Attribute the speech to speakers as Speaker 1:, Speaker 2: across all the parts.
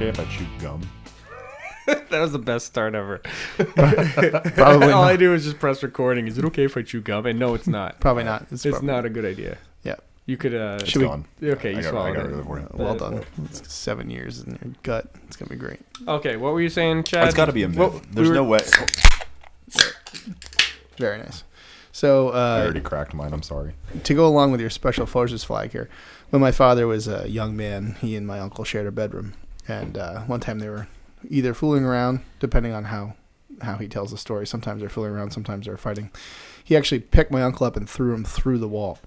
Speaker 1: if I chew gum?
Speaker 2: That was the best start ever.
Speaker 3: Probably
Speaker 2: All I
Speaker 3: not.
Speaker 2: do is just press recording. Is it okay if I chew gum? And no, it's not.
Speaker 3: Probably not. It's,
Speaker 2: It's
Speaker 3: probably-
Speaker 2: not a good idea.
Speaker 3: Yeah.
Speaker 2: You could. uh
Speaker 1: It's
Speaker 3: Should we-
Speaker 1: gone.
Speaker 2: Okay,
Speaker 1: I
Speaker 2: you
Speaker 1: got, I
Speaker 2: swallowed
Speaker 1: got
Speaker 2: it.
Speaker 1: rid of
Speaker 3: Uh,
Speaker 1: it.
Speaker 3: well done. It's seven years in your gut. It's gonna be great.
Speaker 2: Okay, what were you saying, Chad?
Speaker 1: It's got to be a myth.
Speaker 2: Well, we
Speaker 1: There's
Speaker 2: were- uh,
Speaker 1: no way.
Speaker 3: Very nice. So
Speaker 1: I
Speaker 3: uh,
Speaker 1: already cracked mine. I'm sorry.
Speaker 3: to go along with your special forces flag here, when my father was a young man, he and my uncle shared a bedroom, and uh, one time they were either fooling around, depending on how how he tells the story. Sometimes they're fooling around, sometimes they're fighting. He actually picked my uncle up and threw him through the wall.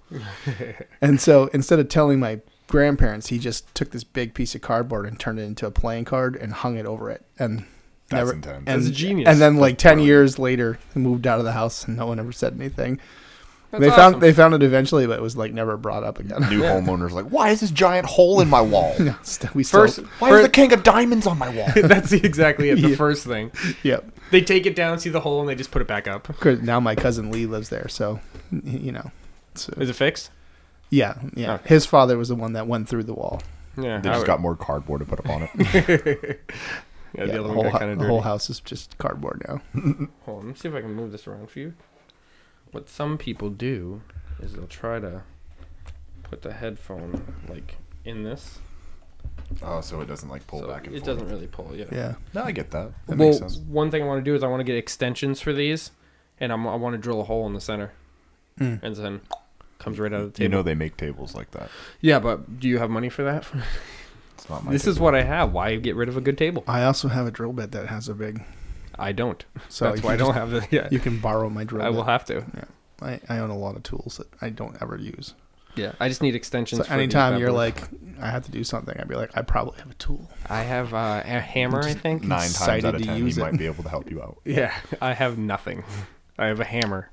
Speaker 3: and so instead of telling my grandparents, he just took this big piece of cardboard and turned it into a playing card and hung it over it. And
Speaker 1: That's
Speaker 3: never,
Speaker 1: intense.
Speaker 3: and-
Speaker 2: That's genius.
Speaker 3: And then like ten
Speaker 1: brilliant.
Speaker 3: years later, he moved out of the house and no one ever said anything.
Speaker 2: That's
Speaker 3: they
Speaker 2: awesome.
Speaker 3: found they found it eventually, but it was like never brought up again.
Speaker 1: New homeowners like, why is this giant hole in my wall?
Speaker 3: No, st- we still,
Speaker 2: first.
Speaker 3: First,
Speaker 1: Why is
Speaker 2: first
Speaker 1: the king of diamonds on my wall?
Speaker 2: that's exactly it. The
Speaker 3: Yeah.
Speaker 2: first thing
Speaker 3: yep.
Speaker 2: they take it down, see the hole, and they just put it back up.
Speaker 3: 'Cause Now my cousin Lee lives there, so y- you know. So,
Speaker 2: Is it fixed?
Speaker 3: yeah, yeah.
Speaker 2: Okay.
Speaker 3: His father was the one that went through the wall.
Speaker 2: Yeah.
Speaker 1: They
Speaker 2: I
Speaker 1: just
Speaker 2: would-
Speaker 1: got more cardboard to put up on it.
Speaker 2: yeah,
Speaker 3: Yeah,
Speaker 2: the other
Speaker 3: the,
Speaker 2: one
Speaker 3: whole,
Speaker 2: got
Speaker 3: hu-
Speaker 2: kind of
Speaker 3: the
Speaker 2: dirty.
Speaker 3: whole house is just cardboard now.
Speaker 2: Hold on, let me see if I can move this around for you. What some people do is they'll try to put the headphone like in this,
Speaker 1: Oh, so it doesn't like pull
Speaker 2: so
Speaker 1: back and
Speaker 2: it
Speaker 1: forth.
Speaker 2: doesn't really pull. Yeah.
Speaker 3: Yeah,
Speaker 1: No, I get that. That
Speaker 2: well,
Speaker 1: makes sense.
Speaker 2: one thing I want to do is I want to get extensions for these, and I'm, I want to drill a hole in the center,
Speaker 3: Mm.
Speaker 2: and then comes right out of the table.
Speaker 1: Hmm. You know they make tables like that.
Speaker 2: yeah, but do you have money for that?
Speaker 1: It's not my.
Speaker 2: this is what I have. Why get rid of a good table?
Speaker 3: I also have a drill bit that has a big.
Speaker 2: I don't.
Speaker 3: So
Speaker 2: That's
Speaker 3: you
Speaker 2: why I
Speaker 3: just-
Speaker 2: don't have the. Yeah,
Speaker 3: You can borrow my drill.
Speaker 2: I will have to.
Speaker 3: I, I own a lot of tools that I don't ever use.
Speaker 2: Yeah, I just need extensions.
Speaker 3: So
Speaker 2: for these
Speaker 3: anytime you're
Speaker 2: peppers.
Speaker 3: like, I have to do something, I'd be like, I probably have a tool.
Speaker 2: I have uh, a hammer. I think
Speaker 1: nine times
Speaker 3: excited
Speaker 1: out of
Speaker 3: to
Speaker 1: ten,
Speaker 3: use
Speaker 1: he
Speaker 3: it.
Speaker 1: might be able to help you out.
Speaker 2: Yeah, I have nothing. I have a hammer.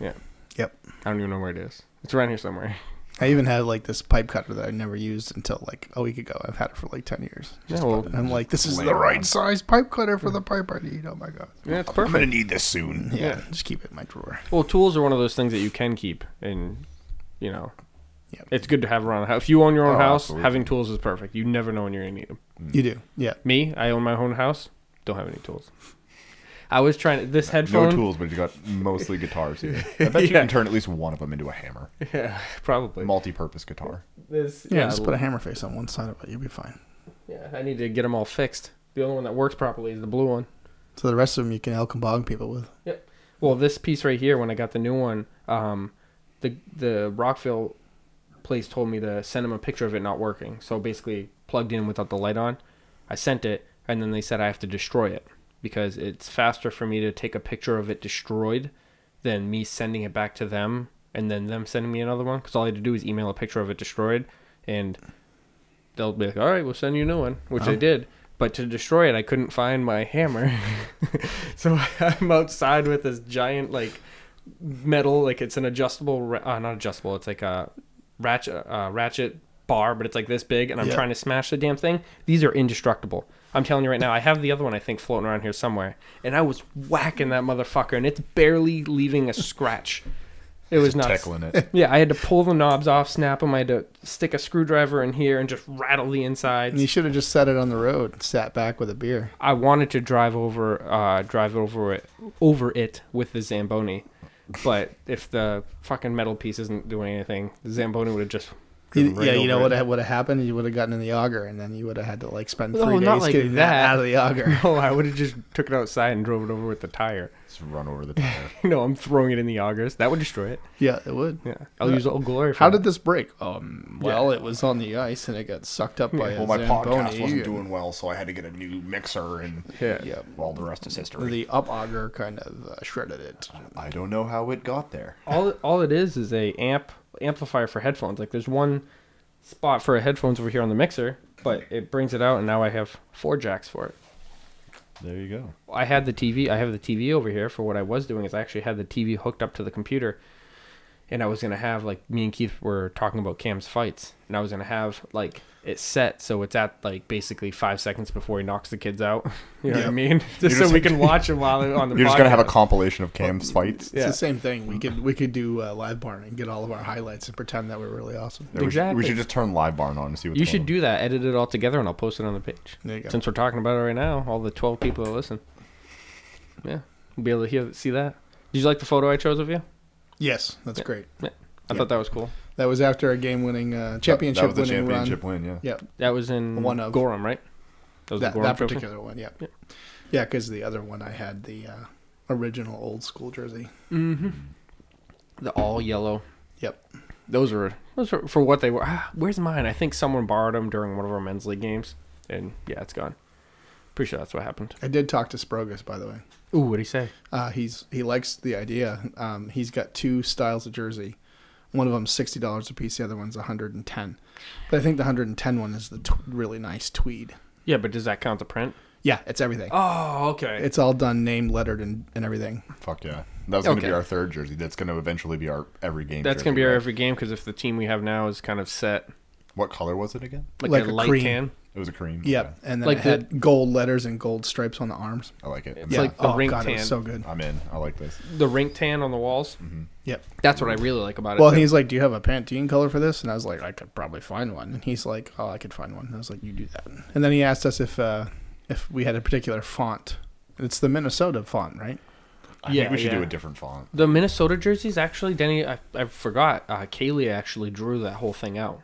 Speaker 2: Yeah.
Speaker 3: Yep.
Speaker 2: I don't even know where it is. It's around here somewhere.
Speaker 3: I even had like this pipe cutter that I never used until like a week ago. I've had it for like ten years.
Speaker 2: Yeah, well, Hmm.
Speaker 3: And I'm like, this is
Speaker 1: Lay
Speaker 3: the
Speaker 1: it
Speaker 3: right
Speaker 1: around.
Speaker 3: size pipe cutter for the pipe I need. Oh my god.
Speaker 2: yeah, it's
Speaker 1: I'm gonna
Speaker 2: perfect.
Speaker 1: need this soon.
Speaker 3: Yeah,
Speaker 2: Yeah.
Speaker 3: just keep it in my drawer.
Speaker 2: Well, tools are one of those things that you can keep, and you know,
Speaker 3: Yep.
Speaker 2: it's good to have around. the house. If you own your own
Speaker 1: Oh,
Speaker 2: house,
Speaker 1: absolutely.
Speaker 2: having tools is perfect. You never know when you're gonna need them.
Speaker 3: You do. Yeah.
Speaker 2: Me, I own my own house. Don't have any tools. I was trying to, this
Speaker 1: No
Speaker 2: headphone.
Speaker 1: tools, but you got mostly guitars here. I bet you
Speaker 2: Yeah.
Speaker 1: can turn at least one of them into a hammer,
Speaker 2: Yeah, probably.
Speaker 1: multi-purpose guitar.
Speaker 2: This,
Speaker 3: Yeah,
Speaker 2: yeah,
Speaker 3: just put a hammer face on one side of it. You'll be fine.
Speaker 2: yeah, I need to get them all fixed. The only one that works properly is the blue one.
Speaker 3: So the rest of them you can elkabog people with.
Speaker 2: Well, this piece right here, when I got the new one, um, the the Rockville place told me to send them a picture of it not working. So basically, plugged in without the light on. I sent it, and then they said I have to destroy it because it's faster for me to take a picture of it destroyed than me sending it back to them and then them sending me another one. Because all I had to do is email a picture of it destroyed, and they'll be like, "All right, we'll send you a new one," which
Speaker 3: Oh.
Speaker 2: they did. But to destroy it, I couldn't find my hammer. So I'm outside with this giant like metal, like it's an adjustable, ra- uh, not adjustable. It's like a ratchet, uh, ratchet bar, but it's like this big, and I'm
Speaker 3: Yeah.
Speaker 2: trying to smash the damn thing. These are indestructible. I'm telling you right now. I have the other one, I think, floating around here somewhere, and I was whacking that motherfucker, and it's barely leaving a scratch. It was nuts.
Speaker 1: Tackling it.
Speaker 2: Yeah, I had to pull the knobs off, snap them. I had to stick a screwdriver in here and just rattle the insides.
Speaker 3: And you should have just set it on the road, sat back with a beer.
Speaker 2: I wanted to drive over, uh, drive over it, over it with the zamboni, but if the fucking metal piece isn't doing anything, the zamboni would have just.
Speaker 3: You,
Speaker 2: driven right
Speaker 3: yeah, you know
Speaker 2: over
Speaker 3: what
Speaker 2: it.
Speaker 3: would have happened? You would have gotten in the auger, and then you would have had to like spend
Speaker 2: No,
Speaker 3: three
Speaker 2: not
Speaker 3: days
Speaker 2: like
Speaker 3: getting that.
Speaker 2: that.
Speaker 3: out of the auger.
Speaker 2: No, oh, I would have just took it outside and drove it over with the tire.
Speaker 1: Just run over the tire.
Speaker 2: No, I'm throwing it in the augers. That would destroy it.
Speaker 3: yeah, it would.
Speaker 2: Yeah, I'll
Speaker 3: Yeah.
Speaker 2: use old glory. For
Speaker 3: Uh, How
Speaker 2: that.
Speaker 3: did this break? Um, well, it was on the ice and it got sucked up by
Speaker 1: well,
Speaker 3: a
Speaker 1: my podcast
Speaker 3: Zamboni
Speaker 1: wasn't
Speaker 3: and-
Speaker 1: doing well, so I had to get a new mixer, and
Speaker 2: Yeah.
Speaker 3: Yep.
Speaker 1: all the rest is history.
Speaker 3: The up auger kind of uh, shredded it.
Speaker 1: I don't know how it got there.
Speaker 2: all all it is is a amp amplifier for headphones. Like there's one spot for headphones over here on the mixer, but it brings it out, and now I have four jacks for it.
Speaker 1: There you go.
Speaker 2: I had the TV. I have the TV over here for what I was doing is I actually had the TV hooked up to the computer, and I was gonna have like me and Keith were talking about Cam's fights, and I was gonna have like it set so it's at like basically five seconds before he knocks the kids out. You know what I
Speaker 3: Yep.
Speaker 2: mean? Just so
Speaker 1: just-
Speaker 2: we can watch him while on the.
Speaker 1: You're just gonna have a
Speaker 2: podcast. Uh,
Speaker 1: compilation of Cam's fights.
Speaker 2: Yeah.
Speaker 3: It's the same thing. We could we could do uh, live barn and get all of our highlights and pretend that we're really awesome.
Speaker 1: Yeah, we should- We
Speaker 2: Exactly.
Speaker 1: should, just turn Live Barn on and see what
Speaker 2: You should do that. Edit it all together, and I'll post it on the page.
Speaker 3: There you go.
Speaker 2: Since we're talking about it right now, all the twelve people that listen, yeah, will be able to hear see that. Did you like the photo I chose of you?
Speaker 3: Yes, that's great.
Speaker 2: I thought that was cool.
Speaker 3: That was after a game winning uh, championship
Speaker 1: that was the
Speaker 3: winning
Speaker 1: championship win. Yeah.
Speaker 3: run. Yep,
Speaker 2: That was in
Speaker 3: One of-
Speaker 2: Gorham, right? was the
Speaker 3: that,
Speaker 2: Gorham
Speaker 3: that
Speaker 2: trophy?
Speaker 3: particular one. Yep.
Speaker 2: Yeah.
Speaker 3: Yeah, because the other one I had the uh, original old school jersey.
Speaker 2: Mm-hmm. The all yellow.
Speaker 3: Yep.
Speaker 2: Those were those were for what they were. Ah, where's mine? I think someone borrowed them during one of our men's league games, and yeah, it's gone. Pretty sure that's what happened.
Speaker 3: I did talk to Sprogus, by the way.
Speaker 2: Ooh, what'd he say?
Speaker 3: Uh, he's he likes the idea. Um, he's got two styles of jersey. One of them's sixty dollars a piece. The other one's one hundred and ten. But I think the hundred and ten one is the t- really nice tweed.
Speaker 2: Yeah, but does that count the print?
Speaker 3: Yeah, it's everything.
Speaker 2: Oh, okay.
Speaker 3: It's all done, name lettered, and, and everything.
Speaker 1: Fuck yeah. That was gonna
Speaker 2: Okay.
Speaker 1: be our third jersey. That's gonna eventually be our every game.
Speaker 2: That's
Speaker 1: jersey,
Speaker 2: gonna be our
Speaker 1: right?
Speaker 2: every game because if the team we have now is kind of set
Speaker 1: What color was it again?
Speaker 2: like,
Speaker 3: Like
Speaker 2: a,
Speaker 3: a
Speaker 2: light
Speaker 3: cream.
Speaker 2: tan,
Speaker 1: It was a cream.
Speaker 3: Yep.
Speaker 1: Okay.
Speaker 3: And then
Speaker 2: Like
Speaker 3: it had gold letters and gold stripes on the arms.
Speaker 1: I like it. I'm
Speaker 2: It's
Speaker 1: in.
Speaker 2: like the
Speaker 3: oh
Speaker 2: ring
Speaker 3: god, it
Speaker 2: tan.
Speaker 3: was so good.
Speaker 1: I'm in. I like this.
Speaker 2: the rink tan on the walls.
Speaker 3: Yep.
Speaker 2: That's what I really like about it.
Speaker 3: Mm-hmm. Well,
Speaker 2: too.
Speaker 3: he's like, "Do you have a Pantene color for this?" And I was like, "I could probably find one." And he's like, "Oh, I could find one." And I was like, "You do that." And then he asked us if uh, if we had a particular font. It's the Minnesota font, right?
Speaker 1: I
Speaker 2: Yeah,
Speaker 1: think we should do
Speaker 2: yeah.
Speaker 1: a different font.
Speaker 2: the Minnesota jerseys actually. Denny, I, I forgot. Uh, Kaylee actually drew that whole thing out,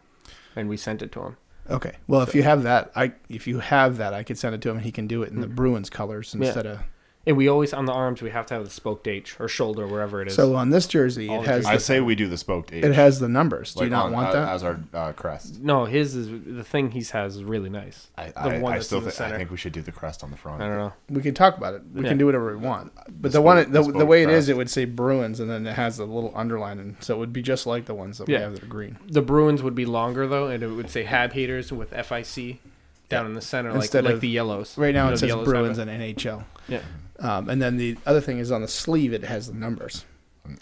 Speaker 2: and we sent it to him.
Speaker 3: Okay. Well, if you have that, I if you have that, I could send it to him, and he can do it in the Bruins colors
Speaker 2: Yeah.
Speaker 3: instead of.
Speaker 2: And we always on the arms we have to have the spoked H or shoulder wherever it is.
Speaker 3: So on this jersey,
Speaker 2: All
Speaker 3: it
Speaker 2: the
Speaker 3: has
Speaker 1: I
Speaker 3: the,
Speaker 1: say we do the spoked H.
Speaker 3: it has the numbers. Do
Speaker 1: like,
Speaker 3: you not
Speaker 1: on-
Speaker 3: want
Speaker 1: uh,
Speaker 3: that?
Speaker 1: as our uh, crest?
Speaker 2: no, his is the thing he has is really nice.
Speaker 1: I,
Speaker 2: The
Speaker 1: I,
Speaker 2: one
Speaker 1: I
Speaker 2: that's
Speaker 1: still
Speaker 2: in the
Speaker 1: thi-
Speaker 2: center.
Speaker 1: I think we should do the crest on the front.
Speaker 2: I don't know.
Speaker 3: we can talk about it. We
Speaker 2: Yeah.
Speaker 3: can do whatever we want. But the
Speaker 1: Uh, Bespoke-
Speaker 3: one the, the
Speaker 1: bespoke
Speaker 3: way it is,
Speaker 1: craft.
Speaker 3: it would say Bruins, and then it has a little underline, and so it would be just like the ones that
Speaker 2: Yeah.
Speaker 3: we have that are green.
Speaker 2: The Bruins would be longer though, and it would say Hab haters with FIC down in the center, like
Speaker 3: Instead
Speaker 2: like
Speaker 3: of-
Speaker 2: the yellows.
Speaker 3: Right now,
Speaker 2: You know,
Speaker 3: it
Speaker 2: the
Speaker 3: says
Speaker 2: yellows
Speaker 3: Bruins
Speaker 2: have
Speaker 3: and NHL.
Speaker 2: it. Yeah.
Speaker 3: Um, and then the other thing is on the sleeve, it has the numbers,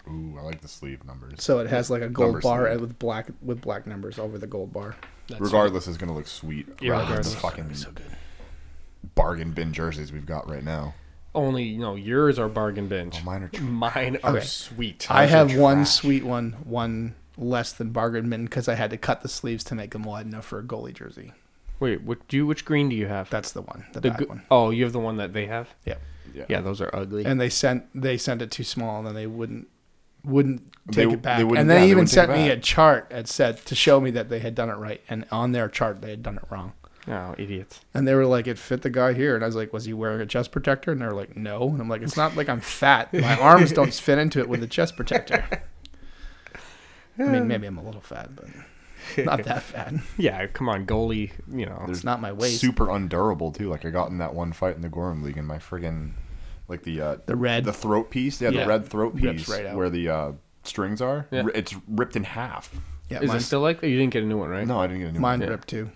Speaker 1: Ooh, I like the sleeve numbers.
Speaker 3: so it has like a gold
Speaker 1: Number
Speaker 3: bar
Speaker 1: sleeve.
Speaker 3: with black with black numbers over the gold bar.
Speaker 2: That's
Speaker 1: regardless, it's gonna look sweet.
Speaker 2: Yeah,
Speaker 1: rather than
Speaker 2: regardless.
Speaker 1: the fucking bargain bin jerseys we've got right now.
Speaker 2: Only you know yours are bargain binge.
Speaker 1: Oh, mine are. Tr-
Speaker 2: Mine are
Speaker 3: Okay.
Speaker 2: sweet.
Speaker 3: I
Speaker 1: Those are
Speaker 3: have one
Speaker 1: trash.
Speaker 3: sweet one, one less than bargain min because I had to cut the sleeves to make them wide enough for a goalie jersey.
Speaker 2: Wait, what do you, which green do you have?
Speaker 3: That's the one, the,
Speaker 2: the
Speaker 3: back
Speaker 2: go-
Speaker 3: one.
Speaker 2: oh, you have the one that they have.
Speaker 3: Yeah.
Speaker 2: Yeah, those are ugly.
Speaker 3: and they sent they sent it too small and then they wouldn't wouldn't take
Speaker 1: They-
Speaker 3: it back
Speaker 1: they wouldn't-
Speaker 3: and
Speaker 1: yeah,
Speaker 3: they
Speaker 1: they
Speaker 3: even
Speaker 1: wouldn't take it
Speaker 3: sent me a
Speaker 1: back.
Speaker 3: chart that said to show me that they had done it right and on their chart they had done it wrong
Speaker 2: oh, idiots.
Speaker 3: and they were like it fit the guy here and i was like was he wearing a chest protector and they were like no and i'm like it's not like i'm fat my arms don't fit into it with a chest protector i mean maybe i'm a little fat but not that fat
Speaker 2: Yeah, come on, goalie. You know,
Speaker 3: it's not my waist
Speaker 1: super undurable too. Like I got in that one fight in the Gorham League, and my friggin' like the uh,
Speaker 3: the red
Speaker 1: the throat piece, yeah,
Speaker 3: Yeah.
Speaker 1: the red throat
Speaker 3: Rips
Speaker 1: piece
Speaker 3: right out.
Speaker 1: where the uh, strings are,
Speaker 2: Yeah.
Speaker 1: ri- it's ripped in half.
Speaker 3: yeah
Speaker 2: is
Speaker 3: mine,
Speaker 2: it still like that? You didn't get a new one, right?
Speaker 1: No, I didn't get a new
Speaker 3: mine
Speaker 1: one.
Speaker 2: Yeah.
Speaker 3: ripped too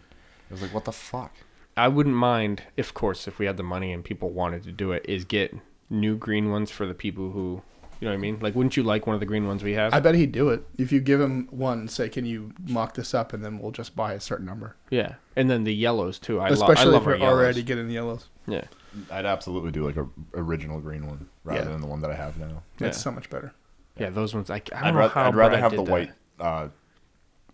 Speaker 1: I was like, what the fuck?
Speaker 2: I wouldn't mind, if, of course, if we had the money and people wanted to do it, is get new green ones for the people who, you know what I mean? Like, wouldn't you like one of the green ones we have?
Speaker 3: i bet he'd do it if you give him one and say can you mock this up and then we'll just buy a certain number
Speaker 2: yeah, and then the yellows too. I, lo- I
Speaker 3: especially
Speaker 2: love
Speaker 3: if
Speaker 2: our
Speaker 3: we're
Speaker 2: yellows.
Speaker 3: already getting the yellows.
Speaker 2: Yeah,
Speaker 1: I'd absolutely do like a original green one rather
Speaker 3: Yeah.
Speaker 1: than the one that I have now.
Speaker 2: Yeah.
Speaker 3: It's so much better.
Speaker 2: yeah, those ones. I, I don't
Speaker 1: I'd,
Speaker 2: know
Speaker 1: rath-
Speaker 2: how
Speaker 1: I'd rather
Speaker 2: Brad
Speaker 1: have
Speaker 2: did
Speaker 1: the
Speaker 2: that.
Speaker 1: white uh,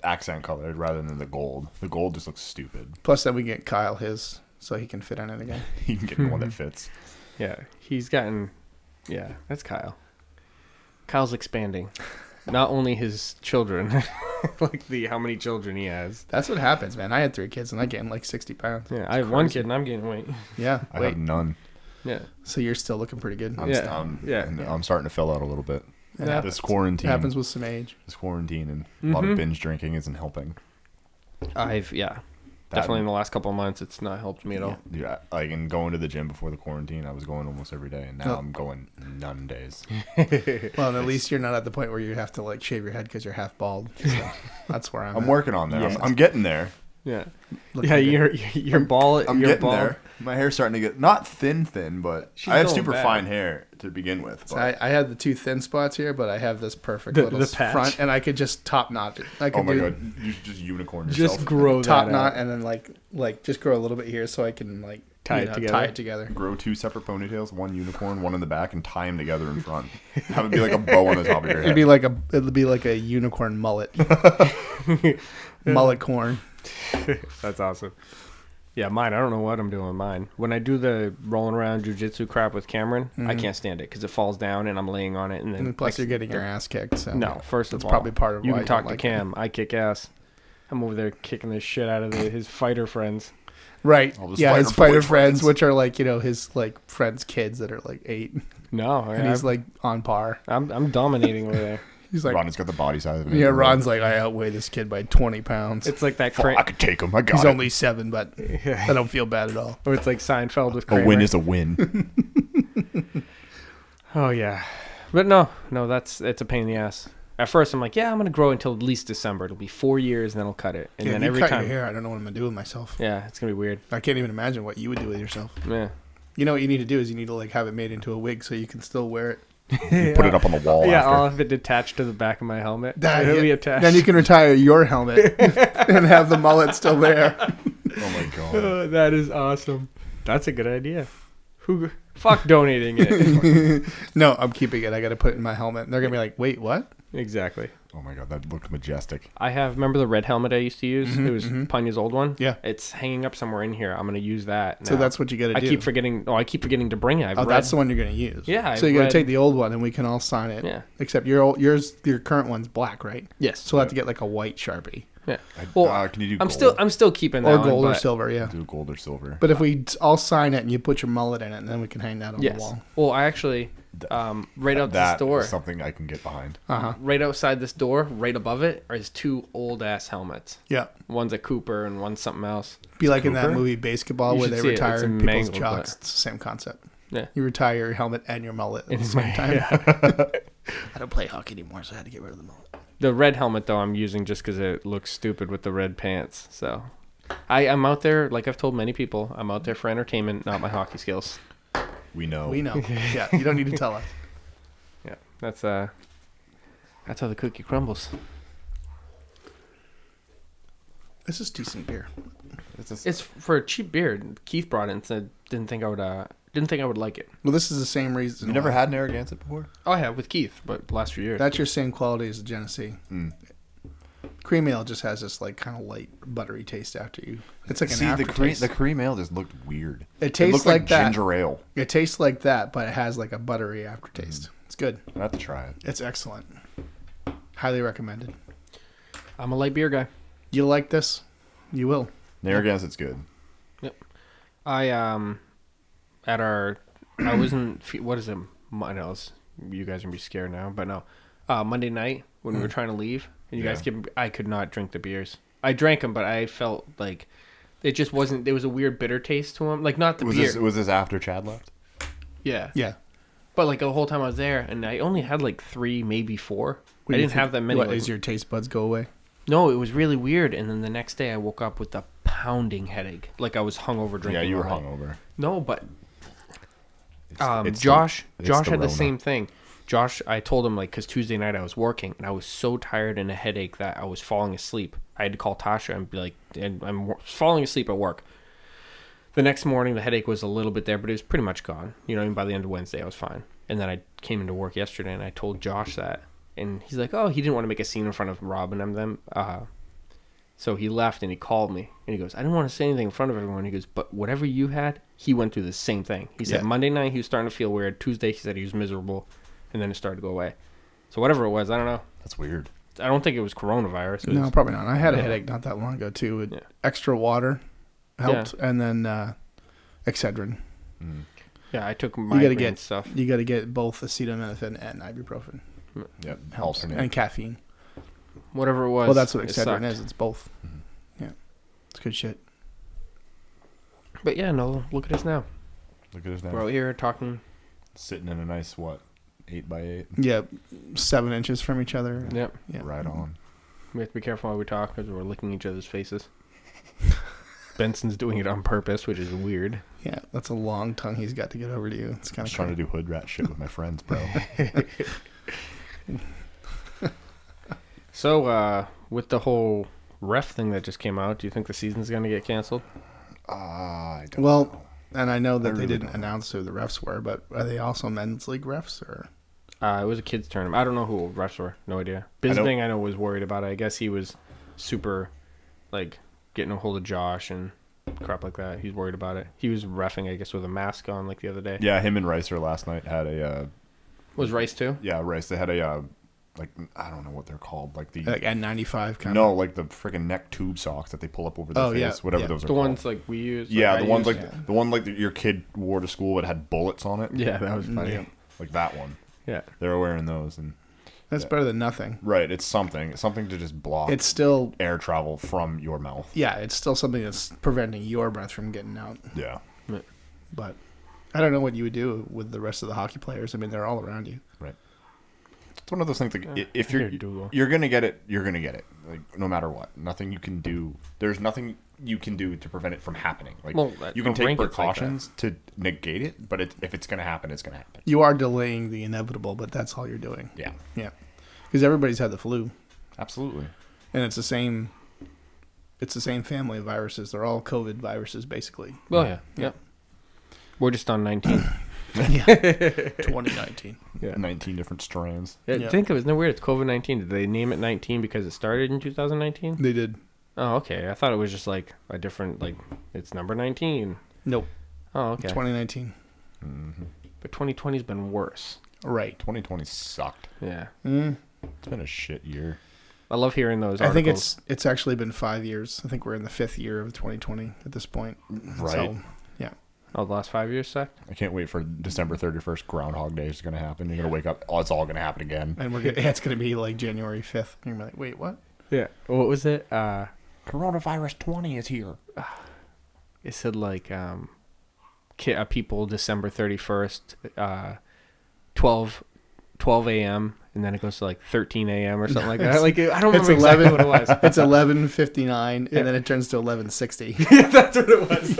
Speaker 1: accent colored rather than the gold. The gold just looks stupid.
Speaker 3: Plus, then we get Kyle his, so he can fit in it again.
Speaker 1: you can get the one that fits.
Speaker 2: Yeah, he's gotten. Yeah, that's Kyle. Kyle's expanding, not only his children, like the how many children he has.
Speaker 3: That's what happens, man. I had three kids and I gained like sixty pounds.
Speaker 2: Yeah, I have one kid and I'm getting weight.
Speaker 3: Yeah,
Speaker 1: I
Speaker 3: wait.
Speaker 1: have none.
Speaker 2: Yeah,
Speaker 3: So you're still looking pretty good.
Speaker 1: I'm,
Speaker 2: Yeah.
Speaker 1: st- I'm,
Speaker 2: Yeah.
Speaker 1: and I'm starting to fill out a little bit.
Speaker 3: It
Speaker 2: Yeah.
Speaker 3: happens.
Speaker 1: This quarantine,
Speaker 3: happens with some age.
Speaker 1: this quarantine, and a
Speaker 2: Mm-hmm.
Speaker 1: lot of binge drinking isn't helping.
Speaker 2: I've yeah,
Speaker 1: That-
Speaker 2: definitely in the last couple of months, it's not helped me at all.
Speaker 1: Yeah, like in going to the gym before the quarantine, I was going almost every day, and now
Speaker 3: Oh.
Speaker 1: I'm going none days.
Speaker 3: Well, and at least you're not at the point where you have to like shave your head because you're half bald. So that's where I'm.
Speaker 1: I'm
Speaker 3: at.
Speaker 1: working on that. I'm,
Speaker 3: Yeah.
Speaker 1: I'm getting there.
Speaker 2: Yeah,
Speaker 3: Looking
Speaker 2: yeah,
Speaker 3: good.
Speaker 2: your your ball,
Speaker 1: I'm
Speaker 2: your
Speaker 1: getting
Speaker 2: ball,
Speaker 1: there. My hair's starting to get not thin, thin, but
Speaker 2: She's
Speaker 1: I have
Speaker 2: going
Speaker 1: super
Speaker 2: back.
Speaker 1: fine hair to begin with. But
Speaker 3: So I, I had the two thin spots here, but I have this perfect
Speaker 2: The-
Speaker 3: little
Speaker 2: the
Speaker 3: s-
Speaker 2: patch.
Speaker 3: front, and I could just top knot it. I could
Speaker 1: oh my
Speaker 3: do
Speaker 1: god, you should just unicorn yourself.
Speaker 2: Just grow
Speaker 3: top
Speaker 2: that
Speaker 3: knot,
Speaker 2: out.
Speaker 3: and then like like just grow a little bit here, so I can like
Speaker 2: Tie it together.
Speaker 3: Tie it together.
Speaker 1: grow two separate ponytails, one unicorn, one in the back, and tie them together in front. Have it be like a bow on the top of your
Speaker 3: It'd
Speaker 1: head.
Speaker 3: be like a it'd be like a unicorn mullet, mullet corn.
Speaker 2: That's awesome. Yeah, mine. I don't know what I'm doing with mine. When I do the rolling around jujitsu crap with Cameron, I can't stand it because it falls down and I'm laying on it, Mm-hmm. and then
Speaker 3: And plus,
Speaker 2: like,
Speaker 3: you're getting your ass kicked. So
Speaker 2: no. First of
Speaker 3: That's
Speaker 2: all,
Speaker 3: probably part of
Speaker 2: you
Speaker 3: why
Speaker 2: can
Speaker 3: you
Speaker 2: talk
Speaker 3: don't
Speaker 2: to
Speaker 3: like it.
Speaker 2: Cam. I kick ass. I'm over there kicking the shit out of the, his fighter friends.
Speaker 3: right?
Speaker 1: All those
Speaker 3: Yeah,
Speaker 1: fighter
Speaker 3: his fighter
Speaker 1: boy
Speaker 3: friends,
Speaker 1: friends.
Speaker 3: which are like you know his like friends' kids that are like eight,
Speaker 2: No,
Speaker 3: and
Speaker 2: I,
Speaker 3: he's like on par.
Speaker 2: I'm I'm dominating over there.
Speaker 3: He's like,
Speaker 1: Ron's got the body size of an
Speaker 3: yeah,
Speaker 1: animal.
Speaker 3: Ron's like, I outweigh this kid by twenty pounds.
Speaker 2: It's like that.
Speaker 1: Fuck, I
Speaker 2: Cra-
Speaker 1: could take him. I got
Speaker 3: He's
Speaker 1: it.
Speaker 3: only seven, but I don't feel bad at all.
Speaker 2: or it's like Seinfeld with
Speaker 1: a
Speaker 2: Kramer.
Speaker 1: win is a win.
Speaker 2: Oh yeah, but no, no, that's it's a pain in the ass. At first, I'm like, yeah, I'm gonna grow until at least December. It'll be four years, and then I'll cut it. And
Speaker 3: Yeah,
Speaker 2: then
Speaker 3: if you
Speaker 2: every
Speaker 3: cut
Speaker 2: time,
Speaker 3: your hair, I don't know what I'm gonna do with myself.
Speaker 2: yeah, it's gonna be weird.
Speaker 3: I can't even imagine what you would do with yourself.
Speaker 2: Yeah,
Speaker 3: You know what you need to do is you need to like have it made into a wig so you can still wear it.
Speaker 1: You put it up on the wall.
Speaker 2: yeah,
Speaker 1: after.
Speaker 3: uh,
Speaker 2: I'll have it detached to the back of my helmet.
Speaker 3: That-
Speaker 2: It'll be
Speaker 3: yeah.
Speaker 2: attached.
Speaker 3: Then you can retire your helmet and have the mullet still there.
Speaker 1: Oh my god.
Speaker 2: Oh, that is awesome. That's a good idea. Who? Fuck donating it.
Speaker 3: No, I'm keeping it. I got to put it in my helmet. And they're gonna be like, "Wait, what?"
Speaker 2: exactly.
Speaker 1: Oh my god, that looked majestic.
Speaker 2: I have. Remember the red helmet I used to use? it was Punya's old one.
Speaker 3: Mm-hmm, Yeah.
Speaker 2: It's hanging up somewhere in here. I'm gonna use that.
Speaker 3: So
Speaker 2: now.
Speaker 3: that's what you got to
Speaker 2: I
Speaker 3: do.
Speaker 2: keep forgetting. Oh, I keep forgetting to bring it. I've
Speaker 3: oh,
Speaker 2: read-
Speaker 3: that's the one you're gonna use.
Speaker 2: Yeah,
Speaker 3: So
Speaker 2: I've
Speaker 3: you got to
Speaker 2: read-
Speaker 3: take the old one, and we can all sign it.
Speaker 2: Yeah.
Speaker 3: Except your old, yours, your current one's black, right?
Speaker 2: Yes.
Speaker 3: So we'll have to get like a white sharpie
Speaker 2: yeah.
Speaker 1: I,
Speaker 2: Well,
Speaker 1: uh, can you do
Speaker 2: I'm
Speaker 1: gold?
Speaker 2: still. I'm still keeping that
Speaker 3: or
Speaker 2: one,
Speaker 3: gold or
Speaker 2: but-
Speaker 3: silver. Yeah.
Speaker 1: do gold or silver.
Speaker 3: But if we d- all sign it and you put your mullet in it, then we can hang that on
Speaker 2: Yes.
Speaker 3: the wall.
Speaker 2: Well, I actually, um, right out
Speaker 1: that
Speaker 2: this door,
Speaker 1: is something I can get behind.
Speaker 3: Uh huh.
Speaker 2: right outside this door, right above it, are his two old ass helmets.
Speaker 3: Yeah.
Speaker 2: One's a Cooper and one's something else.
Speaker 3: Be like in that
Speaker 1: Cooper?
Speaker 3: movie Basketball
Speaker 2: You
Speaker 3: where
Speaker 2: should
Speaker 3: they
Speaker 2: see it. It's
Speaker 3: retire people's
Speaker 2: mangled, but-
Speaker 3: jocks. It's the same concept.
Speaker 2: Yeah.
Speaker 3: You retire your helmet and your mullet at the same time. I don't play hockey anymore, so I had to get rid of the mullet.
Speaker 2: The red helmet though, I'm using just because it looks stupid with the red pants. So, I I'm out there like I've told many people, I'm out there for entertainment, not my hockey skills.
Speaker 1: We
Speaker 2: Oh.
Speaker 1: know.
Speaker 3: We know. yeah, you don't need to tell us.
Speaker 2: Yeah, that's uh, that's how the cookie crumbles.
Speaker 3: This is decent beer.
Speaker 1: It's just-
Speaker 2: It's for a cheap beer. Keith brought it and said didn't think I would uh didn't think I would like it.
Speaker 3: Well, this is the same reason.
Speaker 1: you never
Speaker 3: why-
Speaker 1: had Narragansett before?
Speaker 2: Oh, I have with Keith, but last few years.
Speaker 3: That's your same quality as the Genesee.
Speaker 1: Mm.
Speaker 3: Cream ale just has this like kind of light buttery taste after you. It's like an
Speaker 1: See, the cream,
Speaker 3: aftertaste.
Speaker 1: the cream ale just looked weird.
Speaker 3: It tastes
Speaker 1: looked
Speaker 3: like that.
Speaker 1: ginger ale.
Speaker 3: It tastes like that, but it has like a buttery aftertaste.
Speaker 1: Mm.
Speaker 3: It's good.
Speaker 1: I have to try it.
Speaker 3: It's excellent. Highly recommended.
Speaker 2: I'm a light beer guy.
Speaker 3: You like this? You will.
Speaker 1: Narragansett's good.
Speaker 2: I um, at our, I wasn't. fe- What is it? I know it's- you guys are gonna be scared now, but no. Uh, Monday night when
Speaker 3: Hmm.
Speaker 2: we were trying to leave, and you guys
Speaker 1: Yeah.
Speaker 2: kept, I could not drink the beers. I drank them, but I felt like it just wasn't. There was a weird bitter taste to them. Like not the
Speaker 1: Was
Speaker 2: beer.
Speaker 1: this was this after Chad left?
Speaker 2: yeah.
Speaker 3: Yeah.
Speaker 2: But like the whole time I was there, and I only had like three, maybe four.
Speaker 3: What
Speaker 2: I
Speaker 3: do you
Speaker 2: didn't
Speaker 3: think-
Speaker 2: have that many.
Speaker 3: What,
Speaker 2: like-
Speaker 3: is your taste buds go away?
Speaker 2: no, it was really weird. And then the next day, I woke up with a pounding headache, like I was hungover drinking.
Speaker 1: Yeah, you
Speaker 2: all
Speaker 1: were
Speaker 2: night.
Speaker 1: hungover.
Speaker 2: No, but
Speaker 1: It's-
Speaker 2: um,
Speaker 1: it's the-
Speaker 2: Josh
Speaker 1: it's
Speaker 2: Josh had the
Speaker 1: Rona.
Speaker 2: same thing. Josh, I told him like because Tuesday night I was working and I was so tired and a headache that I was falling asleep. I had to call Tasha and be like, and I'm wa- falling asleep at work. The next morning, the headache was a little bit there, but it was pretty much gone. You know, and by the end of Wednesday, I was fine. And then I came into work yesterday and I told Josh that, and he's like, "Oh, he didn't want to make a scene in front of Rob and them." Uh, so he left and he called me and he goes, I didn't want to say anything in front of everyone. He goes, but whatever you had, he went through the same thing. He said
Speaker 3: Yeah.
Speaker 2: Monday night he was starting to feel weird. Tuesday he said he was miserable, and then it started to go away. So whatever it was, I don't know.
Speaker 1: That's weird.
Speaker 2: I don't think it was coronavirus. It
Speaker 3: No,
Speaker 2: was-
Speaker 3: probably not. I had a
Speaker 2: Yeah.
Speaker 3: headache not that long ago too. With
Speaker 2: Yeah.
Speaker 3: Extra water helped, and then uh, Excedrin.
Speaker 2: yeah, I took
Speaker 3: You
Speaker 2: my
Speaker 3: got to get
Speaker 2: stuff.
Speaker 3: You got to get both acetaminophen and ibuprofen
Speaker 1: Yep. Alternate.
Speaker 3: and caffeine.
Speaker 2: Whatever it was.
Speaker 3: Well, that's what
Speaker 2: it
Speaker 3: Excedrin
Speaker 2: sucked.
Speaker 3: is. It's both.
Speaker 1: Mm-hmm.
Speaker 3: Yeah, it's good shit.
Speaker 2: But yeah, no. Look at us now.
Speaker 1: Look at us now.
Speaker 2: We're out here talking.
Speaker 1: Sitting in a nice what? Eight by eight.
Speaker 3: Yeah, seven inches from each other.
Speaker 2: Yep.
Speaker 3: Yeah.
Speaker 1: Right on.
Speaker 2: We have to be careful how we talk because we're licking each other's faces. Benson's doing it on purpose, which is weird.
Speaker 3: Yeah, that's a long tongue he's got to get over to you. It's kind
Speaker 1: was
Speaker 3: of
Speaker 1: trying to do hood rat shit with my friends, bro.
Speaker 2: So, uh, with the whole ref thing that just came out, do you think the season's going to get canceled?
Speaker 1: Ah, I don't
Speaker 3: Well,
Speaker 1: know.
Speaker 3: and I know that they
Speaker 1: really
Speaker 3: didn't
Speaker 1: don't know.
Speaker 3: announce who the refs were, but are they also men's league refs or?
Speaker 2: Uh, it was a kids' tournament. I don't know who refs were. No idea.
Speaker 1: I don't-
Speaker 2: Bisping, I, know, was worried about it. I guess he was super, like, getting a hold of Josh and crap like that. He's worried about it. He was refing, I guess, with a mask on, like the other day.
Speaker 1: yeah, him and Ricer last night had a uh,
Speaker 2: Was Rice too?
Speaker 1: yeah Rice. They had a uh, like I don't know what they're called, like the
Speaker 3: Like at 95 kind
Speaker 1: Mm. no, like the freaking neck tube socks that they pull up over their
Speaker 3: Oh,
Speaker 1: face,
Speaker 3: yeah,
Speaker 1: whatever
Speaker 3: yeah.
Speaker 1: those are.
Speaker 2: The
Speaker 1: called.
Speaker 2: ones like we use.
Speaker 1: yeah,
Speaker 2: I
Speaker 1: the ones
Speaker 2: used.
Speaker 1: like the one like that your kid wore to school but had bullets on it.
Speaker 2: Yeah, that was funny.
Speaker 3: Yeah.
Speaker 1: like that one.
Speaker 2: yeah.
Speaker 1: They were wearing those, and
Speaker 3: That's better than nothing.
Speaker 1: right, it's something. It's something to just block
Speaker 3: It's still
Speaker 1: air travel from your mouth.
Speaker 3: yeah, it's still something that's preventing your breath from getting out.
Speaker 1: Yeah,
Speaker 3: But I don't know what you would do with the rest of the hockey players. I mean, they're all around you.
Speaker 1: right. It's one of those things. Like i- if
Speaker 2: I
Speaker 1: you're
Speaker 2: hear Dougal.
Speaker 1: you're gonna get it, you're gonna get it. Like no matter what, nothing you can do. There's nothing you can do to prevent it from happening. Like
Speaker 2: Well,
Speaker 1: you
Speaker 2: a
Speaker 1: can take
Speaker 2: rink, it's like that.
Speaker 1: precautions to negate it, but it, if it's gonna happen, it's gonna happen.
Speaker 3: You are delaying the inevitable, but that's all you're doing.
Speaker 1: Yeah,
Speaker 3: Yeah, because everybody's had the flu,
Speaker 1: absolutely.
Speaker 3: and it's the same. It's the same family of viruses. They're all COVID viruses, basically.
Speaker 2: Well, yeah. Yep. We're just on 19.
Speaker 3: Yeah, 2019.
Speaker 2: yeah.
Speaker 1: Nineteen different strands.
Speaker 2: Yeah,
Speaker 3: Yeah.
Speaker 2: I think it was no weird. It's COVID nineteen. Did they name it nineteen because it started in two thousand nineteen?
Speaker 3: They did.
Speaker 2: Oh, okay. I thought it was just like a different like it's number nineteen.
Speaker 3: Nope.
Speaker 2: Oh, okay.
Speaker 3: 2019.
Speaker 2: But twenty twenty's been worse.
Speaker 3: Right.
Speaker 1: Twenty twenty sucked.
Speaker 2: Yeah,
Speaker 1: It's been a shit year.
Speaker 2: I love hearing those.
Speaker 3: I
Speaker 2: Articles.
Speaker 3: think it's it's actually been five years. I think we're in the fifth year of 2020 at this point.
Speaker 1: Right.
Speaker 3: So, yeah.
Speaker 2: oh, the last five years sucked.
Speaker 1: I can't wait for December 31st. Groundhog Day is going to happen. You're going to wake up. Oh, it's all going to happen again.
Speaker 3: And we're gonna, it's going to be like January 5th. And you're like, wait, what?
Speaker 2: Yeah. What was it? Uh,
Speaker 1: Coronavirus 20 is here.
Speaker 2: it said like um, ki- uh, people December thirty first, uh, 12, 12 a.m. and then it goes to like thirteen a.m. or something like that. Like I don't
Speaker 3: It's
Speaker 2: remember exactly
Speaker 3: 11.
Speaker 2: what it was.
Speaker 3: It's 11:59,
Speaker 2: Yeah.
Speaker 3: and then it turns to 11:60.
Speaker 2: That's what it was. That's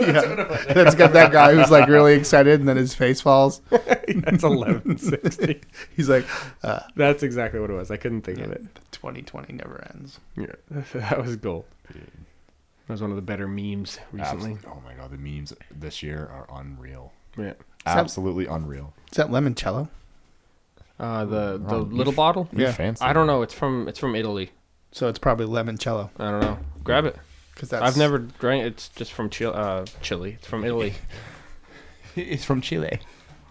Speaker 3: Yeah. That's got that guy who's like really excited, and then his face falls.
Speaker 2: That's eleven sixty.
Speaker 3: He's like, uh,
Speaker 2: That's exactly what it was. I couldn't think of
Speaker 3: yeah,
Speaker 2: it.
Speaker 3: 2020 never ends.
Speaker 2: Yeah, that was gold. That was one of the better memes recently.
Speaker 1: Absolutely. Oh my God. The memes this year are unreal.
Speaker 2: Yeah.
Speaker 3: that-
Speaker 1: Absolutely unreal.
Speaker 3: Is that limoncello?
Speaker 2: Uh, the the
Speaker 1: Wrong.
Speaker 2: little bottle.
Speaker 1: We
Speaker 3: Yeah.
Speaker 1: fancy
Speaker 2: I don't know. It's from it's from Italy.
Speaker 3: So it's probably limoncello
Speaker 2: I don't know. Grab it.
Speaker 3: because that's
Speaker 2: I've never drank. It's just from Chile. Uh, Chile. It's from Italy.
Speaker 1: It's from Chile.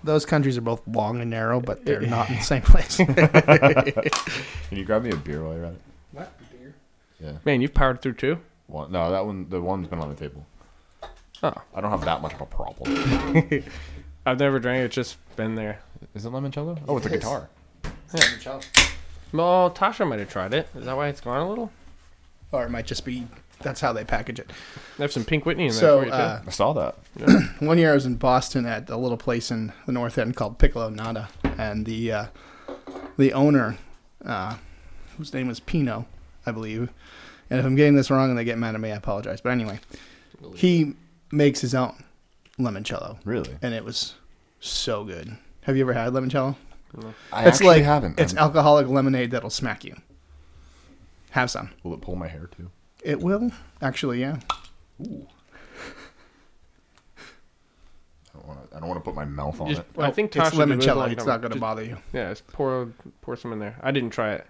Speaker 3: Those countries are both long and narrow, but they're not in the same place.
Speaker 1: Can you grab me a beer while you're at it? Yeah.
Speaker 2: Man, you've powered through two.
Speaker 1: Well, no, that one, the one's been on the table.
Speaker 2: Oh,
Speaker 1: I don't have that much of a problem.
Speaker 2: I've never drank. it, It's just been there.
Speaker 1: Is it limoncello? Oh, it's a guitar.
Speaker 2: Well, Tasha might have tried it. Is that why it's gone a little?
Speaker 3: or it might just be that's how they package it.
Speaker 2: I have some Pink Whitney in there
Speaker 3: So
Speaker 2: for you too.
Speaker 3: uh,
Speaker 1: I saw that.
Speaker 3: one year I was in Boston at a little place in the North End called Piccolo Nada, and the uh, the owner, uh, whose name was Pino, I believe. And if I'm getting this wrong and they get mad at me, I apologize. But anyway, he makes his own limoncello,
Speaker 1: Really?
Speaker 3: and it was so good. Have you ever had limoncello?
Speaker 1: I
Speaker 3: it's
Speaker 1: actually
Speaker 3: like
Speaker 1: haven't.
Speaker 3: it's
Speaker 1: Um,
Speaker 3: alcoholic lemonade that'll smack you. Have some.
Speaker 1: Will it pull my hair too?
Speaker 3: It will actually, yeah.
Speaker 1: I don't want to. I don't want to put my mouth on
Speaker 2: Just-
Speaker 1: it.
Speaker 2: I think
Speaker 3: it's
Speaker 2: Tasha did with
Speaker 3: limoncello.
Speaker 2: like-
Speaker 3: It's not going to
Speaker 2: just-
Speaker 3: bother you.
Speaker 2: Yeah, just pour pour some in there. I didn't try it.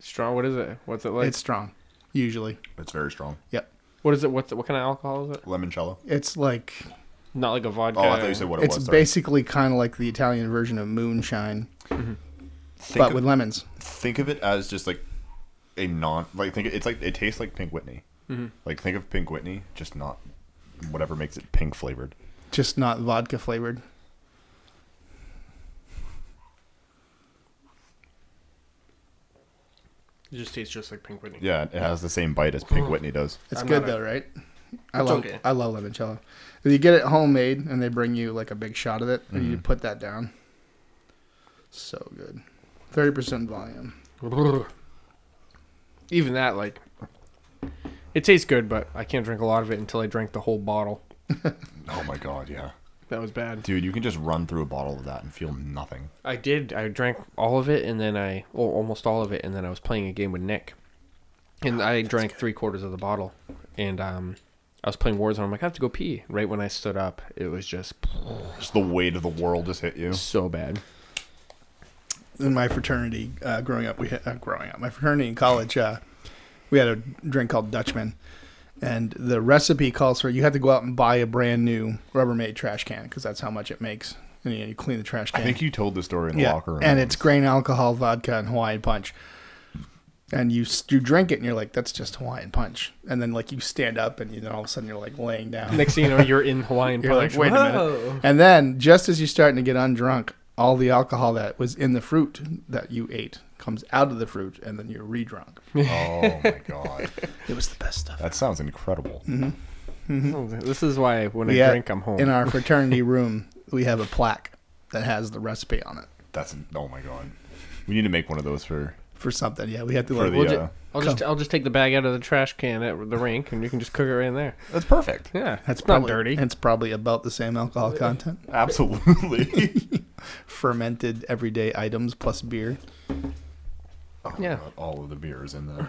Speaker 2: Strong. What is it? What's it like?
Speaker 3: it's strong, usually.
Speaker 1: It's very strong.
Speaker 3: Yep.
Speaker 2: what is it? What's it, what kind of alcohol is it?
Speaker 1: Limoncello.
Speaker 3: It's like
Speaker 2: Not like a vodka.
Speaker 1: Oh, I thought you said what it
Speaker 3: it's
Speaker 1: was. sorry.
Speaker 3: basically kind of like the Italian version of moonshine,
Speaker 2: Mm-hmm.
Speaker 1: Think
Speaker 3: but
Speaker 1: of-
Speaker 3: with lemons.
Speaker 1: think of it as just like a non like think it's like it tastes like pink whitney like think of pink whitney just not whatever makes it pink flavored
Speaker 3: Just not vodka flavored.
Speaker 2: It just tastes just like pink Whitney.
Speaker 1: yeah it has the same bite as pink whitney does
Speaker 3: It's
Speaker 2: I'm
Speaker 3: good
Speaker 2: not a-
Speaker 3: though, right? I love
Speaker 2: okay.
Speaker 3: I love limoncello. If you get it homemade and they bring you like a big shot of it, and
Speaker 1: Mm-hmm.
Speaker 3: you put that down, so good. Thirty percent volume.
Speaker 2: even that like it tastes good, but I can't drink a lot of it until I drink the whole bottle.
Speaker 1: Oh my god, yeah.
Speaker 2: That was bad.
Speaker 1: Dude, you can just run through a bottle of that and feel nothing.
Speaker 2: I did. I drank all of it, and then I, well, almost all of it, and then I was playing a game with Nick,
Speaker 3: Ah,
Speaker 2: and I drank three quarters of the bottle, and um, I was playing Warzone. I'm like, I have to go pee. Right when I stood up, it was just
Speaker 1: Just the weight of the world just hit you.
Speaker 2: so bad.
Speaker 3: in my fraternity uh, growing up we had, uh, growing up my fraternity in college uh, we had a drink called Dutchman and the recipe calls for you have to go out and buy a brand new Rubbermaid trash can because that's how much it makes and you, you clean the trash can
Speaker 1: I think you told the story in the locker room.
Speaker 3: and it's grain alcohol vodka and Hawaiian punch and you s- you drink it and you're like that's just Hawaiian punch and then like you stand up and you then all of a sudden you're like laying down
Speaker 2: Next thing you know, you're in Hawaiian
Speaker 3: You're like,
Speaker 2: Punch.
Speaker 3: wait a minute.
Speaker 2: Whoa.
Speaker 3: And then, just as you're starting to get undrunk, all the alcohol that was in the fruit that you ate comes out of the fruit, and then you're redrunk.
Speaker 1: Oh my god.
Speaker 3: It was the best stuff.
Speaker 1: That sounds incredible.
Speaker 2: Oh, This is why when I
Speaker 3: We had-
Speaker 2: drink, I'm home.
Speaker 3: In our fraternity room, we have a plaque that has the recipe on it
Speaker 1: That's oh my god. We need to make one of those for
Speaker 3: for something. Yeah, we had to
Speaker 1: for
Speaker 3: like.
Speaker 1: the
Speaker 2: we'll ju-
Speaker 1: uh,
Speaker 2: I'll just I'll just take the bag out of the trash can at the rink, and you can just cook it right in there.
Speaker 1: That's perfect.
Speaker 2: Yeah,
Speaker 3: that's
Speaker 2: it's
Speaker 3: probably,
Speaker 2: not dirty.
Speaker 3: It's probably about the same alcohol content.
Speaker 1: Absolutely.
Speaker 3: Fermented everyday items plus beer.
Speaker 1: Oh my
Speaker 2: Yeah.
Speaker 1: God, all of the beers in there.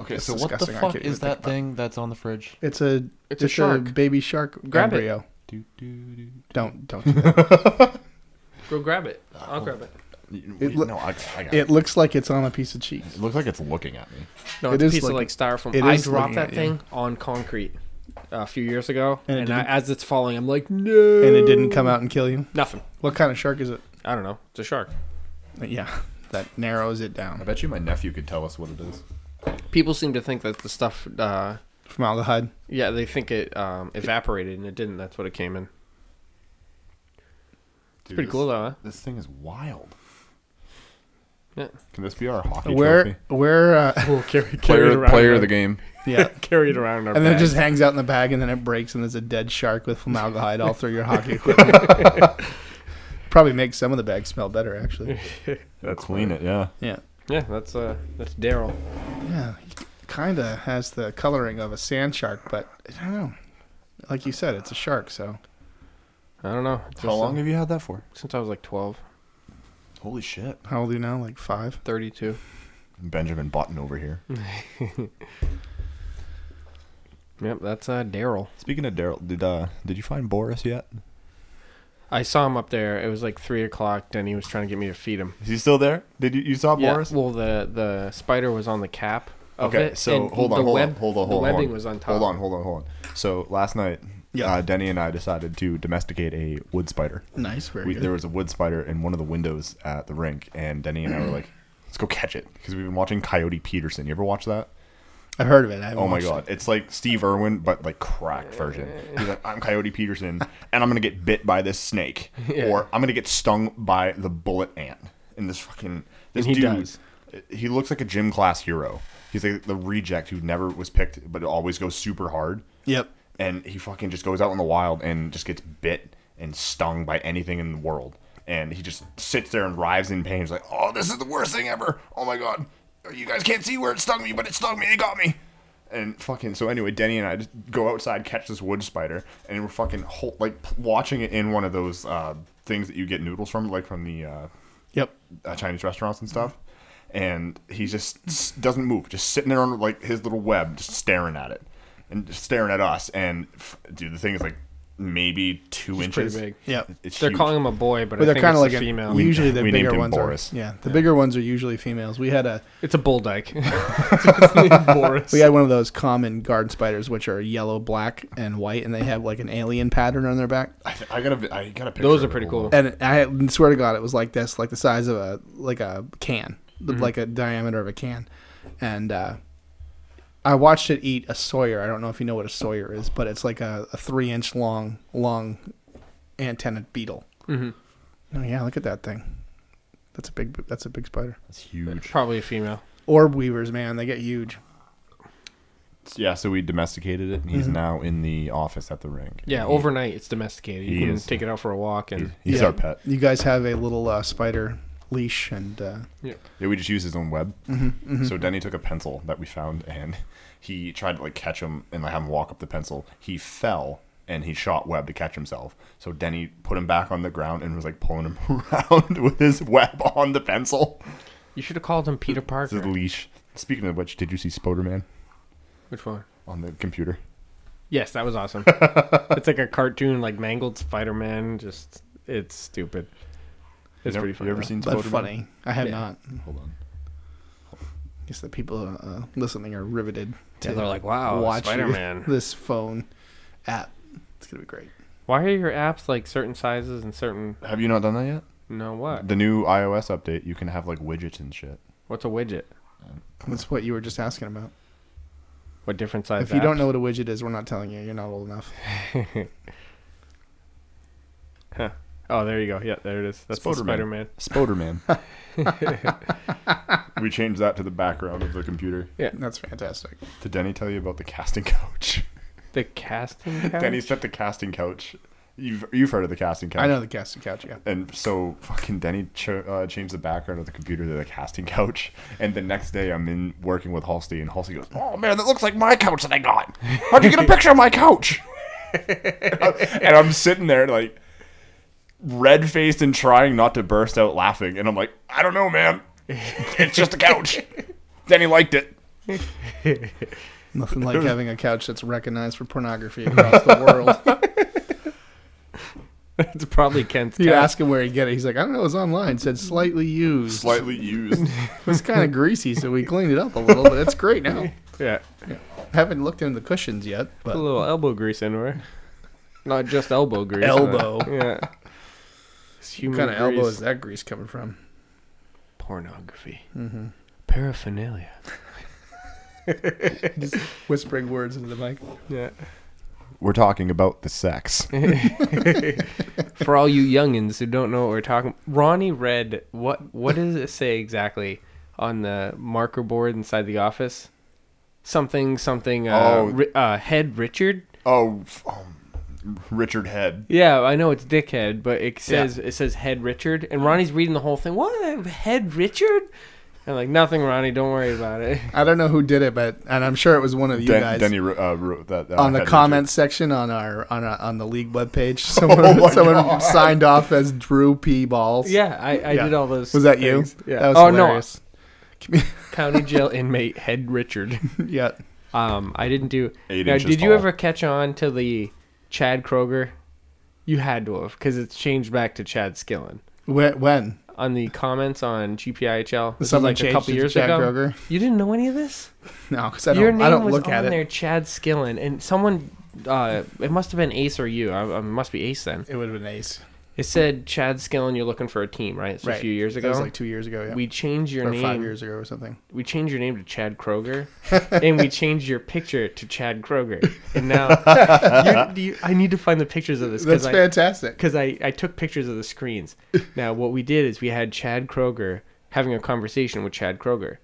Speaker 4: Okay,
Speaker 3: It's
Speaker 4: so what the
Speaker 3: disgusting. I can't
Speaker 4: fuck
Speaker 3: even
Speaker 4: is
Speaker 3: think
Speaker 4: that
Speaker 3: about it.
Speaker 4: thing that's on the fridge?
Speaker 3: It's a
Speaker 2: It's a shark.
Speaker 3: baby shark
Speaker 2: Grab it.
Speaker 3: embryo.
Speaker 4: Do, do, do.
Speaker 3: Don't don't. Do that.
Speaker 2: Go grab it. I'll grab it.
Speaker 1: It
Speaker 3: It loo-
Speaker 1: no, I, I got it.
Speaker 3: it looks like it's on a piece of cheese.
Speaker 1: It looks like it's looking at me.
Speaker 2: No,
Speaker 3: It
Speaker 2: it's a
Speaker 3: is
Speaker 2: piece
Speaker 3: looking-
Speaker 2: of like styrofoam.
Speaker 3: it
Speaker 2: I
Speaker 3: is looking
Speaker 2: dropped that
Speaker 3: at
Speaker 2: thing on concrete uh, a few years ago,
Speaker 3: And it
Speaker 2: and, I,
Speaker 3: didn't-
Speaker 2: as it's falling, I'm like, no.
Speaker 3: and it didn't come out and kill you?
Speaker 2: Nothing.
Speaker 3: What kind of shark is it?
Speaker 2: I don't know. It's a shark.
Speaker 3: Yeah, that narrows it
Speaker 1: I
Speaker 3: down.
Speaker 1: bet you my nephew could tell us what it is.
Speaker 2: People seem to think that the stuff. Uh,
Speaker 3: Formaldehyde.
Speaker 2: yeah, they think it um, evaporated, and it didn't. That's what it came in. It's
Speaker 1: Dude,
Speaker 2: pretty
Speaker 1: this-
Speaker 2: cool, though. Huh?
Speaker 1: This thing is wild.
Speaker 2: Yeah.
Speaker 1: Can this be our hockey
Speaker 3: Where
Speaker 1: trophy?
Speaker 3: where uh,
Speaker 2: We'll carry,
Speaker 1: game.
Speaker 3: yeah.
Speaker 2: carry it around. in Our
Speaker 3: And then it
Speaker 2: bag.
Speaker 3: just hangs out in the bag and then it breaks and there's a dead shark with formaldehyde all through your hockey equipment. Probably makes some of the bags smell better actually.
Speaker 1: Clean it, yeah.
Speaker 3: Yeah.
Speaker 2: yeah, that's uh, that's Daryl.
Speaker 3: Yeah. Kind of has the coloring of a sand shark, but I don't know. Like you said, it's a shark, so
Speaker 2: I don't know. It's
Speaker 1: How
Speaker 2: just,
Speaker 1: long
Speaker 2: uh,
Speaker 1: have you had that for?
Speaker 2: Since I was like 12,
Speaker 1: Holy shit.
Speaker 3: how old are you now? Like five?
Speaker 2: 32.
Speaker 1: Benjamin Button over here.
Speaker 2: Yep, that's uh, Daryl.
Speaker 1: Speaking of Daryl, did uh did you find Boris yet?
Speaker 2: I saw him up there. It was like three o'clock. Denny was trying to get me to feed him.
Speaker 1: Is he still there? Did you you saw
Speaker 2: Yeah,
Speaker 1: Boris?
Speaker 2: Well, the the spider was on the cap. Of
Speaker 1: Okay,
Speaker 2: it,
Speaker 1: so
Speaker 2: and
Speaker 1: hold on,
Speaker 2: the
Speaker 1: hold on,
Speaker 2: web-
Speaker 1: hold on, hold
Speaker 2: the
Speaker 1: on,
Speaker 2: webbing
Speaker 1: hold on.
Speaker 2: was on top.
Speaker 1: Hold on, hold on, hold on. So last night,
Speaker 3: Yeah.
Speaker 1: uh, Denny and I decided to domesticate a wood spider.
Speaker 3: Nice, very
Speaker 1: We,
Speaker 3: good.
Speaker 1: there was a wood spider in one of the windows at the rink, and Denny and I were like, "Let's go catch it," because we've been watching Coyote Peterson. You ever watch that?
Speaker 3: I've heard of it. I haven't
Speaker 1: Oh my
Speaker 3: watched it.
Speaker 1: god, it's like Steve Irwin, but like cracked version. He's like, I'm Coyote Peterson, and I'm gonna get bit by this snake, or I'm gonna get stung by the bullet ant. And this fucking this
Speaker 2: And he
Speaker 1: dude,
Speaker 2: does.
Speaker 1: he looks like a gym class hero. He's like the reject who never was picked, but always goes super hard.
Speaker 3: Yep.
Speaker 1: And he fucking just goes out in the wild and just gets bit and stung by anything in the world. And he just sits there and writhes in pain. He's like, "Oh, this is the worst thing ever! Oh my god, you guys can't see where it stung me, but it stung me. It got me." And fucking so anyway, Denny and I just go outside, catch this wood spider, and we're fucking whole, like p- watching it in one of those uh, things that you get noodles from, like from the uh,
Speaker 3: Yep.
Speaker 1: uh, Chinese restaurants and stuff. And he just s- doesn't move, just sitting there on like his little web, just staring at it and just staring at us. And f- dude, the thing is like maybe two inches.
Speaker 2: pretty big.
Speaker 3: Yep.
Speaker 1: It's
Speaker 2: They're
Speaker 1: huge.
Speaker 2: calling him a boy, but,
Speaker 3: But
Speaker 2: I
Speaker 3: they're
Speaker 2: think it's
Speaker 3: kind of like
Speaker 2: a
Speaker 3: an-
Speaker 2: female.
Speaker 3: usually the
Speaker 1: We named
Speaker 3: bigger
Speaker 1: him
Speaker 3: ones
Speaker 1: Boris.
Speaker 3: are yeah the bigger ones are usually females. We had a
Speaker 2: it's a bull dyke. It's named Boris.
Speaker 3: we had one of those common garden spiders which are yellow, black, and white, and they have like an alien pattern on their back.
Speaker 1: I, th- I gotta, vi- I gotta. Picture
Speaker 2: Those are
Speaker 1: it.
Speaker 2: pretty
Speaker 1: Hold
Speaker 2: cool.
Speaker 1: on.
Speaker 3: And I swear to God, it was like this, like the size of a like a can, like a diameter of a can. And uh, I watched it eat a Sawyer. I don't know if you know what a Sawyer is, but it's like a, a three inch long long antenna beetle. Mm-hmm. Oh yeah, look at that thing. That's a big. That's a big spider.
Speaker 1: That's huge.
Speaker 2: Probably a female.
Speaker 3: Orb weavers, man, they get huge.
Speaker 1: Yeah, so we domesticated it, and he's now in the office at the rink.
Speaker 2: Mm-hmm. Yeah,
Speaker 1: He-
Speaker 2: overnight it's domesticated. You
Speaker 1: He
Speaker 2: can
Speaker 1: is-
Speaker 2: take it out for a walk, and
Speaker 1: He's
Speaker 3: Yeah.
Speaker 1: our pet.
Speaker 3: You guys have a little uh, spider leash and uh,
Speaker 1: Yeah, we just used his own web.
Speaker 3: mhm, mhm.
Speaker 1: So Denny took a pencil that we found and he tried to like catch him and like have him walk up the pencil. He fell and he shot Webb to catch himself. So Denny put him back on the ground and was like pulling him around with his web on the pencil.
Speaker 2: You should have called him Peter
Speaker 1: It's his
Speaker 2: Parker.
Speaker 1: leash. Speaking of which, did you see Spoderman
Speaker 2: Which one?
Speaker 1: on the computer?
Speaker 2: Yes, that was awesome. it's like a cartoon, like mangled Spider-Man. Just it's stupid. It's
Speaker 1: you
Speaker 2: pretty funny.
Speaker 1: You ever
Speaker 2: though.
Speaker 1: seen
Speaker 3: but
Speaker 1: Spoderman?
Speaker 3: funny. I have
Speaker 2: Yeah.
Speaker 3: not.
Speaker 1: Hold on.
Speaker 3: I guess the people uh, listening are riveted to
Speaker 2: Yeah, they're like, wow,
Speaker 3: watch your-
Speaker 2: Spider-Man.
Speaker 3: this phone app. It's gonna be great.
Speaker 2: Why are your apps like certain sizes and certain?
Speaker 1: Have you not done that yet?
Speaker 2: No, what?
Speaker 1: The new iOS update, you can have like widgets and shit.
Speaker 2: What's a widget?
Speaker 3: That's what you were just asking about.
Speaker 2: What different size?
Speaker 3: if you don't
Speaker 2: apps?
Speaker 3: know what a widget is, we're not telling you. You're not old enough.
Speaker 2: Oh, there you go. Yeah, there it is. That's the
Speaker 1: Spoderman.
Speaker 2: Spider-Man.
Speaker 1: Spoderman. we changed that to the background of the computer.
Speaker 3: That's fantastic.
Speaker 1: Did Denny tell you about the casting couch?
Speaker 2: The casting couch.
Speaker 1: Denny set the casting couch. You've you've heard of the casting couch?
Speaker 3: I know the casting couch. Yeah.
Speaker 1: And so fucking Denny ch- uh, changed the background of the computer to the casting couch. And the next day, I'm in working with Halsey, and Halsey goes, "Oh man, that looks like my couch that I got. How'd you get a picture of my couch?" and I'm sitting there like red faced and trying not to burst out laughing. And I'm like, "I don't know, man. It's just a couch." Denny liked it.
Speaker 3: Nothing like having a couch that's recognized for pornography across the world.
Speaker 2: it's probably Kent's
Speaker 3: You
Speaker 2: couch.
Speaker 3: ask him where he get it. He's like, I don't know. It was online. It said slightly used.
Speaker 1: Slightly used.
Speaker 3: It was kind of greasy, so we cleaned it up a little. But it's great now.
Speaker 2: Yeah,
Speaker 3: Haven't looked into the cushions yet,
Speaker 2: put a
Speaker 3: but
Speaker 2: little elbow grease in there. Not just elbow grease.
Speaker 3: Elbow.
Speaker 2: uh, Yeah. It's
Speaker 3: what
Speaker 2: human
Speaker 3: kind of elbow
Speaker 2: grease.
Speaker 3: is that grease coming from?
Speaker 2: Pornography.
Speaker 3: Mm-hmm.
Speaker 2: Paraphernalia.
Speaker 3: Just whispering words into the mic.
Speaker 2: Yeah.
Speaker 1: We're talking about the sex.
Speaker 2: For all you youngins who don't know what we're talking, Ronnie read what what does it say exactly on the marker board inside the office? Something something. Uh,
Speaker 1: Oh.
Speaker 2: ri- uh, head Richard.
Speaker 1: Oh, f- um, Richard Head.
Speaker 2: Yeah, I know it's dickhead, but it says it says head Richard, and Ronnie's reading the whole thing. What head Richard? And like nothing, Ronnie. Don't worry about it.
Speaker 3: I don't know who did it, but and I'm sure it was one of you
Speaker 1: Den-
Speaker 3: guys.
Speaker 1: Denny wrote- uh, wrote that uh,
Speaker 3: on the
Speaker 1: head
Speaker 3: comments section on our on our, on the league webpage, someone
Speaker 1: Oh my
Speaker 3: someone
Speaker 1: God.
Speaker 3: signed off as Drew P. Balls.
Speaker 2: Yeah, I, I
Speaker 3: Yeah.
Speaker 2: did all those.
Speaker 3: was that
Speaker 2: things.
Speaker 3: you?
Speaker 2: Yeah.
Speaker 3: that was
Speaker 2: oh
Speaker 3: hilarious.
Speaker 2: no, county jail inmate head Richard.
Speaker 3: yeah,
Speaker 2: Um, I didn't do.
Speaker 1: Eight
Speaker 2: now,
Speaker 1: inches
Speaker 2: did you
Speaker 1: tall.
Speaker 2: ever catch on to the Chad Kroger? You had to have, because it's changed back to Chad Skillen.
Speaker 3: when, when?
Speaker 2: On the comments on GPIHL, this was
Speaker 3: someone
Speaker 2: like a
Speaker 3: changed
Speaker 2: couple
Speaker 3: it to
Speaker 2: years
Speaker 3: Chad
Speaker 2: ago.
Speaker 3: Kroger?
Speaker 2: You didn't know any of this.
Speaker 3: No, because I
Speaker 2: Your
Speaker 3: don't
Speaker 2: name
Speaker 3: I don't
Speaker 2: was
Speaker 3: look
Speaker 2: on
Speaker 3: at it.
Speaker 2: there, Chad Skillen, and someone. Uh, it must have been Ace or you. I, I must be Ace then.
Speaker 3: It would have been Ace.
Speaker 2: It said Chad Skillen. You're looking for a team, right? So a few years ago,
Speaker 3: That was like two years ago. Yeah,
Speaker 2: we changed your
Speaker 3: or
Speaker 2: name.
Speaker 3: five years ago or something.
Speaker 2: we changed your name to Chad Kroger, and we changed your picture to Chad Kroger. And now, you, you, I need to find the pictures of this
Speaker 3: That's
Speaker 2: because I
Speaker 3: fantastic.
Speaker 2: because I, I took pictures of the screens. Now, what we did is we had Chad Kroger having a conversation with Chad Kroger,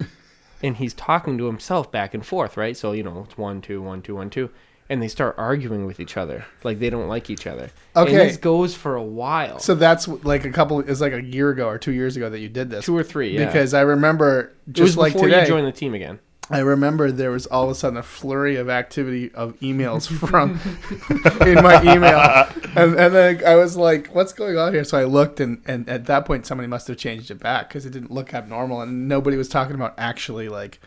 Speaker 2: and he's talking to himself back and forth, right? So you know, it's one, two, one, two, one, two, and they start arguing with each other, like they don't like each other.
Speaker 3: Okay.
Speaker 2: and this goes for a while,
Speaker 3: So that's like a couple. It's like a year ago or two years ago that you did this.
Speaker 2: two or three, yeah.
Speaker 3: Because I remember
Speaker 2: it was
Speaker 3: just like
Speaker 2: before
Speaker 3: today.
Speaker 2: you joined the team again.
Speaker 3: I remember there was all of a sudden a flurry of activity of emails from in my email, and, and then I was like, "What's going on here?" So I looked, and, and at that point, somebody must have changed it back because it didn't look abnormal, and nobody was talking about actually like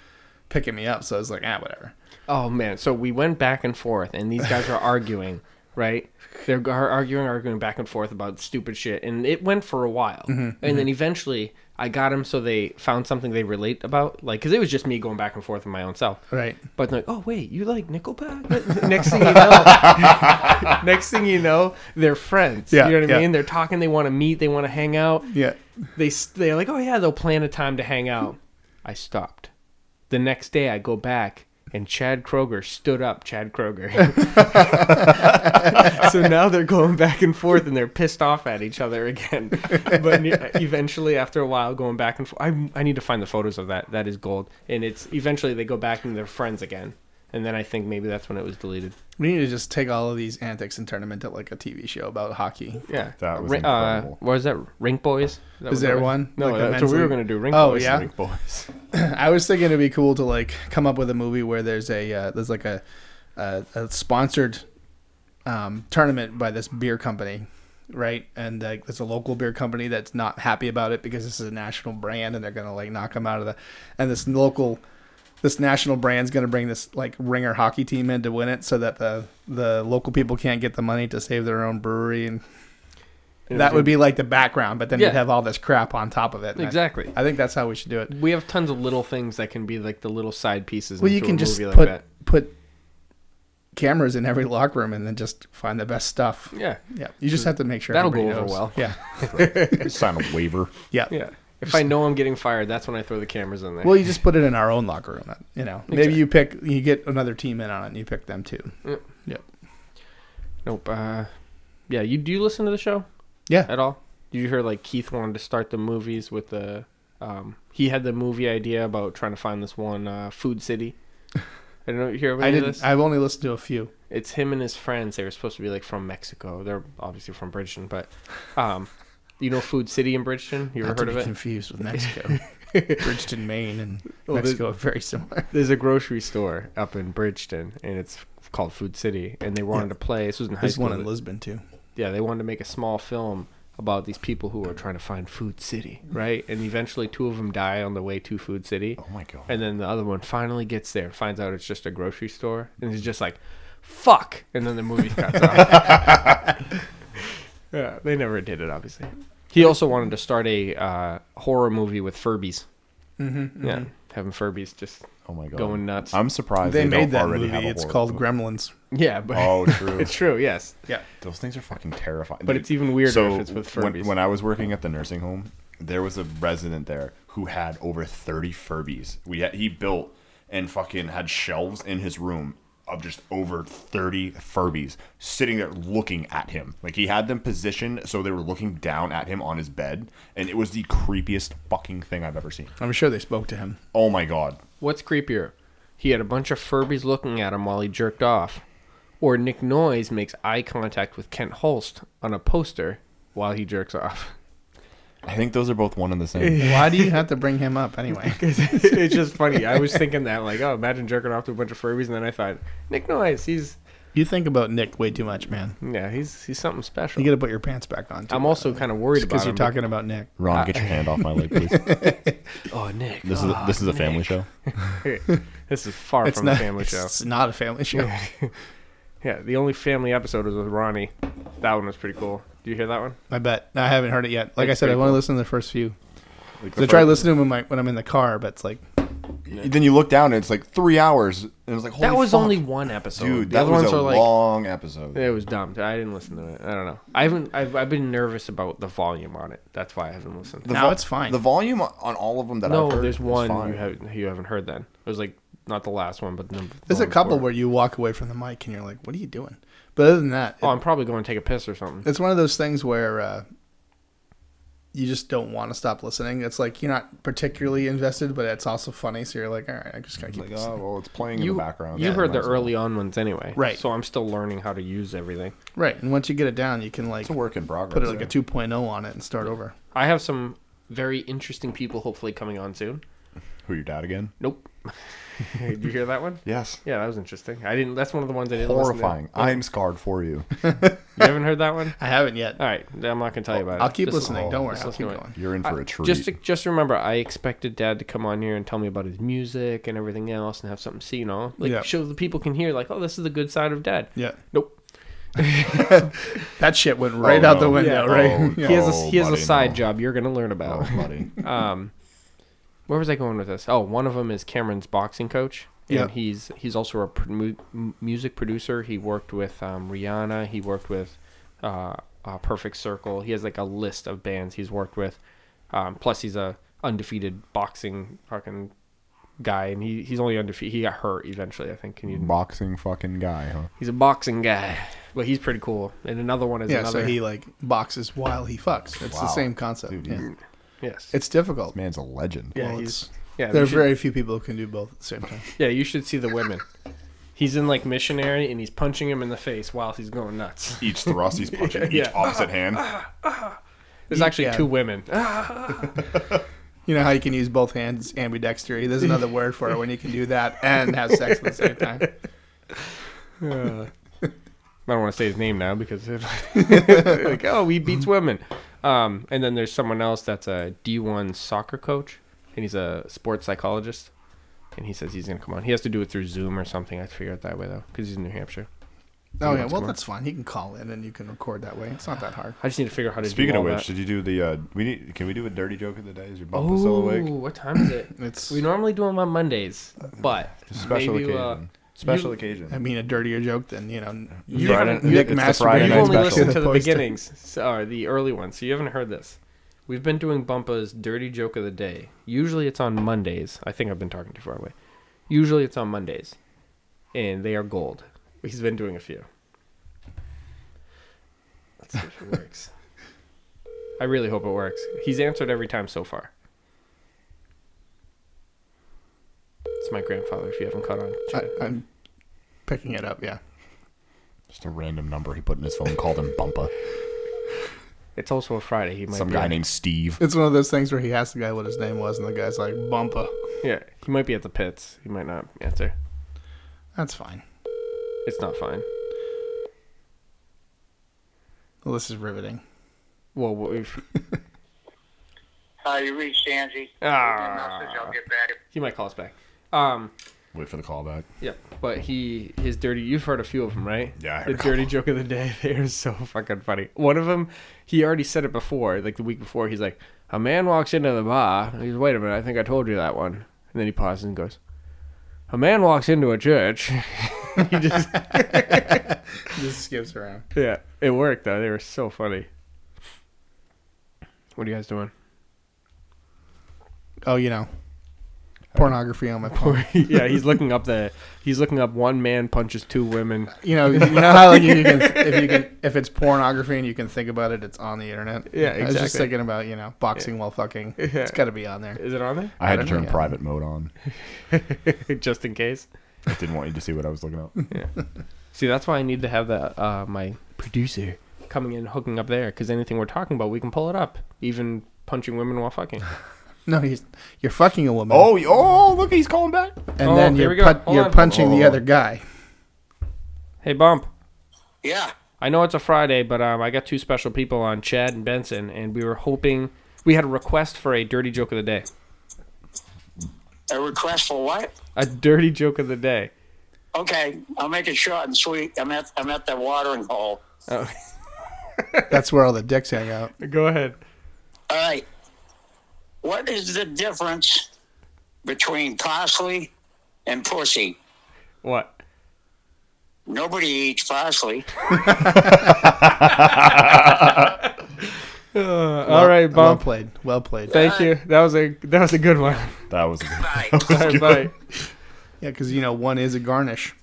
Speaker 3: picking me up. So I was like, "Ah, whatever."
Speaker 2: Oh man, so we went back and forth, and these guys are arguing, right? They're gar- arguing, arguing back and forth about stupid shit, and it went for a while.
Speaker 3: Mm-hmm,
Speaker 2: and then eventually, I got them so they found something they relate about, like because it was just me going back and forth with my own self.
Speaker 3: Right?
Speaker 2: But they're like, oh wait, you like Nickelback? next thing you know, next thing you know, they're friends.
Speaker 3: Yeah,
Speaker 2: you know what I
Speaker 3: yeah.
Speaker 2: mean? They're talking. They want to meet. They want to hang out
Speaker 3: Yeah.
Speaker 2: they they're like, oh yeah, they'll plan a time to hang out. I stopped. The next day, I go back, and Chad Kroger stood up. Chad Kroger. so now they're going back and forth, and they're pissed off at each other again. But ne- eventually, after a while, going back and forth, I I need to find the photos of that. That is gold. And it's eventually they go back and they're friends again. and then I think maybe that's when it was deleted.
Speaker 3: We need to just take all of these antics and turn them into like a TV show about hockey.
Speaker 2: Yeah,
Speaker 1: That was
Speaker 2: Ri- uh,
Speaker 1: incredible.
Speaker 2: what is that? Rink Boys? That
Speaker 3: Is
Speaker 2: was
Speaker 3: there
Speaker 2: that-
Speaker 3: one?
Speaker 2: No,
Speaker 3: Like a
Speaker 2: that's what
Speaker 3: men's
Speaker 2: we were
Speaker 3: league?
Speaker 2: gonna do. Rink
Speaker 3: Oh,
Speaker 2: Boys.
Speaker 3: yeah?
Speaker 1: Big boys.
Speaker 3: I was thinking it'd be cool to like come up with a movie where there's a uh, there's like a, a a sponsored um, tournament by this beer company, right? And like there's a local beer company that's not happy about it because this is a national brand and they're gonna like knock them out of the and this local this national brand's gonna bring this like ringer hockey team in to win it so that the the local people can't get the money to save their own brewery and
Speaker 2: And it
Speaker 3: that
Speaker 2: was
Speaker 3: would be like the background, but then
Speaker 2: Yeah.
Speaker 3: you'd have all this crap on top of it.
Speaker 2: in-
Speaker 3: and I-
Speaker 2: exactly.
Speaker 3: I think that's how we should do it.
Speaker 2: We have tons of little things that can be like the little side pieces.
Speaker 3: Well, you
Speaker 2: into a
Speaker 3: can just
Speaker 2: movie like
Speaker 3: put
Speaker 2: that.
Speaker 3: put cameras in every locker room and then just find the best stuff.
Speaker 2: yeah,
Speaker 3: Yeah, you just have to make sure
Speaker 2: That'll
Speaker 3: everybody
Speaker 2: go over
Speaker 3: knows.
Speaker 2: well.
Speaker 3: Yeah,
Speaker 1: Sign a waiver.
Speaker 3: yeah,
Speaker 2: yeah. If I know I'm getting fired, that's when I throw the cameras in there.
Speaker 3: Well, you just put it in our own locker room. uh, You know, maybe
Speaker 2: Exactly.
Speaker 3: you pick you get another team in on it and you pick them too.
Speaker 2: nope. Uh, yeah, you do you listen to the show?
Speaker 3: Yeah.
Speaker 2: at all? Did you hear like Keith wanted to start the movies with the? Um, he had the movie idea about trying to find this one uh, food city. I don't know. You hear about
Speaker 3: I
Speaker 2: any of
Speaker 3: didn't.
Speaker 2: this?
Speaker 3: I've only listened to a few.
Speaker 2: it's him and his friends. They were supposed to be like from Mexico. They're obviously from Bridgeton, but um, you know Food City in Bridgeton. You ever
Speaker 3: Not
Speaker 2: heard
Speaker 3: to
Speaker 2: of
Speaker 3: be
Speaker 2: it?
Speaker 3: Confused with Mexico, Bridgeton, Maine, and
Speaker 2: Well, the-
Speaker 3: Mexico are very similar.
Speaker 2: There's a grocery store up in Bridgeton, and it's called Food City. And they wanted
Speaker 3: Yeah.
Speaker 2: to play. This was in high
Speaker 3: There's
Speaker 2: school.
Speaker 3: one in Lisbon too.
Speaker 2: yeah, they wanted to make a small film about these people who are trying to find Food City, right? And eventually, two of them die on the way to Food City.
Speaker 1: Oh my god.
Speaker 2: And then the other one finally gets there and finds out it's just a grocery store and is just like, fuck. And then the movie cuts off. yeah, they never did it, obviously. He also wanted to start a uh, horror movie with Furbies.
Speaker 3: Mm-hmm,
Speaker 2: Yeah, having Furbies just
Speaker 1: Oh my god.
Speaker 2: going nuts.
Speaker 1: I'm surprised
Speaker 3: They,
Speaker 1: they,
Speaker 3: made
Speaker 1: don't
Speaker 3: that
Speaker 1: already
Speaker 3: movie.
Speaker 1: have a
Speaker 3: It's
Speaker 1: horror
Speaker 3: called
Speaker 1: book.
Speaker 3: Gremlins.
Speaker 2: yeah, but
Speaker 1: Oh, true.
Speaker 2: it's true, yes.
Speaker 3: Yeah,
Speaker 1: Those things are fucking terrifying.
Speaker 2: But it's even weirder
Speaker 1: so
Speaker 2: if it's with
Speaker 1: when-
Speaker 2: Furbies.
Speaker 1: When, I was working at the nursing home, there was a resident there who had over 30 Furbies. We had, he built and fucking had shelves in his room of just over 30 Furbies sitting there looking at him. Like he had them positioned so they were looking down at him on his bed, and it was the creepiest fucking thing I've ever seen.
Speaker 3: I'm sure they spoke to him.
Speaker 1: Oh my god.
Speaker 2: What's creepier? He had a bunch of Furbies looking at him while he jerked off. Or Nick Noyes makes eye contact with Kent Holst on a poster while he jerks off.
Speaker 1: I think those are both one and the same.
Speaker 3: Why do you have to bring him up anyway?
Speaker 2: it's just funny. I was thinking that, like, oh, imagine jerking off to a bunch of Furbies, and then I thought, Nick Noyes, he's
Speaker 3: You think about Nick way too much, man.
Speaker 2: yeah, he's he's something special.
Speaker 3: You got to put your pants back on. too,
Speaker 2: I'm also kind of worried about
Speaker 3: because you're
Speaker 2: him.
Speaker 3: talking about Nick.
Speaker 1: Ron, get your hand off my leg, please.
Speaker 2: oh, Nick, oh,
Speaker 1: This is a, this
Speaker 2: Ah,
Speaker 1: is a family show.
Speaker 2: show. this is far from a family show.
Speaker 3: It's not a family show.
Speaker 2: Yeah, the only family episode was with Ronnie. That one was pretty cool. Do you hear that one?
Speaker 3: I bet. No, I haven't heard it yet. Like I
Speaker 2: It's
Speaker 3: said, I
Speaker 2: pretty
Speaker 3: want to
Speaker 2: cool.
Speaker 3: listen to the first few.
Speaker 1: Like,
Speaker 3: 'Cause I try listening to them when, my, when I'm in the car, but it's like
Speaker 1: Then you look down and it's like three hours, and it's like holy
Speaker 2: that was
Speaker 1: fuck.
Speaker 2: only one episode.
Speaker 1: Dude,
Speaker 2: the
Speaker 1: that
Speaker 2: other
Speaker 1: was
Speaker 2: ones
Speaker 1: a
Speaker 2: are like
Speaker 1: long episode.
Speaker 2: It was dumb. I didn't listen to it. I don't know. I haven't. I've, I've been nervous about the volume on it. That's why I haven't listened.
Speaker 1: The
Speaker 3: No, it's fine.
Speaker 1: The volume on- on all of them that
Speaker 2: no,
Speaker 1: I've heard
Speaker 2: there's
Speaker 1: is
Speaker 2: one
Speaker 1: fine.
Speaker 2: you haven't you haven't heard. Then it was like not the last one, but the number.
Speaker 3: there's
Speaker 2: the
Speaker 3: a
Speaker 2: one
Speaker 3: couple
Speaker 2: before.
Speaker 3: where you walk away from the mic and you're like, "What are you doing?" But other than that,
Speaker 2: Oh,
Speaker 3: it-
Speaker 2: I'm probably going to take a piss or something.
Speaker 3: it's one of those things where uh, you just don't want to stop listening. It's like you're not particularly invested, but it's also funny. So you're like, "All right, I just gotta keep
Speaker 1: Like, oh
Speaker 3: listening."
Speaker 1: well, it's playing
Speaker 2: You
Speaker 1: in the background.
Speaker 2: you
Speaker 1: Yeah,
Speaker 2: heard the
Speaker 1: might as well.
Speaker 2: early on ones anyway,
Speaker 3: Right.
Speaker 2: So I'm still learning how to use everything.
Speaker 3: Right, and once you get it down, you can like
Speaker 1: It's a work in progress.
Speaker 3: put it like
Speaker 1: yeah.
Speaker 3: a 2.0 on it and start over.
Speaker 2: I have some very interesting people hopefully coming on soon.
Speaker 1: Who your dad again?
Speaker 2: Nope. Did you hear that one?
Speaker 1: Yes.
Speaker 2: Yeah, that was interesting. I didn't. That's one of the ones I didn't.
Speaker 1: Horrifying.
Speaker 2: Listen to.
Speaker 1: I'm scarred for you.
Speaker 2: You haven't heard that one?
Speaker 3: I haven't yet.
Speaker 2: All right, I'm not gonna tell you about it.
Speaker 3: I'll keep
Speaker 2: Just listen-
Speaker 3: listening.
Speaker 1: oh,
Speaker 3: don't worry,
Speaker 2: just
Speaker 3: I'll
Speaker 2: listen
Speaker 3: keep
Speaker 2: to it.
Speaker 3: going.
Speaker 1: You're in for a treat.
Speaker 2: Just just remember, I expected Dad to come on here and tell me about his music and everything else, and have something to see, you know, like
Speaker 3: Yeah.
Speaker 2: show the people can hear, like, oh, this is the good side of Dad.
Speaker 3: Yeah.
Speaker 2: Nope.
Speaker 3: That shit went right out the
Speaker 1: no.
Speaker 3: window,
Speaker 2: Yeah.
Speaker 3: right?
Speaker 1: Oh,
Speaker 3: Yeah.
Speaker 2: He has a he has a
Speaker 1: buddy,
Speaker 2: side
Speaker 1: no.
Speaker 2: job you're gonna learn
Speaker 1: oh,
Speaker 2: about.
Speaker 1: buddy.
Speaker 2: Um, where was I going with this? Oh, one of them is Cameron's boxing coach, and
Speaker 3: Yep.
Speaker 2: he's he's also a pro- mu- m- music producer. He worked with um, Rihanna. He worked with uh, uh, Perfect Circle. He has like a list of bands he's worked with. Um, plus, he's a undefeated boxing fucking guy, and he, he's only undefeated. He got hurt eventually, I think. Can
Speaker 3: Mm-hmm.
Speaker 2: you?
Speaker 1: Boxing fucking guy, huh?
Speaker 2: He's a boxing guy, but he's pretty cool. And another one is
Speaker 3: Yeah,
Speaker 2: another.
Speaker 3: so he like boxes while he fucks. It's the
Speaker 1: Wow.
Speaker 3: same concept.
Speaker 1: Dude,
Speaker 3: yeah.
Speaker 1: he's-
Speaker 2: yes.
Speaker 3: It's difficult.
Speaker 1: Man's a legend.
Speaker 2: yeah,
Speaker 3: well,
Speaker 2: he's,
Speaker 3: it's-
Speaker 2: yeah.
Speaker 3: there
Speaker 2: you
Speaker 3: are
Speaker 2: should-
Speaker 3: very few people who can do both at the same time.
Speaker 2: Yeah, you should see the women. He's in like missionary and he's punching him in the face whilst he's going nuts.
Speaker 1: Each thrust he's punching
Speaker 2: Yeah.
Speaker 1: each opposite hand.
Speaker 2: There's actually
Speaker 3: Yeah.
Speaker 2: two women.
Speaker 3: You know how you can use both hands ambidextry. There's another word for it when you can do that and have sex at the same time.
Speaker 2: Uh, I don't want to say his name now because if, like, oh, he beats women. Um, and then there's someone else that's a D1 soccer coach, and he's a sports psychologist, and he says he's gonna come on. He has to do it through Zoom or something. I figure it that way though, because he's in New Hampshire.
Speaker 3: Oh yeah,
Speaker 2: That's
Speaker 3: well
Speaker 2: cool.
Speaker 3: that's fine. You can call in and you can record that way. It's not that hard.
Speaker 2: I just need to figure out how to.
Speaker 1: Speaking
Speaker 2: do
Speaker 1: of
Speaker 2: all
Speaker 1: which,
Speaker 2: that.
Speaker 1: did you do the? Uh, we need. Can we do a dirty joke of the day? Is your bump still
Speaker 2: oh,
Speaker 1: awake? Uh,
Speaker 2: what time is it?
Speaker 3: It's
Speaker 2: We normally do them on Mondays, but
Speaker 1: Special
Speaker 2: maybe,
Speaker 1: occasion.
Speaker 2: uh,
Speaker 1: Special
Speaker 2: you-
Speaker 1: occasion.
Speaker 3: I mean a dirtier joke than you know. You
Speaker 1: Friday-
Speaker 3: haven't-
Speaker 1: it's the Friday
Speaker 3: masturbated
Speaker 2: you
Speaker 1: night
Speaker 2: only
Speaker 1: special.
Speaker 2: listened to the
Speaker 3: Poster.
Speaker 2: beginnings so- or the early ones, so you haven't heard this. We've been doing Bumpa's dirty joke of the day. Usually it's on Mondays. I think I've been talking too far away. Usually it's on Mondays, and they are gold. He's been doing a few. Let's see if it works. I really hope it works. He's answered every time so far. It's my grandfather. If you haven't caught on,
Speaker 3: I,
Speaker 2: Chad.
Speaker 3: I'm picking it up. Yeah.
Speaker 1: Just a random number he put in his phone called him Bumpa.
Speaker 2: it's also a Friday. He might
Speaker 1: Some
Speaker 2: be
Speaker 1: guy
Speaker 2: at-
Speaker 1: named Steve.
Speaker 3: It's one of those things where he asked the guy what his name was, and the guy's like, Bumpa.
Speaker 2: Yeah, he might be at the pits. He might not answer.
Speaker 3: That's fine.
Speaker 2: It's not fine.
Speaker 3: Well, this is riveting.
Speaker 2: Well, what if,
Speaker 5: Hi, you reached Angie.
Speaker 2: Ah.
Speaker 5: Leave me a message, I'll get back.
Speaker 2: he might call us back. Um,
Speaker 1: Wait for the callback.
Speaker 2: yeah, but he his dirty. You've heard a few of them, right?
Speaker 1: Yeah, I heard
Speaker 2: the
Speaker 1: a couple.
Speaker 2: dirty joke of the day. They are so fucking funny. One of them, he already said it before, like the week before. He's like, a man walks into the bar. and He's wait a minute. I think I told you that one. And then he pauses and goes, a man walks into a church. he just
Speaker 3: This skips around.
Speaker 2: yeah, it worked though. They were so funny. What are you guys doing?
Speaker 3: Oh, you know, pornography on my phone.
Speaker 2: yeah, he's looking up the. He's looking up one man punches two women.
Speaker 3: You know, you know how like you can if you can if it's pornography and you can think about it, it's on the internet.
Speaker 2: Yeah,
Speaker 3: I was just
Speaker 2: exactly.
Speaker 3: thinking about you know boxing while fucking. It's got to be on there.
Speaker 2: Is it on
Speaker 1: I had to
Speaker 3: don't know,
Speaker 1: turn
Speaker 3: yeah.
Speaker 1: private mode on.
Speaker 2: there? Just in case.
Speaker 1: I didn't want you to see what I was looking up.
Speaker 2: See, that's why I need to have the uh, my producer coming in hooking up there because anything we're talking about, we can pull it up. Even punching women while fucking.
Speaker 3: No, he's you're fucking a woman.
Speaker 1: Oh, y- oh, look, he's calling back.
Speaker 3: and
Speaker 2: oh,
Speaker 3: then
Speaker 2: here
Speaker 3: you're
Speaker 2: we go.
Speaker 3: pun-
Speaker 2: Hold
Speaker 3: you're
Speaker 2: on.
Speaker 3: punching the
Speaker 1: Oh.
Speaker 3: other guy.
Speaker 2: Hey, bump.
Speaker 5: Yeah.
Speaker 2: I know it's a Friday, but um, I got two special people on Chad and Benson, and we were hoping we had a request for a dirty joke of the day.
Speaker 5: A request for what?
Speaker 2: A dirty joke of the day.
Speaker 5: Okay, I'll make it short and sweet. I'm at I'm at the watering hole.
Speaker 2: Oh,
Speaker 3: That's where all the dicks hang out.
Speaker 2: go ahead.
Speaker 5: All right. What is the difference between parsley and pussy?
Speaker 2: What?
Speaker 5: Nobody eats parsley.
Speaker 2: Uh, all right,
Speaker 3: Well
Speaker 2: bump.
Speaker 3: played. Well played.
Speaker 2: Thank you. That was a that was a good one.
Speaker 1: That was.
Speaker 5: Bye.
Speaker 2: All right, bye.
Speaker 3: Yeah, because you know one is a garnish.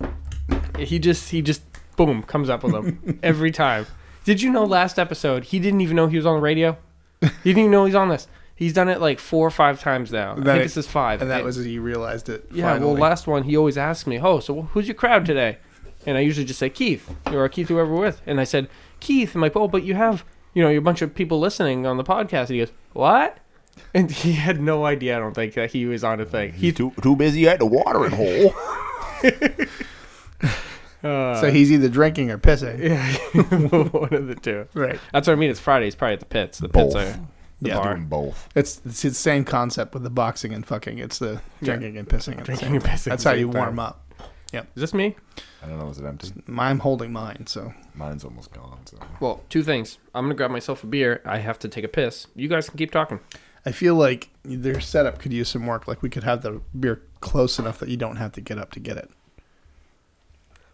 Speaker 2: He just he just boom comes up with them every time. Did you know last episode he didn't even know he was on the radio? He didn't even know he's on this. He's done it like four or five times now. I
Speaker 3: That-
Speaker 2: think this is five.
Speaker 3: And that
Speaker 2: It-
Speaker 3: was you realized it.
Speaker 2: yeah.
Speaker 3: finally.
Speaker 2: Well, last one he always asks me, "Oh, so who's your crowd today?" And I usually just say Keith or Keith whoever we're with. And I said Keith. I'm like, "Oh, but you have you know you're a bunch of people listening on the podcast." And he goes, "What?" And he had no idea. I don't think that he was on a thing. He
Speaker 1: He's too too busy at the watering hole.
Speaker 3: so he's either drinking or pissing.
Speaker 2: yeah, uh, one of the two.
Speaker 3: Right.
Speaker 2: That's what I mean. It's Friday. He's probably at the pits. The
Speaker 1: Both.
Speaker 2: pits are the
Speaker 3: Yeah.
Speaker 2: bar.
Speaker 1: Doing both.
Speaker 3: It's it's the same concept with the boxing and fucking. It's the drinking and pissing. At the
Speaker 2: Drinking
Speaker 3: same
Speaker 2: and
Speaker 3: time.
Speaker 2: pissing
Speaker 3: That's
Speaker 2: at
Speaker 3: how
Speaker 2: the
Speaker 3: you
Speaker 2: same time.
Speaker 3: warm up.
Speaker 2: Is this me?
Speaker 1: I don't know. Is it empty?
Speaker 3: I'm holding mine, so
Speaker 1: Mine's almost gone. So.
Speaker 2: Well, two things. I'm gonna grab myself a beer. I have to take a piss. You guys can keep talking.
Speaker 3: I feel like their setup could use some work. Like we could have the beer close enough that you don't have to get up to get it.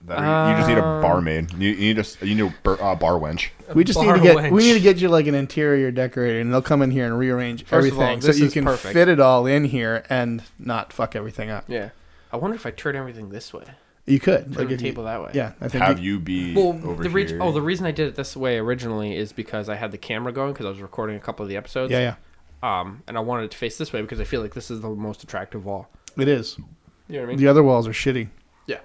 Speaker 1: That, you just need
Speaker 2: Um,
Speaker 1: a barmaid. You, you need a s- you need a bar, uh, bar wench.
Speaker 3: We just need
Speaker 2: bar
Speaker 3: to get
Speaker 2: wench.
Speaker 3: we need to get you like an interior decorator, and they'll come in here and rearrange
Speaker 2: First of all,
Speaker 3: everything so
Speaker 2: this
Speaker 3: you
Speaker 2: is
Speaker 3: can
Speaker 2: perfect.
Speaker 3: fit it all in here and not fuck everything up.
Speaker 2: Yeah. I wonder if I turn everything this way.
Speaker 3: You could
Speaker 2: Turn the
Speaker 3: if you-
Speaker 2: table that way.
Speaker 3: Yeah, I think
Speaker 1: Have
Speaker 3: you-
Speaker 1: you be
Speaker 2: Well,
Speaker 1: over
Speaker 2: the re-
Speaker 1: here?
Speaker 2: oh, the reason I did it this way originally is because I had the camera going because I was recording a couple of the episodes.
Speaker 3: Yeah,
Speaker 2: yeah. Um, and I wanted it to face this way because I feel like this is the most attractive wall.
Speaker 3: yeah, it is.
Speaker 2: You know what I mean?
Speaker 3: The other walls are shitty.
Speaker 2: Yeah.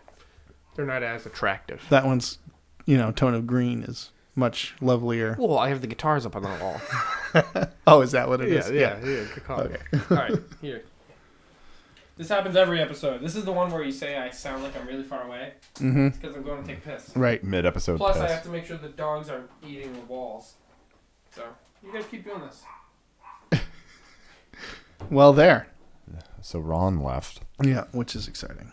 Speaker 2: They're not as attractive.
Speaker 3: That one's, you know, tone of green is much lovelier.
Speaker 2: Well, I have the guitars up on the wall.
Speaker 3: Oh, is that what it
Speaker 2: yeah,
Speaker 3: is?
Speaker 2: yeah, yeah. Good call.
Speaker 3: Okay.
Speaker 2: All right, here. This happens every episode. This is the one where you say I sound like I'm really far away
Speaker 3: Mm-hmm.
Speaker 2: because I'm going to take piss.
Speaker 3: Right.
Speaker 1: Mid episode
Speaker 2: Plus, I
Speaker 1: piss.
Speaker 2: have to make sure the dogs aren't eating the walls. So you guys keep doing this.
Speaker 3: Well, there.
Speaker 1: So Ron left.
Speaker 3: Yeah, which is exciting.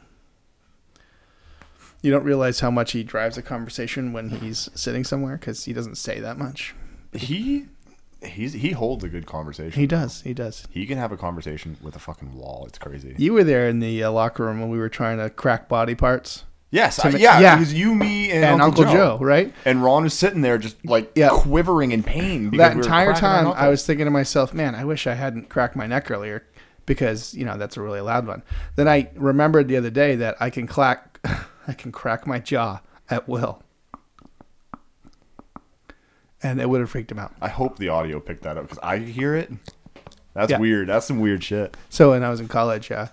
Speaker 3: You don't realize how much he drives a conversation when he's sitting somewhere because he doesn't say that much.
Speaker 1: He he's he holds a good conversation.
Speaker 3: He does. He does.
Speaker 1: He can have a conversation with a fucking wall. It's crazy.
Speaker 3: You were there in the uh, locker room when we were trying to crack body parts
Speaker 1: Yes, I,
Speaker 3: Tim-
Speaker 1: yeah,
Speaker 3: yeah.
Speaker 1: It was you, me, and,
Speaker 3: and Uncle, Joe. right?
Speaker 1: And Ron was sitting there just like
Speaker 3: Yeah.
Speaker 1: quivering in pain. because
Speaker 3: That
Speaker 1: we were
Speaker 3: entire
Speaker 1: cracking our
Speaker 3: time, I
Speaker 1: knuckles.
Speaker 3: was thinking to myself, man, I wish I hadn't cracked my neck earlier because, you know, that's a really loud one. Then I remembered the other day that I can clack, I can crack my jaw at will. And it would have freaked him out.
Speaker 1: I hope the audio picked that up because I hear it. That's
Speaker 3: Yeah.
Speaker 1: weird. That's some weird shit.
Speaker 3: So when I was in college, uh,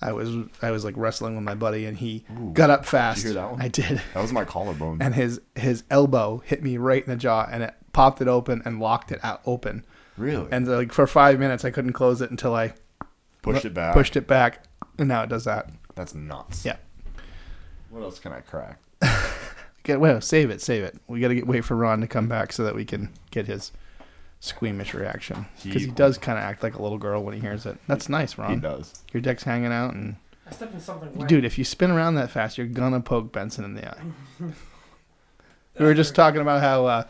Speaker 3: I was I was like wrestling with my buddy, and he got up fast.
Speaker 1: hear that one?
Speaker 3: I did,
Speaker 1: That was my collarbone.
Speaker 3: and his his elbow hit me right in the jaw, and it popped it open and locked it out open.
Speaker 1: really?
Speaker 3: And like for five minutes, I couldn't close it until I
Speaker 1: pushed it back.
Speaker 3: pushed it back, and now it does that.
Speaker 1: That's nuts.
Speaker 3: Yeah.
Speaker 1: What else can I crack?
Speaker 3: Get well, save it, save it. We got to get wait for Ron to come back so that we can get his squeamish reaction because
Speaker 1: He-
Speaker 3: he does kind of act like a little girl when he hears it. That's nice,
Speaker 1: He
Speaker 3: Ron.
Speaker 1: does.
Speaker 3: Your dick's hanging out, and
Speaker 2: I stepped in something wet.
Speaker 3: Dude, if you spin around that fast, you're gonna poke Benson in the eye. we were just talking about how uh,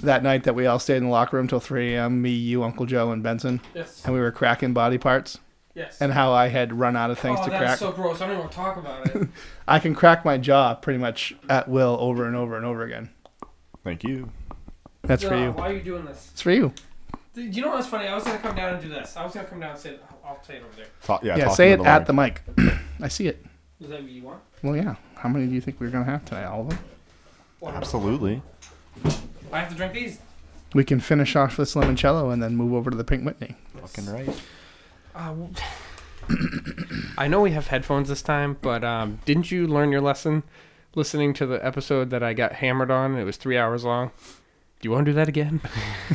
Speaker 3: that night that we all stayed in the locker room till 3 a.m. Me, you, Uncle Joe, and Benson,
Speaker 2: Yes.
Speaker 3: and we were cracking body parts,
Speaker 2: Yes.
Speaker 3: and how I had run out of things
Speaker 2: oh,
Speaker 3: to
Speaker 2: that's
Speaker 3: crack.
Speaker 2: so gross. I don't even want to talk about it.
Speaker 3: I can crack my jaw pretty much at will over and over and over again.
Speaker 1: Thank you.
Speaker 3: That's for
Speaker 2: Ugh,
Speaker 3: you.
Speaker 2: Why are you doing this?
Speaker 3: It's for you.
Speaker 2: Dude, you know what's funny? I was gonna come down and do this. I was gonna come down and say, "I'll say it over there."
Speaker 1: Ta- yeah,
Speaker 3: Yeah,
Speaker 1: talking
Speaker 3: say
Speaker 1: to
Speaker 3: it at
Speaker 1: mic.
Speaker 3: the mic. I see it.
Speaker 2: Is that what you want?
Speaker 3: Well, yeah. How many do you think we're gonna have tonight? All of them.
Speaker 2: What?
Speaker 1: Absolutely.
Speaker 2: I have to drink these.
Speaker 3: We can finish off this limoncello and then move over to the Pink Whitney.
Speaker 1: Fucking right.
Speaker 2: Uh, I know we have headphones this time, but um, didn't you learn your lesson listening to the episode that I got hammered on? It was three hours long. Do you want to do that again?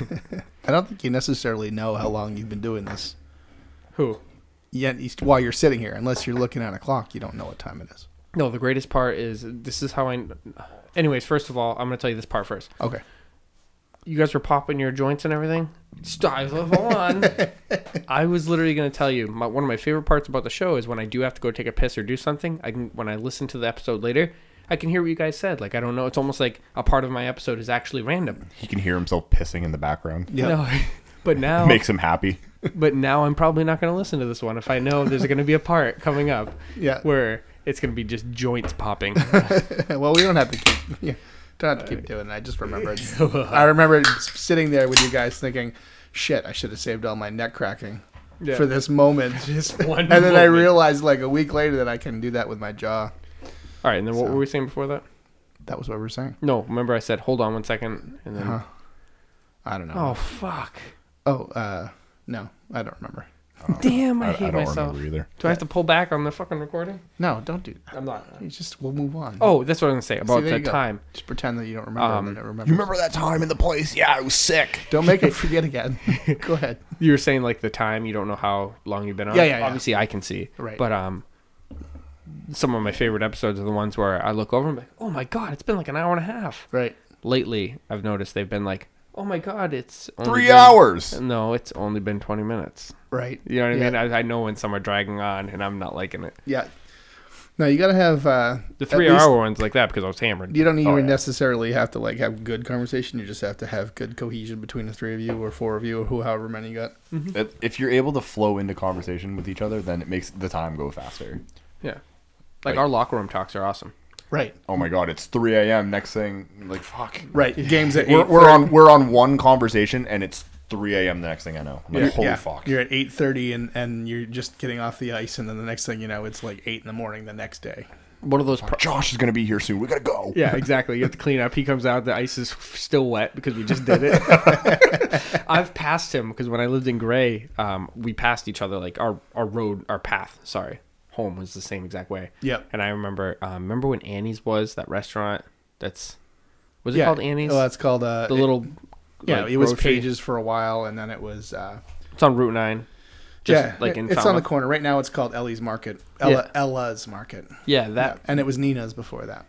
Speaker 3: I don't think you necessarily know how long you've been doing this.
Speaker 2: Who?
Speaker 3: yet you- while you're sitting here, unless you're looking at a clock, you don't know what time it is.
Speaker 2: No, the greatest part is this is how I. Anyways, first of all, I'm going to tell you this part first.
Speaker 3: Okay.
Speaker 2: You guys were popping your joints and everything. Stop, hold on. I was literally going to tell you my, one of my favorite parts about the show is when I do have to go take a piss or do something. I can when I listen to the episode later, I can hear what you guys said. Like I don't know, it's almost like a part of my episode is actually random.
Speaker 1: He can hear himself pissing in the background.
Speaker 3: Yeah.
Speaker 2: No, but now,
Speaker 1: Makes him happy.
Speaker 2: but now I'm probably not going to listen to this one if I know there's going to be a part coming up
Speaker 3: Yeah.
Speaker 2: where it's going to be just joints popping.
Speaker 3: well, we don't have to keep. Yeah. Don't have to keep doing it. I just remembered.
Speaker 2: uh,
Speaker 3: I remember sitting there with you guys thinking, "Shit, I should have saved all my neck cracking
Speaker 2: Yeah.
Speaker 3: for this moment."
Speaker 2: one
Speaker 3: and then I
Speaker 2: moment.
Speaker 3: realized, like a week later, that I can do that with my jaw.
Speaker 2: All right, and then what
Speaker 3: So-
Speaker 2: were we saying before that?
Speaker 3: That was what we were saying.
Speaker 2: No, remember I said hold on one second, and then
Speaker 3: Huh. I don't know.
Speaker 2: oh fuck,
Speaker 3: Oh, uh, no, I don't remember.
Speaker 2: damn, I,
Speaker 1: I, I
Speaker 2: hate
Speaker 1: don't
Speaker 2: myself.
Speaker 1: remember either.
Speaker 2: Do I have to pull back on the fucking recording?
Speaker 3: No, don't do that.
Speaker 2: I'm not.
Speaker 3: You just we'll move on.
Speaker 2: Oh, that's what I'm gonna say about
Speaker 3: See, there
Speaker 2: the
Speaker 3: you go.
Speaker 2: time.
Speaker 3: Just pretend that you don't remember.
Speaker 2: Um,
Speaker 3: and then it remembers.
Speaker 1: You remember that time in the place? Yeah, I was sick.
Speaker 3: Don't make it forget again. Go ahead.
Speaker 2: You were saying like the time. You don't know how long you've been on.
Speaker 3: Yeah, yeah, yeah.
Speaker 2: Obviously, I can see.
Speaker 3: Right.
Speaker 2: But um, some of my favorite episodes are the ones where I look over and be like, oh my god, it's been like an hour and a half.
Speaker 3: Right.
Speaker 2: Lately, I've noticed they've been like, oh my god, it's only
Speaker 1: Three
Speaker 2: been-
Speaker 1: hours.
Speaker 2: No, it's only been 20 minutes.
Speaker 3: Right.
Speaker 2: You know what
Speaker 3: Yeah.
Speaker 2: I mean? I, I know when some are dragging on, and I'm not liking it.
Speaker 3: Yeah. No, you gotta have uh,
Speaker 2: The
Speaker 3: at
Speaker 2: three
Speaker 3: least-
Speaker 2: hour ones like that because I was hammered.
Speaker 3: You don't even
Speaker 1: Oh, yeah.
Speaker 3: necessarily have to like have good conversation. You just have to have good cohesion between the three of you or four of you or who, however many you got.
Speaker 1: If- If you're able to flow into conversation with each other, then it makes the time go faster.
Speaker 2: Yeah. Like
Speaker 1: Like-
Speaker 2: our locker room talks are awesome.
Speaker 3: Right.
Speaker 1: Oh my god, it's 3 a.m. Next thing, like fuck.
Speaker 3: Right. Games at
Speaker 1: We're,
Speaker 3: eight
Speaker 1: we're
Speaker 3: thirty-
Speaker 1: on we're on one conversation, and it's 3 a.m. the next thing I know. I'm like,
Speaker 3: You're-
Speaker 1: holy
Speaker 3: yeah,
Speaker 1: fuck.
Speaker 3: You're at eight thirty and and you're just getting off the ice, and then the next thing you know, it's like eight in the morning the next day.
Speaker 2: One of those.
Speaker 1: Josh is gonna be here soon. We gotta go.
Speaker 2: yeah, exactly. You have to clean up. He comes out. The ice is still wet because we just did it. I've passed him because when I lived in Gray, um, we passed each other like our our road, our path. Sorry, home was the same exact way.
Speaker 3: Yep.
Speaker 2: And I remember, um, remember when Annie's was that restaurant? That's was it
Speaker 3: yeah.
Speaker 2: called Annie's?
Speaker 3: Well, that's called uh,
Speaker 2: the
Speaker 3: it-
Speaker 2: little
Speaker 3: Yeah,
Speaker 2: like,
Speaker 3: it was
Speaker 2: grocery-
Speaker 3: Pages for a while, and then it was uh,
Speaker 2: It's on Route Nine. Just
Speaker 3: yeah,
Speaker 2: like
Speaker 3: it-
Speaker 2: in
Speaker 3: it's on the
Speaker 2: Falmouth.
Speaker 3: corner right now. It's called Ellie's Market, Ella, Ella's Market,
Speaker 2: Yeah, that
Speaker 3: Yeah, and it was Nina's before that.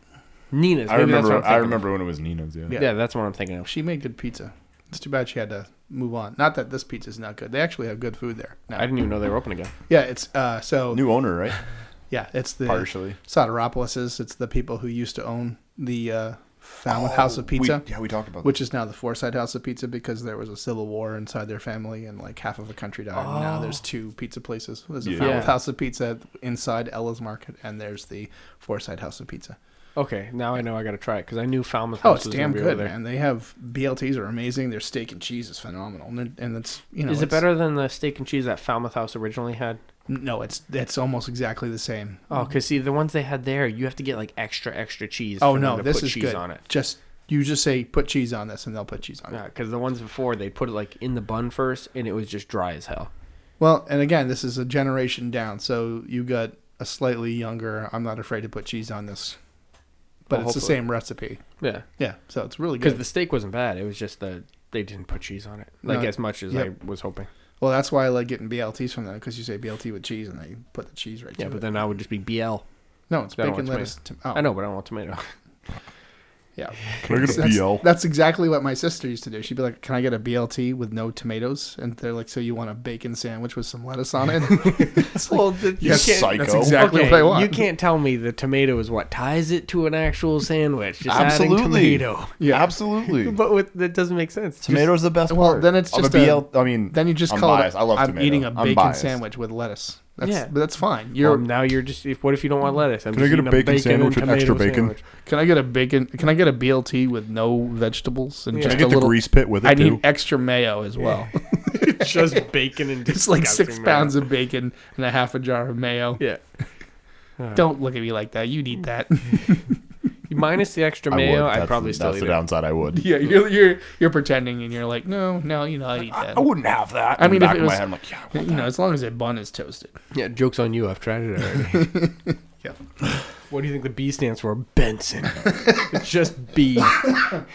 Speaker 2: Nina's.
Speaker 1: I
Speaker 2: maybe that's
Speaker 1: remember.
Speaker 2: what I'm
Speaker 1: I
Speaker 2: thinking.
Speaker 1: remember when it was Nina's. Yeah.
Speaker 3: Yeah.
Speaker 2: Yeah, that's what I'm thinking of.
Speaker 3: She made good pizza. It's too bad she had to move on. Not that this pizza's not good. They actually have good food there.
Speaker 2: I
Speaker 3: No.
Speaker 2: didn't even know they were open again.
Speaker 3: Yeah, it's uh, so
Speaker 1: New owner, right?
Speaker 3: yeah, it's the
Speaker 1: Partially.
Speaker 3: Soteropolis's. It's the people who used to own the uh, Falmouth
Speaker 2: Oh,
Speaker 3: House of Pizza.
Speaker 1: We, yeah, we talked about
Speaker 3: Which is now the Forsyth House of Pizza because there was a civil war inside their family and like half of the country died. And now there's two pizza places. There's a
Speaker 1: Yeah.
Speaker 3: Falmouth
Speaker 2: Oh. Yeah.
Speaker 3: House of Pizza inside Ella's Market, and there's the Forsyth House of Pizza.
Speaker 2: Okay, now I know I got to try it because I knew Falmouth
Speaker 3: Oh,
Speaker 2: House
Speaker 3: it's
Speaker 2: was
Speaker 3: damn
Speaker 2: gonna be over
Speaker 3: good,
Speaker 2: there.
Speaker 3: man. They have BLTs are amazing. Their steak and cheese is phenomenal, and, it- and it's you know.
Speaker 2: Is it
Speaker 3: it's-
Speaker 2: better than the steak and cheese that Falmouth House originally had?
Speaker 3: No, it's it's almost exactly the same.
Speaker 2: Oh, because see, the ones they had there, you have to get like extra, extra cheese.
Speaker 3: Oh
Speaker 2: for them
Speaker 3: no,
Speaker 2: to
Speaker 3: this
Speaker 2: put
Speaker 3: is
Speaker 2: cheese
Speaker 3: good.
Speaker 2: on it.
Speaker 3: Just you just say put cheese on this, and they'll put cheese on it.
Speaker 2: Yeah, because the ones before they put it like in the bun first, and it was just dry as hell.
Speaker 3: Well, and again, this is a generation down, so you got a slightly younger. I'm not afraid to put cheese on this, but
Speaker 2: Well,
Speaker 3: it's the
Speaker 2: hopefully.
Speaker 3: same recipe.
Speaker 2: Yeah,
Speaker 3: Yeah, so it's really
Speaker 2: because
Speaker 3: good.
Speaker 2: the steak wasn't bad. It was just the they didn't put cheese on it
Speaker 3: No,
Speaker 2: like as much as
Speaker 3: yep.
Speaker 2: I was hoping.
Speaker 3: well, that's why I like getting BLTs from them because you say BLT with cheese, and they put the cheese right.
Speaker 2: Yeah,
Speaker 3: to
Speaker 2: but
Speaker 3: it.
Speaker 2: then I would just be BL.
Speaker 3: no, it's
Speaker 2: I don't
Speaker 3: bacon,
Speaker 2: want
Speaker 3: lettuce. Tom- oh,
Speaker 2: I know, but I don't want tomato.
Speaker 3: Yeah,
Speaker 1: Can I get a
Speaker 3: That's-
Speaker 1: BL?
Speaker 3: That's exactly what my sister used to do. She'd be like, "Can I get a BLT with no tomatoes?" And they're like, "So you want a bacon sandwich with some lettuce on it?" It's like,
Speaker 2: well, the, you
Speaker 1: You
Speaker 2: can't-
Speaker 1: psycho.
Speaker 3: that's exactly
Speaker 2: okay,
Speaker 3: what I want.
Speaker 2: You can't tell me the tomato is what ties it to an actual sandwich. Just adding
Speaker 1: Absolutely.
Speaker 2: tomato.
Speaker 3: Yeah.
Speaker 1: Absolutely.
Speaker 2: But with, that doesn't make sense.
Speaker 1: Tomato's the best
Speaker 3: well,
Speaker 1: part.
Speaker 3: then it's
Speaker 1: Of
Speaker 3: just
Speaker 1: a
Speaker 3: a-
Speaker 1: BL. I mean,
Speaker 3: Then you just
Speaker 1: I'm
Speaker 3: call
Speaker 1: biased.
Speaker 3: it.
Speaker 1: I love
Speaker 3: I'm
Speaker 1: tomato.
Speaker 3: eating a
Speaker 1: I'm
Speaker 3: bacon
Speaker 1: biased. Um,
Speaker 3: sandwich with lettuce. That's,
Speaker 2: Yeah.
Speaker 3: but that's fine.
Speaker 2: You're,
Speaker 3: You're.
Speaker 2: Um, now you're just. If, what if you don't want lettuce? I'm
Speaker 1: Can I
Speaker 2: just
Speaker 1: get a
Speaker 2: eating
Speaker 1: bacon sandwich
Speaker 2: and
Speaker 1: with extra
Speaker 2: tomato
Speaker 1: bacon?
Speaker 2: sandwich.
Speaker 3: Can I get a bacon? Can I get a BLT with no vegetables and
Speaker 2: Yeah.
Speaker 1: Can I
Speaker 3: just
Speaker 1: get
Speaker 3: a
Speaker 1: the
Speaker 3: little?
Speaker 1: grease pit with it
Speaker 3: I
Speaker 1: too?
Speaker 3: need extra mayo as well.
Speaker 2: just bacon and
Speaker 3: it's like six
Speaker 2: disgusting mayo.
Speaker 3: pounds of bacon and a half a jar of mayo.
Speaker 2: Yeah.
Speaker 3: Don't look at me like that. You'd eat that.
Speaker 2: Minus the extra
Speaker 1: I would.
Speaker 2: mayo,
Speaker 1: That's
Speaker 2: I'd
Speaker 1: the-
Speaker 2: probably still
Speaker 1: That's the
Speaker 2: eat it.
Speaker 1: downside. I would.
Speaker 3: yeah, you're you're you're pretending and you're like, no, no, you know, I'd eat that.
Speaker 1: I wouldn't have that.
Speaker 3: I
Speaker 1: In
Speaker 3: mean,
Speaker 1: the
Speaker 3: if
Speaker 1: back
Speaker 3: it
Speaker 1: of my
Speaker 3: was-
Speaker 1: head, I'm like, yeah.
Speaker 3: You know, as long as that bun is toasted.
Speaker 2: Yeah, joke's on you. I've tried it already.
Speaker 3: Yeah.
Speaker 2: What do you think the B stands for? Benson. it's just B.
Speaker 1: Can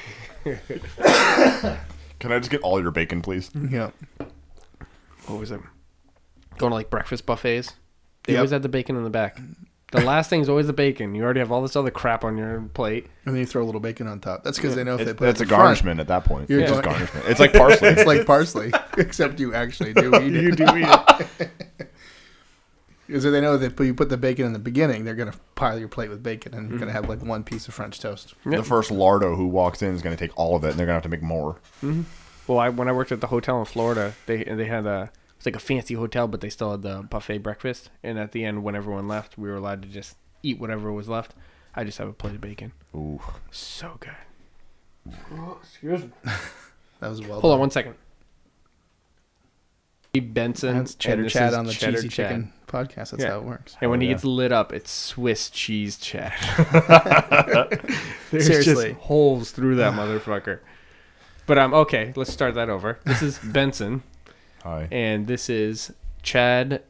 Speaker 1: I just get all your bacon, please?
Speaker 3: Yeah.
Speaker 2: What was it? Going to like breakfast buffets. They
Speaker 3: Yep.
Speaker 2: always had the bacon in the back. The last thing's always the bacon. You already have all this other crap on your plate.
Speaker 3: And then you throw a little bacon on top. That's because they know if
Speaker 1: It's,
Speaker 3: they put it
Speaker 1: that's a
Speaker 3: in front,
Speaker 1: garnishment at that point.
Speaker 3: You're
Speaker 1: It's just
Speaker 3: going-
Speaker 1: garnishment. It's like parsley.
Speaker 3: It's like parsley, except you actually do eat it.
Speaker 2: do eat it.
Speaker 3: Because they know that if you put the bacon in the beginning, they're going to pile your plate with bacon and you're going to have like one piece of French toast.
Speaker 1: the first lardo who walks in is going to take all of it, and they're going to have to make more.
Speaker 2: Well, I, when I worked at the hotel in Florida, they they had a it's like a fancy hotel, but they still had the buffet breakfast. And at the end, when everyone left, we were allowed to just eat whatever was left. I just have a plate of bacon.
Speaker 1: Ooh,
Speaker 2: So good. Oh, Excuse me.
Speaker 3: That was well
Speaker 2: Hold on
Speaker 3: done.
Speaker 2: one second. Benson
Speaker 3: That's cheddar
Speaker 2: and this
Speaker 3: chat
Speaker 2: is
Speaker 3: on the
Speaker 2: Cheddar
Speaker 3: cheesy
Speaker 2: Chad.
Speaker 3: chicken podcast. That's
Speaker 2: Yeah.
Speaker 3: how it works.
Speaker 2: And when
Speaker 1: Oh,
Speaker 2: he
Speaker 1: yeah.
Speaker 2: gets lit up, it's Swiss cheese chat. There's
Speaker 3: Seriously.
Speaker 2: just holes through that motherfucker. But um, okay, let's start that over. This is Benson,
Speaker 1: hi.
Speaker 2: and this is Chad.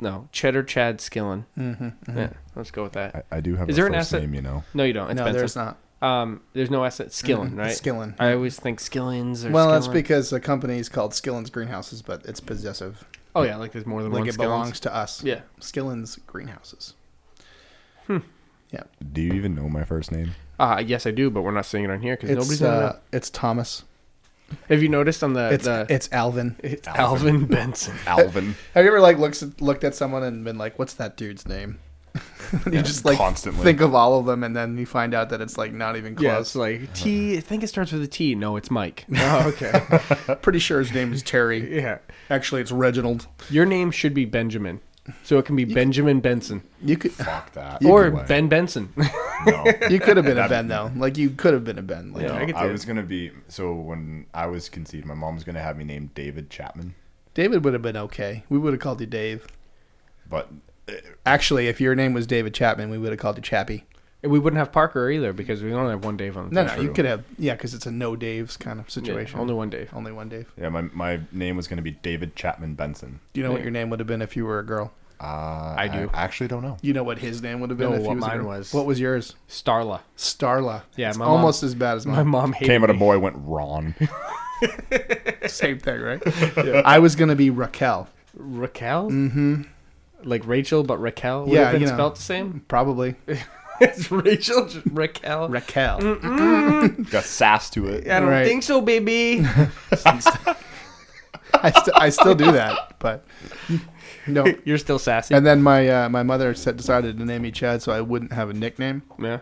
Speaker 2: No, Cheddar Chad Skillen.
Speaker 3: Mm-hmm,
Speaker 2: Yeah, let's go with that.
Speaker 1: I, I do have a
Speaker 2: Is there an
Speaker 1: first
Speaker 2: asset-
Speaker 1: name, you know.
Speaker 2: No, you don't. It's
Speaker 3: no,
Speaker 2: Benson.
Speaker 3: there's not.
Speaker 2: Um, there's no S. Skillen,
Speaker 3: Mm-mm,
Speaker 2: right?
Speaker 3: Skillen.
Speaker 2: I always think Skillens or
Speaker 3: Well, that's
Speaker 2: Skillen.
Speaker 3: because the company is called Skillen's Greenhouses, but it's possessive.
Speaker 2: Oh yeah, like there's more than
Speaker 3: Like
Speaker 2: one
Speaker 3: it
Speaker 2: Skillens.
Speaker 3: belongs to us.
Speaker 2: Yeah.
Speaker 3: Skillen's Greenhouses.
Speaker 1: Do you even know my first name?
Speaker 2: Uh, yes, I do, but we're not seeing it on here because
Speaker 3: It's
Speaker 2: nobody's. gonna know.
Speaker 3: uh, it's Thomas.
Speaker 2: Have you noticed on the
Speaker 3: It's
Speaker 2: the
Speaker 3: it's Alvin.
Speaker 2: it's Alvin Benson?
Speaker 1: Alvin.
Speaker 3: Have you ever like looks looked at someone and been like, "What's that dude's name?" And you just like
Speaker 1: constantly.
Speaker 3: think of all of them, and then you find out that it's like not even
Speaker 2: Yeah,
Speaker 3: close.
Speaker 2: it's like T. I think it starts with a T. No, it's Mike.
Speaker 3: oh, okay. Pretty sure his name is Terry.
Speaker 2: yeah,
Speaker 3: Actually, it's Reginald.
Speaker 2: your name should be Benjamin, so it can be Benjamin Benson
Speaker 3: You could
Speaker 1: Fuck that.
Speaker 2: or
Speaker 1: Either way.
Speaker 2: Ben Benson.
Speaker 1: No.
Speaker 3: you could have been
Speaker 1: That'd-
Speaker 3: a Ben though. Like you could have been a Ben. Like,
Speaker 2: Yeah, I
Speaker 1: No,
Speaker 2: could
Speaker 1: I
Speaker 2: do it.
Speaker 1: was gonna be so when I was conceived, my mom was gonna have me named David Chapman,
Speaker 3: David would have been okay. We would have called you Dave.
Speaker 1: but
Speaker 3: Actually, if your name was David Chapman, we would have called you Chappie.
Speaker 2: and we wouldn't have Parker either because we only have one Dave on the
Speaker 3: No,
Speaker 2: team.
Speaker 3: no, you could have. Yeah, because it's a no Daves kind of
Speaker 2: Yeah,
Speaker 3: situation.
Speaker 2: only one Dave.
Speaker 3: only one Dave.
Speaker 1: yeah, my my name was gonna be David Chapman Benson.
Speaker 3: Do you know what
Speaker 2: Yeah.
Speaker 3: your name would have been if you were a girl?
Speaker 1: Uh,
Speaker 2: I do.
Speaker 1: I actually don't know.
Speaker 3: You know what his name would have been
Speaker 2: No,
Speaker 3: if he
Speaker 2: what
Speaker 3: was a
Speaker 2: mine
Speaker 3: girl?
Speaker 2: was.
Speaker 3: What was yours?
Speaker 2: Starla.
Speaker 3: Starla.
Speaker 2: Yeah,
Speaker 3: It's
Speaker 2: my mom-
Speaker 3: almost as bad as
Speaker 2: My
Speaker 3: mine.
Speaker 2: mom hated
Speaker 1: Came out a
Speaker 2: me.
Speaker 1: boy, went Ron.
Speaker 3: Same thing, right? I was gonna be Raquel,
Speaker 2: Raquel. Mm-hmm. Like Rachel, but Raquel would
Speaker 3: Yeah,
Speaker 2: have been
Speaker 3: you know.
Speaker 2: spelled the same.
Speaker 3: probably.
Speaker 2: it's Rachel, just Raquel.
Speaker 3: Raquel.
Speaker 1: Got sass to it.
Speaker 2: I don't
Speaker 3: Right.
Speaker 2: think so, baby.
Speaker 3: I, st- I still do that, but no.
Speaker 2: You're still sassy.
Speaker 3: And then my uh, my mother said, decided to name me Chad, so I wouldn't have a nickname.
Speaker 2: yeah.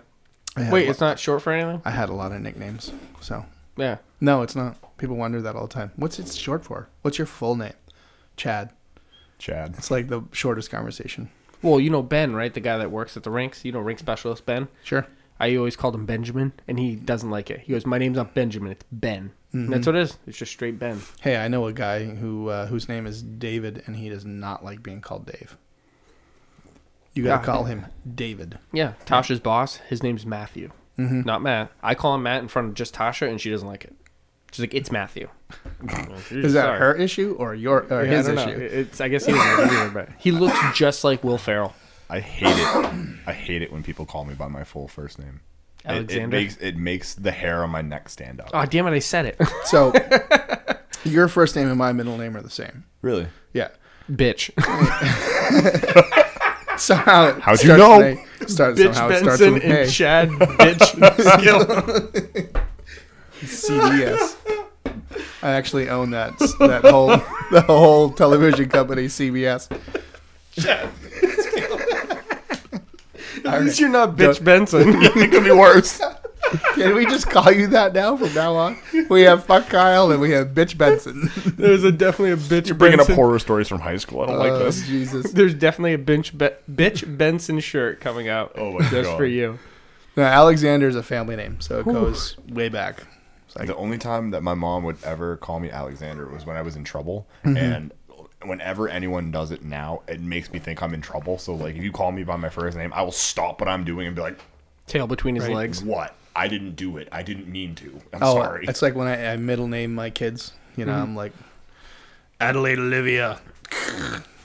Speaker 3: I had
Speaker 2: Wait,
Speaker 3: a,
Speaker 2: it's not short for anything.
Speaker 3: I had a lot of nicknames, so
Speaker 2: Yeah.
Speaker 3: no, it's not. People wonder that all the time. What's it short for? What's your full name? Chad.
Speaker 1: Chad.
Speaker 3: It's like the shortest conversation.
Speaker 2: Well, you know Ben, right? The guy that works at the rinks. You know, rink specialist Ben.
Speaker 3: Sure.
Speaker 2: I always called him Benjamin, and he doesn't like it. He goes, "My name's not Benjamin; it's Ben."
Speaker 3: Mm-hmm.
Speaker 2: And that's what it is. It's just straight Ben.
Speaker 3: Hey, I know a guy who uh, whose name is David, and he does not like being called Dave. You gotta
Speaker 2: Yeah.
Speaker 3: call him David.
Speaker 2: Yeah, Tasha's boss. His name's Matthew,
Speaker 3: Mm-hmm.
Speaker 2: not Matt. I call him Matt in front of just Tasha, and she doesn't like it. She's like, "It's Matthew."
Speaker 3: Is that her issue or your or his
Speaker 2: I don't
Speaker 3: issue?
Speaker 2: know. It's I guess he doesn't like it either, but he looks just like Will Ferrell.
Speaker 1: I hate it. I hate it when people call me by my full first name. It- It,
Speaker 2: Alexander?
Speaker 1: makes it makes the hair on my neck stand up.
Speaker 2: Oh damn it! I said it,
Speaker 3: So your first name and my middle name are the same.
Speaker 1: really?
Speaker 3: Yeah.
Speaker 2: bitch.
Speaker 3: Somehow it
Speaker 1: How'd you know?
Speaker 3: starts with A, starts, somehow it starts with an A.
Speaker 2: Chad, bitch. Skill.
Speaker 3: CBS. I actually own that that whole the whole television company CBS.
Speaker 2: At least you're not bitch Benson.
Speaker 1: it could be worse.
Speaker 3: Can we just call you that now from now on? We have fuck Kyle and we have bitch Benson.
Speaker 2: There's a definitely a bitch.
Speaker 1: You're bringing up
Speaker 2: Benson.
Speaker 1: horror stories from high school. I don't like
Speaker 3: Oh,
Speaker 1: this.
Speaker 3: Jesus.
Speaker 2: There's definitely a bench be- bitch Benson shirt coming out.
Speaker 1: Oh my
Speaker 2: just
Speaker 1: God.
Speaker 2: for you.
Speaker 3: No, Alexander is a family name, so it goes way back.
Speaker 1: The only time that my mom would ever call me Alexander was when I was in trouble,
Speaker 3: Mm-hmm.
Speaker 1: and whenever anyone does it now, it makes me think I'm in trouble. So like, if you call me by my first name, I will stop what I'm doing and be like,
Speaker 2: Tail between his legs.
Speaker 1: "What? I didn't do it. I didn't mean to. I'm
Speaker 3: Oh,
Speaker 1: sorry."
Speaker 3: it's like when I, I middle name my kids. You know,
Speaker 2: Mm-hmm.
Speaker 3: I'm like Adelaide Olivia.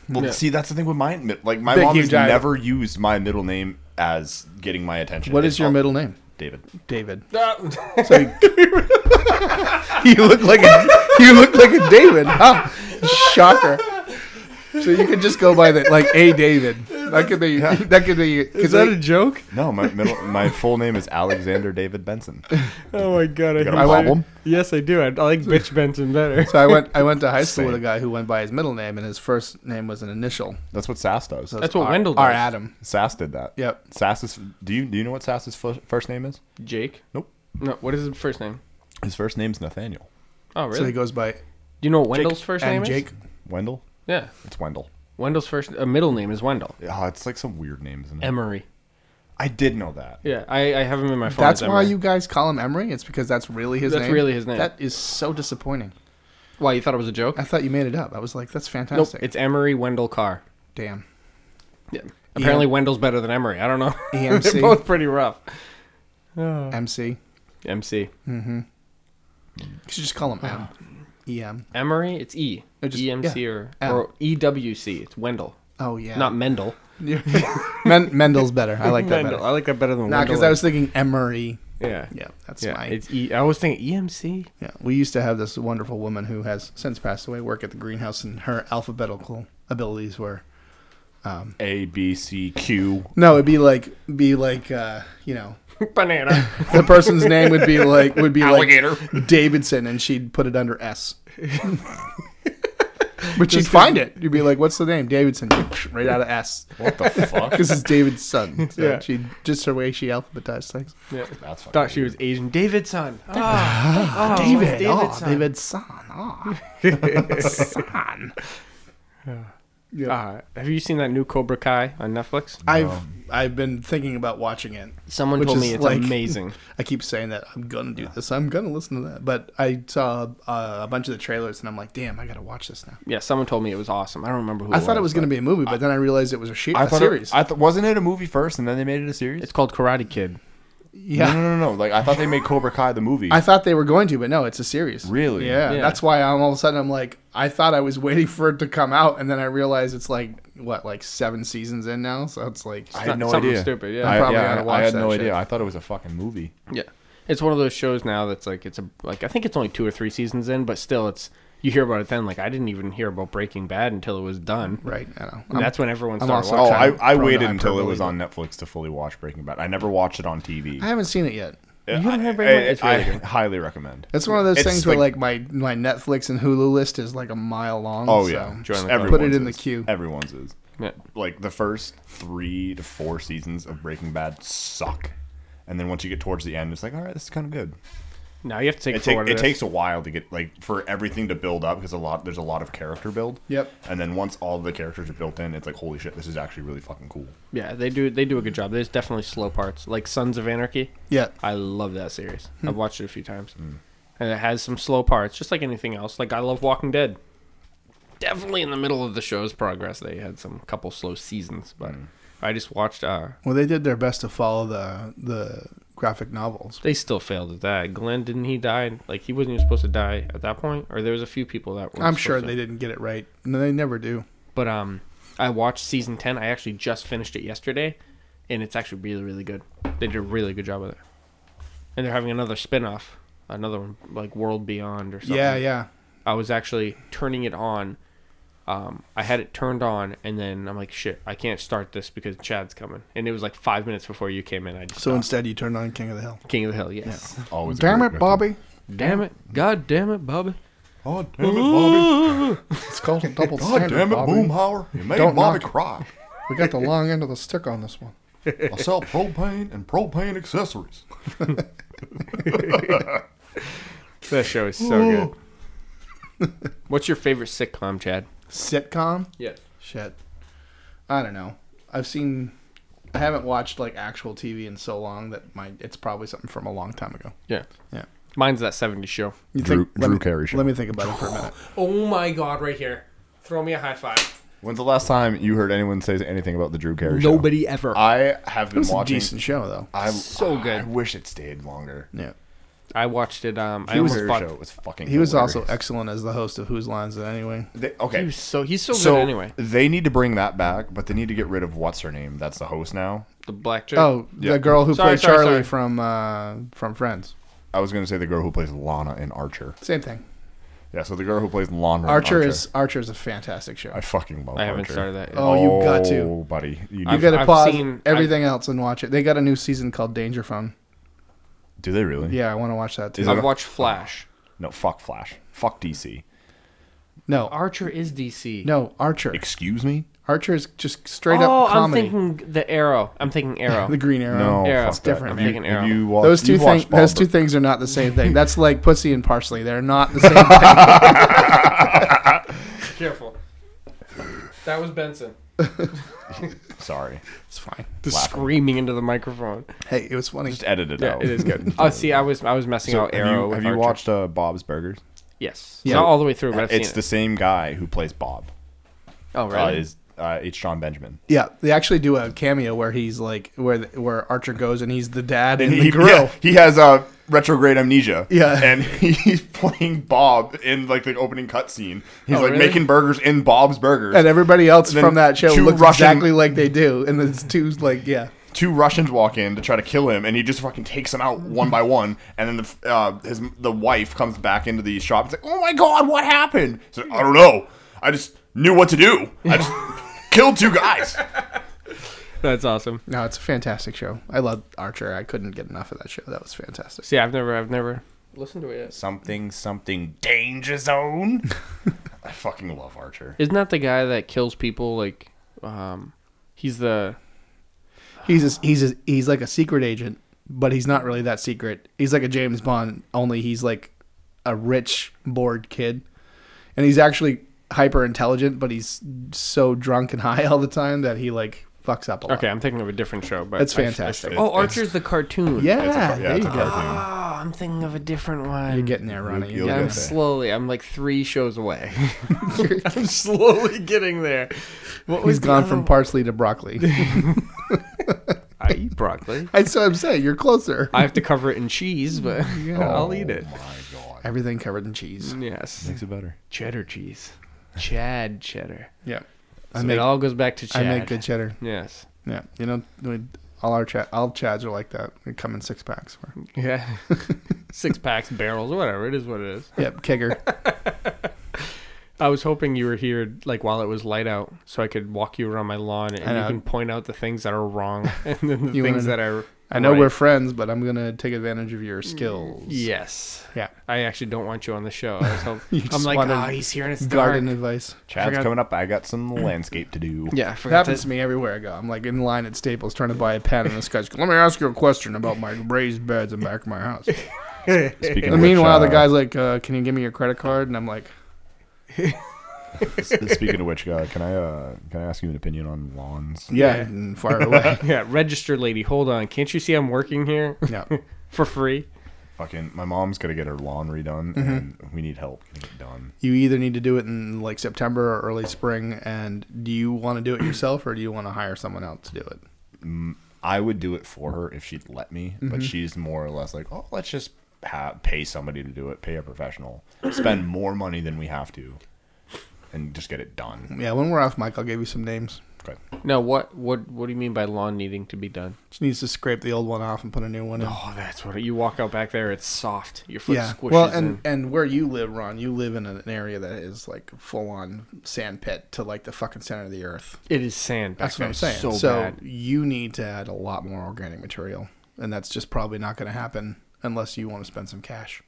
Speaker 1: Well, see, that's the thing with mine. Like, my
Speaker 3: Big,
Speaker 1: mom has
Speaker 3: huge island.
Speaker 1: never used my middle name as getting my attention.
Speaker 3: What
Speaker 1: It's
Speaker 3: is your
Speaker 1: all-
Speaker 3: middle name?
Speaker 1: David?
Speaker 3: David.
Speaker 2: Ah.
Speaker 3: So you, you look like a you look like a David, huh? Shocker. So you can just go by the like a David. That could be that could be
Speaker 2: Is
Speaker 3: because
Speaker 2: that a joke?
Speaker 1: No, my middle, my full name is Alexander David Benson.
Speaker 2: Oh my god! I
Speaker 1: got a
Speaker 2: hate you.
Speaker 1: problem?
Speaker 2: Yes, I do. I, I like bitch Benson better.
Speaker 3: so I went I went to high school with a
Speaker 1: Same.
Speaker 3: guy who went by his middle name and his first name was an initial.
Speaker 1: That's what Sass does.
Speaker 2: That's what
Speaker 3: R-
Speaker 2: Wendell
Speaker 3: R.
Speaker 2: does.
Speaker 3: Adam.
Speaker 1: Sass did that.
Speaker 3: Yep.
Speaker 1: Sass is. Do you do you know what Sass's fu- first name is?
Speaker 2: Jake.
Speaker 1: Nope.
Speaker 2: No. What is his first name?
Speaker 1: His first name's Nathaniel.
Speaker 2: Oh
Speaker 3: So
Speaker 2: really?
Speaker 3: he goes by
Speaker 2: do you know what Wendell's first name
Speaker 3: and Jake.
Speaker 2: is?
Speaker 1: Wendell.
Speaker 2: Yeah.
Speaker 1: It's Wendell.
Speaker 2: Wendell's first uh, middle name is Wendell.
Speaker 1: Ah, it's like some weird name, isn't it?
Speaker 2: Emery.
Speaker 1: I did know that.
Speaker 2: Yeah, I, I have him in my phone.
Speaker 3: That's
Speaker 2: as
Speaker 3: why
Speaker 2: Emery.
Speaker 3: you guys call him Emery. It's because that's really his
Speaker 2: That's
Speaker 3: name.
Speaker 2: really his name.
Speaker 3: That is so disappointing.
Speaker 2: Why you thought it was a joke?
Speaker 3: I thought you made it up. I was like, that's
Speaker 2: Nope.
Speaker 3: fantastic.
Speaker 2: It's Emery Wendell Carr.
Speaker 3: Damn.
Speaker 2: Yeah. Apparently
Speaker 3: E
Speaker 2: Wendell's better than Emery. I don't know.
Speaker 3: EMC.
Speaker 2: They're both pretty rough. E
Speaker 3: MC.
Speaker 2: MC.
Speaker 3: You should just call him M. EM.
Speaker 2: Emery, it's E.
Speaker 3: It just-
Speaker 2: EMC
Speaker 3: yeah,
Speaker 2: or,
Speaker 3: M.
Speaker 2: or EWC. It's Wendell,
Speaker 3: Oh yeah.
Speaker 2: not Mendel.
Speaker 3: Men- Mendel's better. I like that
Speaker 2: Mendel.
Speaker 3: better.
Speaker 2: I like that better than
Speaker 3: Nah,
Speaker 2: Wendell.
Speaker 3: because I was thinking Emery.
Speaker 2: yeah.
Speaker 3: Yeah, that's
Speaker 2: Yeah,
Speaker 3: my.
Speaker 2: it's E. I was thinking EMC.
Speaker 3: yeah, we used to have this wonderful woman who has since passed away work at the greenhouse, and her alphabetical abilities were
Speaker 1: A B C Q.
Speaker 3: no, it'd be like be like uh, you know
Speaker 2: Banana.
Speaker 3: the person's name would be like would be
Speaker 1: Alligator.
Speaker 3: like Davidson, and she'd put it under S. But you'd find it. You'd be like, "What's the name?" Davidson, right out of S,
Speaker 1: What the fuck?
Speaker 3: because it's David's son. So
Speaker 2: Yeah.
Speaker 3: she just her way she alphabetized things.
Speaker 2: yeah.
Speaker 1: That's fucking
Speaker 2: Thought she was Asian. Davidson. Ah.
Speaker 3: David.
Speaker 2: David's
Speaker 3: Oh,
Speaker 2: son.
Speaker 3: David's son. Oh. son. Yeah.
Speaker 2: Uh, have you seen that new Cobra Kai on Netflix?
Speaker 3: I've
Speaker 1: Um,
Speaker 3: I've been thinking about watching it.
Speaker 2: Someone
Speaker 3: Which
Speaker 2: told
Speaker 3: is
Speaker 2: me it's
Speaker 3: like-
Speaker 2: amazing.
Speaker 3: I keep saying that I'm gonna do this. I'm gonna listen to that. But I saw uh, a bunch of the trailers and I'm like, damn, I gotta watch this now.
Speaker 2: Yeah, someone told me it was awesome. I don't remember who.
Speaker 3: I thought it
Speaker 2: was.
Speaker 3: was gonna be a movie, but then I realized it was a, she-
Speaker 1: I
Speaker 3: a
Speaker 1: thought
Speaker 3: series.
Speaker 1: It, I th- wasn't it a movie first, and then they made it a series.
Speaker 2: It's called Karate Kid.
Speaker 3: Yeah.
Speaker 1: No, no, no, no. Like I thought they made Cobra Kai the movie.
Speaker 3: I thought they were going to, but no, it's a series.
Speaker 1: Really?
Speaker 3: Yeah,
Speaker 2: Yeah.
Speaker 3: That's why I'm all of a sudden I'm like, I thought I was waiting for it to come out, and then I realized it's like what, like seven seasons in now. So it's like,
Speaker 1: I had
Speaker 2: Some-
Speaker 1: no
Speaker 2: something
Speaker 1: idea.
Speaker 2: stupid, yeah.
Speaker 1: I,
Speaker 3: Probably
Speaker 1: yeah,
Speaker 3: gotta
Speaker 1: I-
Speaker 3: watch
Speaker 1: I had
Speaker 3: that
Speaker 1: no
Speaker 3: shit.
Speaker 1: idea. I thought it was a fucking movie.
Speaker 2: Yeah, it's one of those shows now that's like it's a like I think it's only two or three seasons in, but still, it's you hear about it then. Like I didn't even hear about Breaking Bad until it was done.
Speaker 3: right? I know.
Speaker 2: And that's when everyone
Speaker 3: I'm
Speaker 2: started
Speaker 3: also-
Speaker 2: watching.
Speaker 1: Oh,
Speaker 3: Okay.
Speaker 1: I, I
Speaker 3: Probably
Speaker 1: waited
Speaker 3: not
Speaker 1: until it was
Speaker 3: hyperbole.
Speaker 1: on Netflix to fully watch Breaking Bad. I never watched it on TV.
Speaker 3: I haven't seen it yet.
Speaker 1: I,
Speaker 2: don't have
Speaker 1: I,
Speaker 2: Breaking Bad? It's
Speaker 1: I
Speaker 2: really good.
Speaker 1: highly recommend.
Speaker 3: It's one of those
Speaker 1: It's
Speaker 3: things where like my my Netflix and Hulu list is like a mile long.
Speaker 1: Oh
Speaker 3: so.
Speaker 1: yeah,
Speaker 2: Join the club.
Speaker 1: everyone's
Speaker 3: Put it in the
Speaker 1: is.
Speaker 3: queue.
Speaker 1: Everyone's is
Speaker 2: Yeah.
Speaker 1: like the first three to four seasons of Breaking Bad suck, and then once you get towards the end, it's like all right, this is kind of good.
Speaker 2: Now you have to take
Speaker 1: It,
Speaker 2: four
Speaker 1: take,
Speaker 2: out of
Speaker 1: it
Speaker 2: this.
Speaker 1: takes a while to get like for everything to build up because a lot there's a lot of character build.
Speaker 3: Yep.
Speaker 1: And then once all the characters are built in, it's like holy shit, this is actually really fucking cool.
Speaker 2: Yeah, they do. They do a good job. There's definitely slow parts, like Sons of Anarchy.
Speaker 3: Yeah. Hmm.
Speaker 2: I love that series. I've watched it a few times, and it has some slow parts, just like anything else. Like I love Walking Dead. Definitely in the middle of the show's progress, they had some couple slow seasons, but
Speaker 3: Hmm.
Speaker 2: I just watched. Uh,
Speaker 3: Well, they did their best to follow the the graphic novels.
Speaker 2: they still failed at that. Glenn didn't he die? Like he wasn't even supposed to die at that point, or there was a few people that were.
Speaker 3: I'm sure they didn't get it right. No, they never do.
Speaker 2: But um, I watched season ten. I actually just finished it yesterday, and it's actually really really good. They did a really good job with it, and they're having another spin off, another one like World Beyond or something.
Speaker 3: Yeah, yeah.
Speaker 2: I was actually turning it on. Um, I had it turned on, and then I'm like, shit, I can't start this because Chad's coming. And it was like five minutes before you came in. I just
Speaker 3: So
Speaker 2: so
Speaker 3: instead, you turned on King of the Hill.
Speaker 2: King of the Hill, yes.
Speaker 1: Always. a
Speaker 3: Damn
Speaker 1: great
Speaker 3: it,
Speaker 1: cartoon.
Speaker 3: Bobby!
Speaker 2: Damn it, God damn it, Bobby.
Speaker 1: Oh damn it, Bobby!
Speaker 3: It's called a double
Speaker 1: God
Speaker 3: standard.
Speaker 1: damn it,
Speaker 3: Bobby.
Speaker 1: Boomhauer! You made
Speaker 3: Don't
Speaker 1: Bobby
Speaker 3: knock-
Speaker 1: cry.
Speaker 3: We got the long end of the stick on this one.
Speaker 1: I sell propane and propane accessories.
Speaker 2: That show is so good. What's your favorite sitcom, Chad?
Speaker 3: Sitcom.
Speaker 2: Yeah.
Speaker 3: Shit. I don't know. I've seen. I haven't watched like actual TV in so long that my it's probably something from a long time ago.
Speaker 2: Yeah.
Speaker 3: Yeah.
Speaker 2: Mine's that 70s show.
Speaker 3: You
Speaker 1: Drew-
Speaker 3: let
Speaker 1: Drew
Speaker 3: me-
Speaker 1: Carey show.
Speaker 3: Let me think about it for a minute.
Speaker 2: Oh my God, right here. Throw me a high five.
Speaker 1: When's the last time you heard anyone say anything about the Drew Carey show?
Speaker 2: Nobody ever.
Speaker 1: I have been
Speaker 3: It's a
Speaker 1: watching.
Speaker 3: decent show though.
Speaker 1: I
Speaker 2: So
Speaker 1: I
Speaker 2: good.
Speaker 1: wish it stayed longer.
Speaker 3: Yeah.
Speaker 2: I watched it. Um, I
Speaker 1: Drew
Speaker 2: almost
Speaker 1: Carey
Speaker 2: bought.
Speaker 1: show was fucking.
Speaker 3: He was also
Speaker 1: hilarious.
Speaker 3: excellent as the host of Whose Lines It Anyway.
Speaker 1: They-
Speaker 2: He
Speaker 1: okay.
Speaker 2: was so he's so,
Speaker 1: so
Speaker 2: good anyway.
Speaker 1: they need to bring that back, but they need to get rid of what's her name. That's the host now.
Speaker 2: The black chick.
Speaker 3: Oh,
Speaker 1: Yeah.
Speaker 3: the girl who
Speaker 2: Sorry,
Speaker 3: played
Speaker 2: sorry,
Speaker 3: Charlie
Speaker 2: sorry.
Speaker 3: from uh, from Friends.
Speaker 1: I was gonna say the girl who plays Lana in Archer.
Speaker 3: Same thing.
Speaker 1: Yeah, so the girl who plays Lana. in
Speaker 3: Archer, is Archer is a fantastic show.
Speaker 1: I fucking love.
Speaker 2: I haven't
Speaker 1: Archer.
Speaker 2: started that. Yet.
Speaker 3: Oh, you got to.
Speaker 1: Oh, buddy. You
Speaker 3: You
Speaker 1: need-
Speaker 3: got to
Speaker 2: I've
Speaker 3: pause
Speaker 2: seen-
Speaker 3: everything else and watch it. They got a new season called Danger Phone.
Speaker 1: Do they really?
Speaker 3: Yeah, I want to watch that too.
Speaker 1: Is it
Speaker 2: I've
Speaker 1: a-
Speaker 2: watched Flash.
Speaker 1: No, fuck Flash. Fuck DC.
Speaker 3: no,
Speaker 2: Archer is DC.
Speaker 3: no, Archer.
Speaker 1: Excuse me.
Speaker 3: Archer is just straight
Speaker 2: oh,
Speaker 3: up comedy.
Speaker 2: I'm thinking the Arrow. I'm thinking
Speaker 3: the
Speaker 2: Arrow.
Speaker 3: Green Arrow.
Speaker 1: No,
Speaker 2: Arrow.
Speaker 1: fuck
Speaker 2: It's
Speaker 1: that.
Speaker 2: different,
Speaker 1: Have
Speaker 2: man.
Speaker 1: you-
Speaker 2: Arrow.
Speaker 1: have you wa-
Speaker 3: Those two
Speaker 1: you've watched
Speaker 3: things. Those
Speaker 1: Ballberg.
Speaker 3: two things are not the same thing. That's like pussy and parsley. They're not the same thing.
Speaker 2: Careful. That was Benson.
Speaker 1: Sorry.
Speaker 3: It's fine.
Speaker 2: Screaming into the microphone.
Speaker 3: Hey, it was funny.
Speaker 1: Just edit it
Speaker 2: Yeah,
Speaker 1: out.
Speaker 2: it is good. oh, see, I was I was messing
Speaker 1: So
Speaker 2: out
Speaker 1: have
Speaker 2: Arrow.
Speaker 1: you,
Speaker 2: with
Speaker 1: have you
Speaker 2: Archer.
Speaker 1: watched uh, Bob's Burgers?
Speaker 2: Yes.
Speaker 3: Yeah.
Speaker 2: Not all the way through, but I've
Speaker 1: It's
Speaker 2: seen
Speaker 1: the same guy who plays Bob.
Speaker 2: it. Oh,
Speaker 1: Uh,
Speaker 2: really?
Speaker 1: is uh, it's Sean Benjamin.
Speaker 3: Yeah, they actually do a cameo where he's like where the, where Archer goes and he's the dad in the
Speaker 1: he,
Speaker 3: grill.
Speaker 1: yeah, he has uh, retrograde amnesia.
Speaker 3: Yeah.
Speaker 1: and he's playing Bob in like the opening cutscene. He's
Speaker 2: Oh,
Speaker 1: like
Speaker 2: really?
Speaker 1: making burgers in Bob's Burgers.
Speaker 3: And everybody else
Speaker 1: And then
Speaker 3: from that show
Speaker 1: two
Speaker 3: looks
Speaker 1: Russian-
Speaker 3: exactly like they do. And it's two like yeah.
Speaker 1: Two Russians walk in to try to kill him, and he just fucking takes them out one by one. And then the f- uh, his the wife comes back into the shop. It's like, oh my god, what happened? He's like, I don't know. I just knew what to do. I just killed two guys.
Speaker 2: That's awesome.
Speaker 3: No, it's a fantastic show. I love Archer. I couldn't get enough of that show. That was fantastic.
Speaker 2: See, I've never I've never listened to it yet.
Speaker 1: Something, something, danger zone. I fucking love Archer.
Speaker 2: Isn't that the guy that kills people like um he's the
Speaker 3: He's a, he's a, he's like a secret agent, but he's not really that secret. He's like a James Bond, only he's like a rich bored kid, and he's actually hyper intelligent, but he's so drunk and high all the time that he like fucks up a lot.
Speaker 2: Okay, I'm thinking of a different show, but
Speaker 3: That's
Speaker 2: I should- I
Speaker 3: fantastic.
Speaker 2: should- oh, Archer's the cartoon.
Speaker 3: Yeah,
Speaker 1: It's a car-
Speaker 3: there
Speaker 1: it's
Speaker 3: you
Speaker 1: a
Speaker 3: go.
Speaker 1: cartoon.
Speaker 2: Oh, I'm thinking of a different one.
Speaker 3: You're getting there, Ronnie. You're
Speaker 1: You'll
Speaker 2: I'm
Speaker 1: get
Speaker 3: getting
Speaker 1: there.
Speaker 2: slowly. I'm like three shows away. I'm slowly getting there. What
Speaker 3: there. He's
Speaker 2: the
Speaker 3: gone
Speaker 2: other
Speaker 3: from
Speaker 2: one?
Speaker 3: parsley to broccoli.
Speaker 2: I eat broccoli.
Speaker 3: That's what I'm saying. You're closer.
Speaker 2: I have to cover it in cheese, but I'll eat it.
Speaker 1: Oh my god.
Speaker 3: Everything covered in cheese.
Speaker 1: Mm.
Speaker 2: Yes,
Speaker 4: Makes it better.
Speaker 2: cheddar cheese, Chad cheddar.
Speaker 3: Yeah.
Speaker 2: So
Speaker 3: I make
Speaker 2: it all goes back to
Speaker 3: I
Speaker 2: Chad.
Speaker 3: make good cheddar.
Speaker 2: Yes.
Speaker 3: Yeah. You know, we- all our chad, all chads are like that. They come in six packs.
Speaker 2: Yeah. Six packs, barrels, whatever. It is what it is.
Speaker 3: Yep, kegger.
Speaker 2: I was hoping you were here like while it was light out, so I could walk you around my lawn and
Speaker 3: know.
Speaker 2: you can point out the things that are wrong and then the
Speaker 3: You
Speaker 2: things
Speaker 3: wanna-
Speaker 2: that are.
Speaker 3: I know
Speaker 2: right. Mm,
Speaker 3: we're friends, but I'm gonna take advantage of your skills.
Speaker 2: Yes.
Speaker 3: Yeah.
Speaker 2: I actually don't want you on the show. I was hope-
Speaker 3: You
Speaker 2: I'm
Speaker 3: just
Speaker 2: like,
Speaker 3: wanted
Speaker 2: oh, he's here and it's
Speaker 3: Garden
Speaker 2: dark.
Speaker 3: advice.
Speaker 1: Chad's
Speaker 2: forgot-
Speaker 1: coming up. I got some landscape to do.
Speaker 2: Yeah, I
Speaker 3: It
Speaker 2: forgot
Speaker 3: happens
Speaker 2: to.
Speaker 3: to me everywhere I go. I'm like in line at Staples trying to buy a pen, and this guy's. Let me ask you a question about my raised beds in back of my house.
Speaker 1: Speaking
Speaker 3: And meanwhile,
Speaker 1: which,
Speaker 3: the
Speaker 1: uh,
Speaker 3: guy's like, uh, "Can you give me your credit card?" And I'm like,
Speaker 1: s- Speaking of which, uh, can I uh, can I ask you an opinion on lawns?
Speaker 3: "Yeah, and fire away."
Speaker 2: Yeah, register lady, hold on. Can't you see I'm working here
Speaker 3: yeah,
Speaker 2: for free?
Speaker 1: Fucking, my mom's gonna get her lawn redone, and we need help getting it done.
Speaker 3: you either need to do it in like September or early spring. And do you want to do it yourself, or do you want to hire someone else to do it?
Speaker 1: I would do it for her if she'd let me, but she's more or less like, oh, let's just ha- pay somebody to do it, pay a professional, spend more money than we have to, and just get it done.
Speaker 3: Yeah, when we're off, Mike, I'll give you some names.
Speaker 1: Okay.
Speaker 2: No, what, what, what do you mean by lawn needing to be done?
Speaker 3: She needs to scrape the old one off and put a new one in.
Speaker 2: Oh, that's what you walk out back there. It's soft. Your foot
Speaker 3: yeah.
Speaker 2: squishes
Speaker 3: Well, and
Speaker 2: in.
Speaker 3: and where you live, Ron, you live in an area that is like full on sand pit to like the fucking center of the earth.
Speaker 2: It is sand. back
Speaker 3: That's what
Speaker 2: there.
Speaker 3: I'm saying.
Speaker 2: So,
Speaker 3: So,
Speaker 2: bad.
Speaker 3: you need to add a lot more organic material, and that's just probably not going to happen unless you want to spend some cash.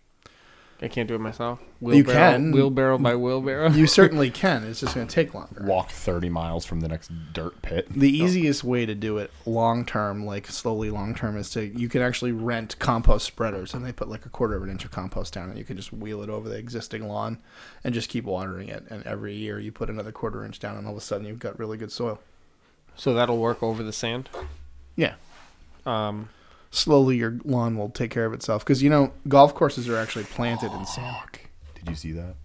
Speaker 2: I can't do it myself. Wheelbarrow,
Speaker 3: You can.
Speaker 2: wheelbarrow by wheelbarrow.
Speaker 3: You certainly can. It's just going to take longer.
Speaker 1: Walk 30 miles from the next dirt pit.
Speaker 3: The easiest way to do it long term, like slowly long term, is to you can actually rent compost spreaders, and they put like a quarter of an inch of compost down, and you can just wheel it over the existing lawn, and just keep watering it. And every year you put another quarter inch down, and all of a sudden you've got really good soil.
Speaker 2: so that'll work over the sand.
Speaker 3: Yeah,
Speaker 2: Um,
Speaker 3: slowly your lawn will take care of itself because you know golf courses are actually planted in sand.
Speaker 1: Did you see that?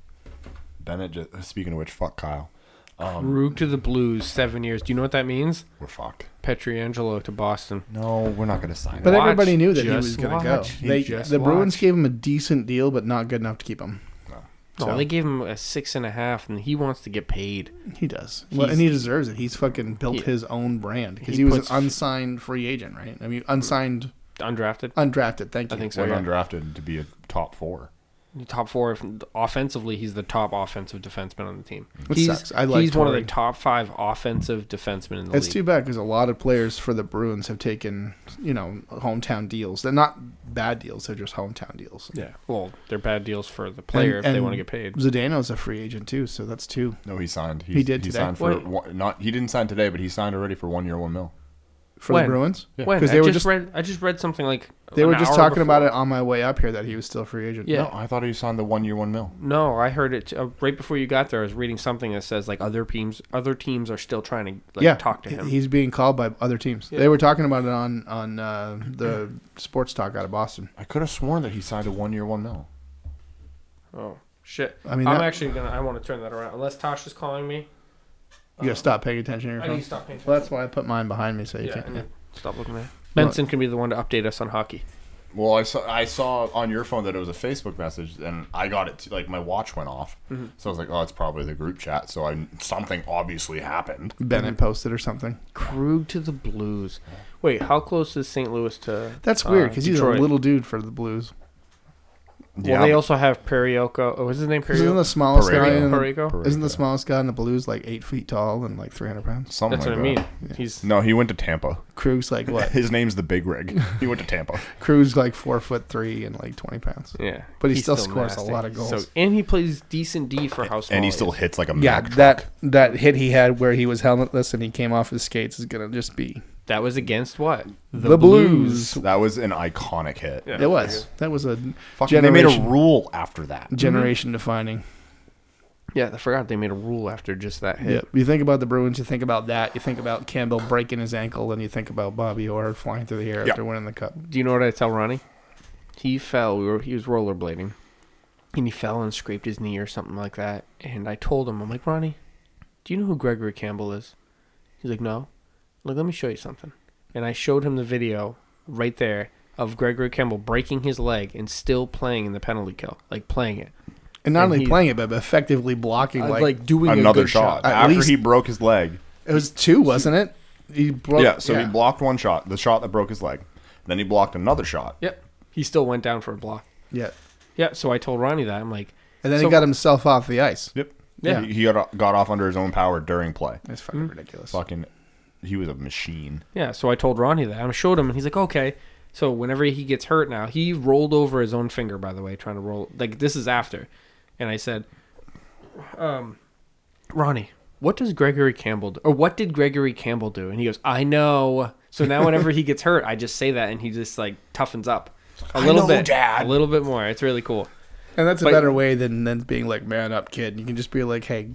Speaker 1: Bennett, just, speaking of which, fuck Kyle. Um,
Speaker 2: Rug to the Blues, seven years. Do you know what that means?
Speaker 1: we're fucked.
Speaker 2: Petriangelo to Boston.
Speaker 1: No, we're not going to sign
Speaker 3: But
Speaker 1: it.
Speaker 2: Watch,
Speaker 3: everybody knew that he
Speaker 2: just
Speaker 3: was going to go.
Speaker 2: watch,
Speaker 3: They,
Speaker 2: just
Speaker 3: the Bruins
Speaker 2: watch.
Speaker 3: gave him a decent deal, but not good enough to keep him.
Speaker 2: No,
Speaker 3: So-
Speaker 2: they gave him a six and a half, and he wants to get paid.
Speaker 3: He does, well, and he deserves it. He's fucking built
Speaker 2: He-
Speaker 3: his own brand because
Speaker 2: he
Speaker 3: he, was
Speaker 2: puts-
Speaker 3: an unsigned free agent, right? I mean, unsigned,
Speaker 2: Undrafted.
Speaker 3: undrafted. Thank you.
Speaker 2: I think so.
Speaker 1: Went
Speaker 2: yeah.
Speaker 1: undrafted to be a top four.
Speaker 2: top four if- offensively. He's the top offensive defenseman on the team.
Speaker 3: Which
Speaker 2: he's,
Speaker 3: sucks. I like
Speaker 2: He's one of
Speaker 3: Torrey.
Speaker 2: the top five offensive defensemen in the
Speaker 3: It's
Speaker 2: league.
Speaker 3: too bad because a lot of players for the Bruins have taken, you know, hometown deals. They're not bad deals; they're just hometown deals.
Speaker 2: yeah. Well, they're bad deals for the player if they want to get paid.
Speaker 3: Zdeno's a free agent too, so that's two
Speaker 1: No, he signed. He's,
Speaker 3: He did
Speaker 1: He
Speaker 3: today?
Speaker 1: signed for
Speaker 2: Wait.
Speaker 1: one, not. He didn't sign today, but he signed already for one year, one mil.
Speaker 3: for
Speaker 2: When?
Speaker 3: the Bruins.
Speaker 2: When?
Speaker 3: because they
Speaker 2: I
Speaker 3: were
Speaker 2: just
Speaker 3: just
Speaker 2: read. I just read something like
Speaker 3: they were
Speaker 2: an
Speaker 3: just
Speaker 2: hour
Speaker 3: talking about
Speaker 2: before.
Speaker 3: it on my way up here that he was still a free agent.
Speaker 2: Yeah.
Speaker 1: No, I thought he signed the one year, one mil.
Speaker 2: No, I heard it uh, right before you got there. I was reading something that says like other teams, other teams are still trying to like,
Speaker 3: yeah,
Speaker 2: talk to him.
Speaker 3: He's being called by other teams. They were talking about it on on uh, the sports talk out of Boston.
Speaker 1: I could have sworn that he signed a one year, one mil.
Speaker 2: oh shit! I
Speaker 3: I
Speaker 2: mean,
Speaker 3: mean,
Speaker 2: I'm
Speaker 3: that-
Speaker 2: actually gonna. I want to turn that around. Unless Tosh is calling me,
Speaker 3: You gotta stop paying attention to your
Speaker 2: Um, I need
Speaker 3: phone.
Speaker 2: to stop paying attention.
Speaker 3: Well, that's why I put mine behind me so you
Speaker 2: yeah,
Speaker 3: can't.
Speaker 2: and
Speaker 3: Yeah.
Speaker 2: then stop looking there. Benson can be the one to update us on hockey.
Speaker 1: Well, I saw I saw on your phone that it was a Facebook message, and I got it. Too, like my watch went off, so I was like, "Oh, it's probably the group chat." So I something obviously happened.
Speaker 2: Mm-hmm.
Speaker 3: Bennett posted or something.
Speaker 2: Krug to the Blues. Wait, how close is St. Louis to?
Speaker 3: That's
Speaker 2: uh,
Speaker 3: weird because he's a
Speaker 2: Detroit?
Speaker 3: little dude for the Blues.
Speaker 2: Well, they also have Perioco. Oh, what's his name?
Speaker 3: Isn't
Speaker 2: Perioco.
Speaker 3: the smallest guy?
Speaker 1: Pareko.
Speaker 3: In the,
Speaker 2: Pareko.
Speaker 1: Pareko.
Speaker 3: Isn't the smallest guy in the Blues like eight feet tall and like three hundred pounds?
Speaker 1: something
Speaker 2: That's
Speaker 1: like
Speaker 2: what I
Speaker 1: that.
Speaker 2: mean. He's
Speaker 1: No, he went to Tampa.
Speaker 3: Krug's like what?
Speaker 1: His name's the Big Rig. He went to Tampa.
Speaker 3: Krug's like four foot three and like twenty pounds.
Speaker 2: yeah,
Speaker 3: But he
Speaker 2: he's
Speaker 3: still scores a lot of
Speaker 2: He's
Speaker 3: goals.
Speaker 2: and he plays decent D for how small.
Speaker 1: and he
Speaker 2: is.
Speaker 1: still hits like a
Speaker 3: Yeah,
Speaker 1: Mack
Speaker 3: that that hit he had where he was helmetless and he came off his skates is gonna just be
Speaker 2: That was against what?
Speaker 3: the, Blues.
Speaker 1: That was an iconic hit.
Speaker 2: Yeah.
Speaker 3: It was. That was a
Speaker 1: Fucking, they made
Speaker 3: generation
Speaker 1: a rule after that.
Speaker 3: generation defining.
Speaker 2: Yeah, I forgot they made a rule after just that hit.
Speaker 3: Yep. You think about the Bruins, you think about that, you think about Campbell breaking his ankle, and you think about Bobby Orr flying through the air
Speaker 1: Yeah.
Speaker 3: after winning the cup.
Speaker 2: Do you know what I tell Ronnie? He fell. We were, he was rollerblading, and he fell and scraped his knee or something like that. And I told him, I'm like, Ronnie, do you know who Gregory Campbell is? He's like, No. Look, let me show you something. and I showed him the video right there of Gregory Campbell breaking his leg and still playing in the penalty kill, like playing it,
Speaker 3: And not
Speaker 2: And
Speaker 3: only
Speaker 2: he-
Speaker 3: playing it, but effectively blocking.
Speaker 2: Uh,
Speaker 3: Like,
Speaker 2: like, doing a
Speaker 1: Another
Speaker 2: good
Speaker 1: shot.
Speaker 2: shot.
Speaker 3: At
Speaker 1: After
Speaker 3: least-
Speaker 1: he broke his leg.
Speaker 3: it was two, wasn't it? He broke.
Speaker 1: yeah, so he blocked one shot, the shot that broke his leg. Then he blocked another shot.
Speaker 2: Yep, he still went down for a block.
Speaker 3: Yeah,
Speaker 2: Yeah, so I told Ronnie that I'm like,
Speaker 3: and then
Speaker 2: So-
Speaker 3: he got himself off the ice.
Speaker 1: Yep.
Speaker 2: Yeah.
Speaker 1: He, he got, got off under his own power during play.
Speaker 3: It's fucking ridiculous.
Speaker 1: Fucking, he was a machine.
Speaker 2: Yeah, so I told Ronnie that. I showed him, and he's like, okay. So whenever he gets hurt now, he rolled over his own finger, by the way, trying to roll. Like, this is after. And I said, um, Ronnie, what does Gregory Campbell do? Or what did Gregory Campbell do? And he goes, I know. So now whenever he gets hurt, I just say that, and he just, like, toughens up a little
Speaker 1: know,
Speaker 2: bit.
Speaker 1: Dad.
Speaker 2: A little bit more. It's really cool.
Speaker 3: And that's a
Speaker 2: But-
Speaker 3: better way than than being like, man up, kid. You can just be like, hey,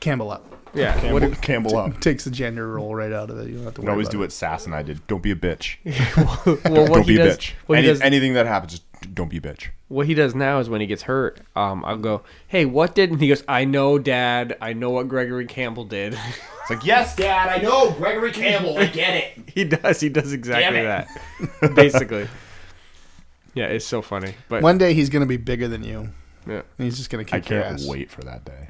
Speaker 3: Campbell up.
Speaker 2: Yeah.
Speaker 1: Campbell, Campbell up.
Speaker 3: Takes the gender role right out of it. You don't have to
Speaker 1: We
Speaker 3: worry
Speaker 1: always
Speaker 3: about
Speaker 1: do what Sass and I did. Don't be a bitch.
Speaker 2: Well, what
Speaker 1: don't
Speaker 2: he
Speaker 1: be a
Speaker 2: does,
Speaker 1: bitch.
Speaker 2: what he
Speaker 1: Any,
Speaker 2: does-
Speaker 1: anything that happens, just don't be a bitch.
Speaker 2: what he does now is when he gets hurt, um, I'll go, "Hey, what did?" And he goes, "I know, Dad. I know what Gregory Campbell did."
Speaker 1: It's like, yes, Dad, I know Gregory Campbell. I get it.
Speaker 2: he does. He does exactly
Speaker 1: Damn
Speaker 2: that. Basically. Yeah, it's so funny. But
Speaker 3: One day he's gonna be bigger than you,
Speaker 2: yeah.
Speaker 3: and he's just gonna
Speaker 1: I
Speaker 3: kick your
Speaker 1: can't
Speaker 3: ass.
Speaker 1: wait for that day.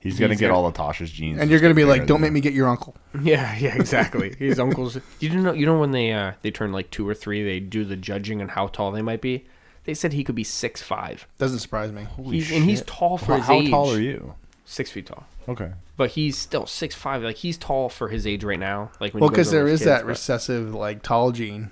Speaker 1: He's gonna get
Speaker 2: gonna-
Speaker 1: all the Tasha's jeans,
Speaker 3: And you're gonna be like, don't make me get your uncle.
Speaker 2: yeah, yeah, exactly. His uncles. You do know. You know when they uh, they turn like two or three, they do the judging on how tall they might be. They said he could be six five.
Speaker 3: Doesn't surprise me.
Speaker 2: He's, and he's tall for
Speaker 1: How,
Speaker 2: his
Speaker 1: how
Speaker 2: age.
Speaker 1: tall are you?
Speaker 2: Six feet tall.
Speaker 1: Okay.
Speaker 2: But he's still six five. Like he's tall for his age right now. Like when
Speaker 3: Well,
Speaker 2: he goes
Speaker 3: because
Speaker 2: over
Speaker 3: there
Speaker 2: his
Speaker 3: is that
Speaker 2: kids,
Speaker 3: recessive like tall gene.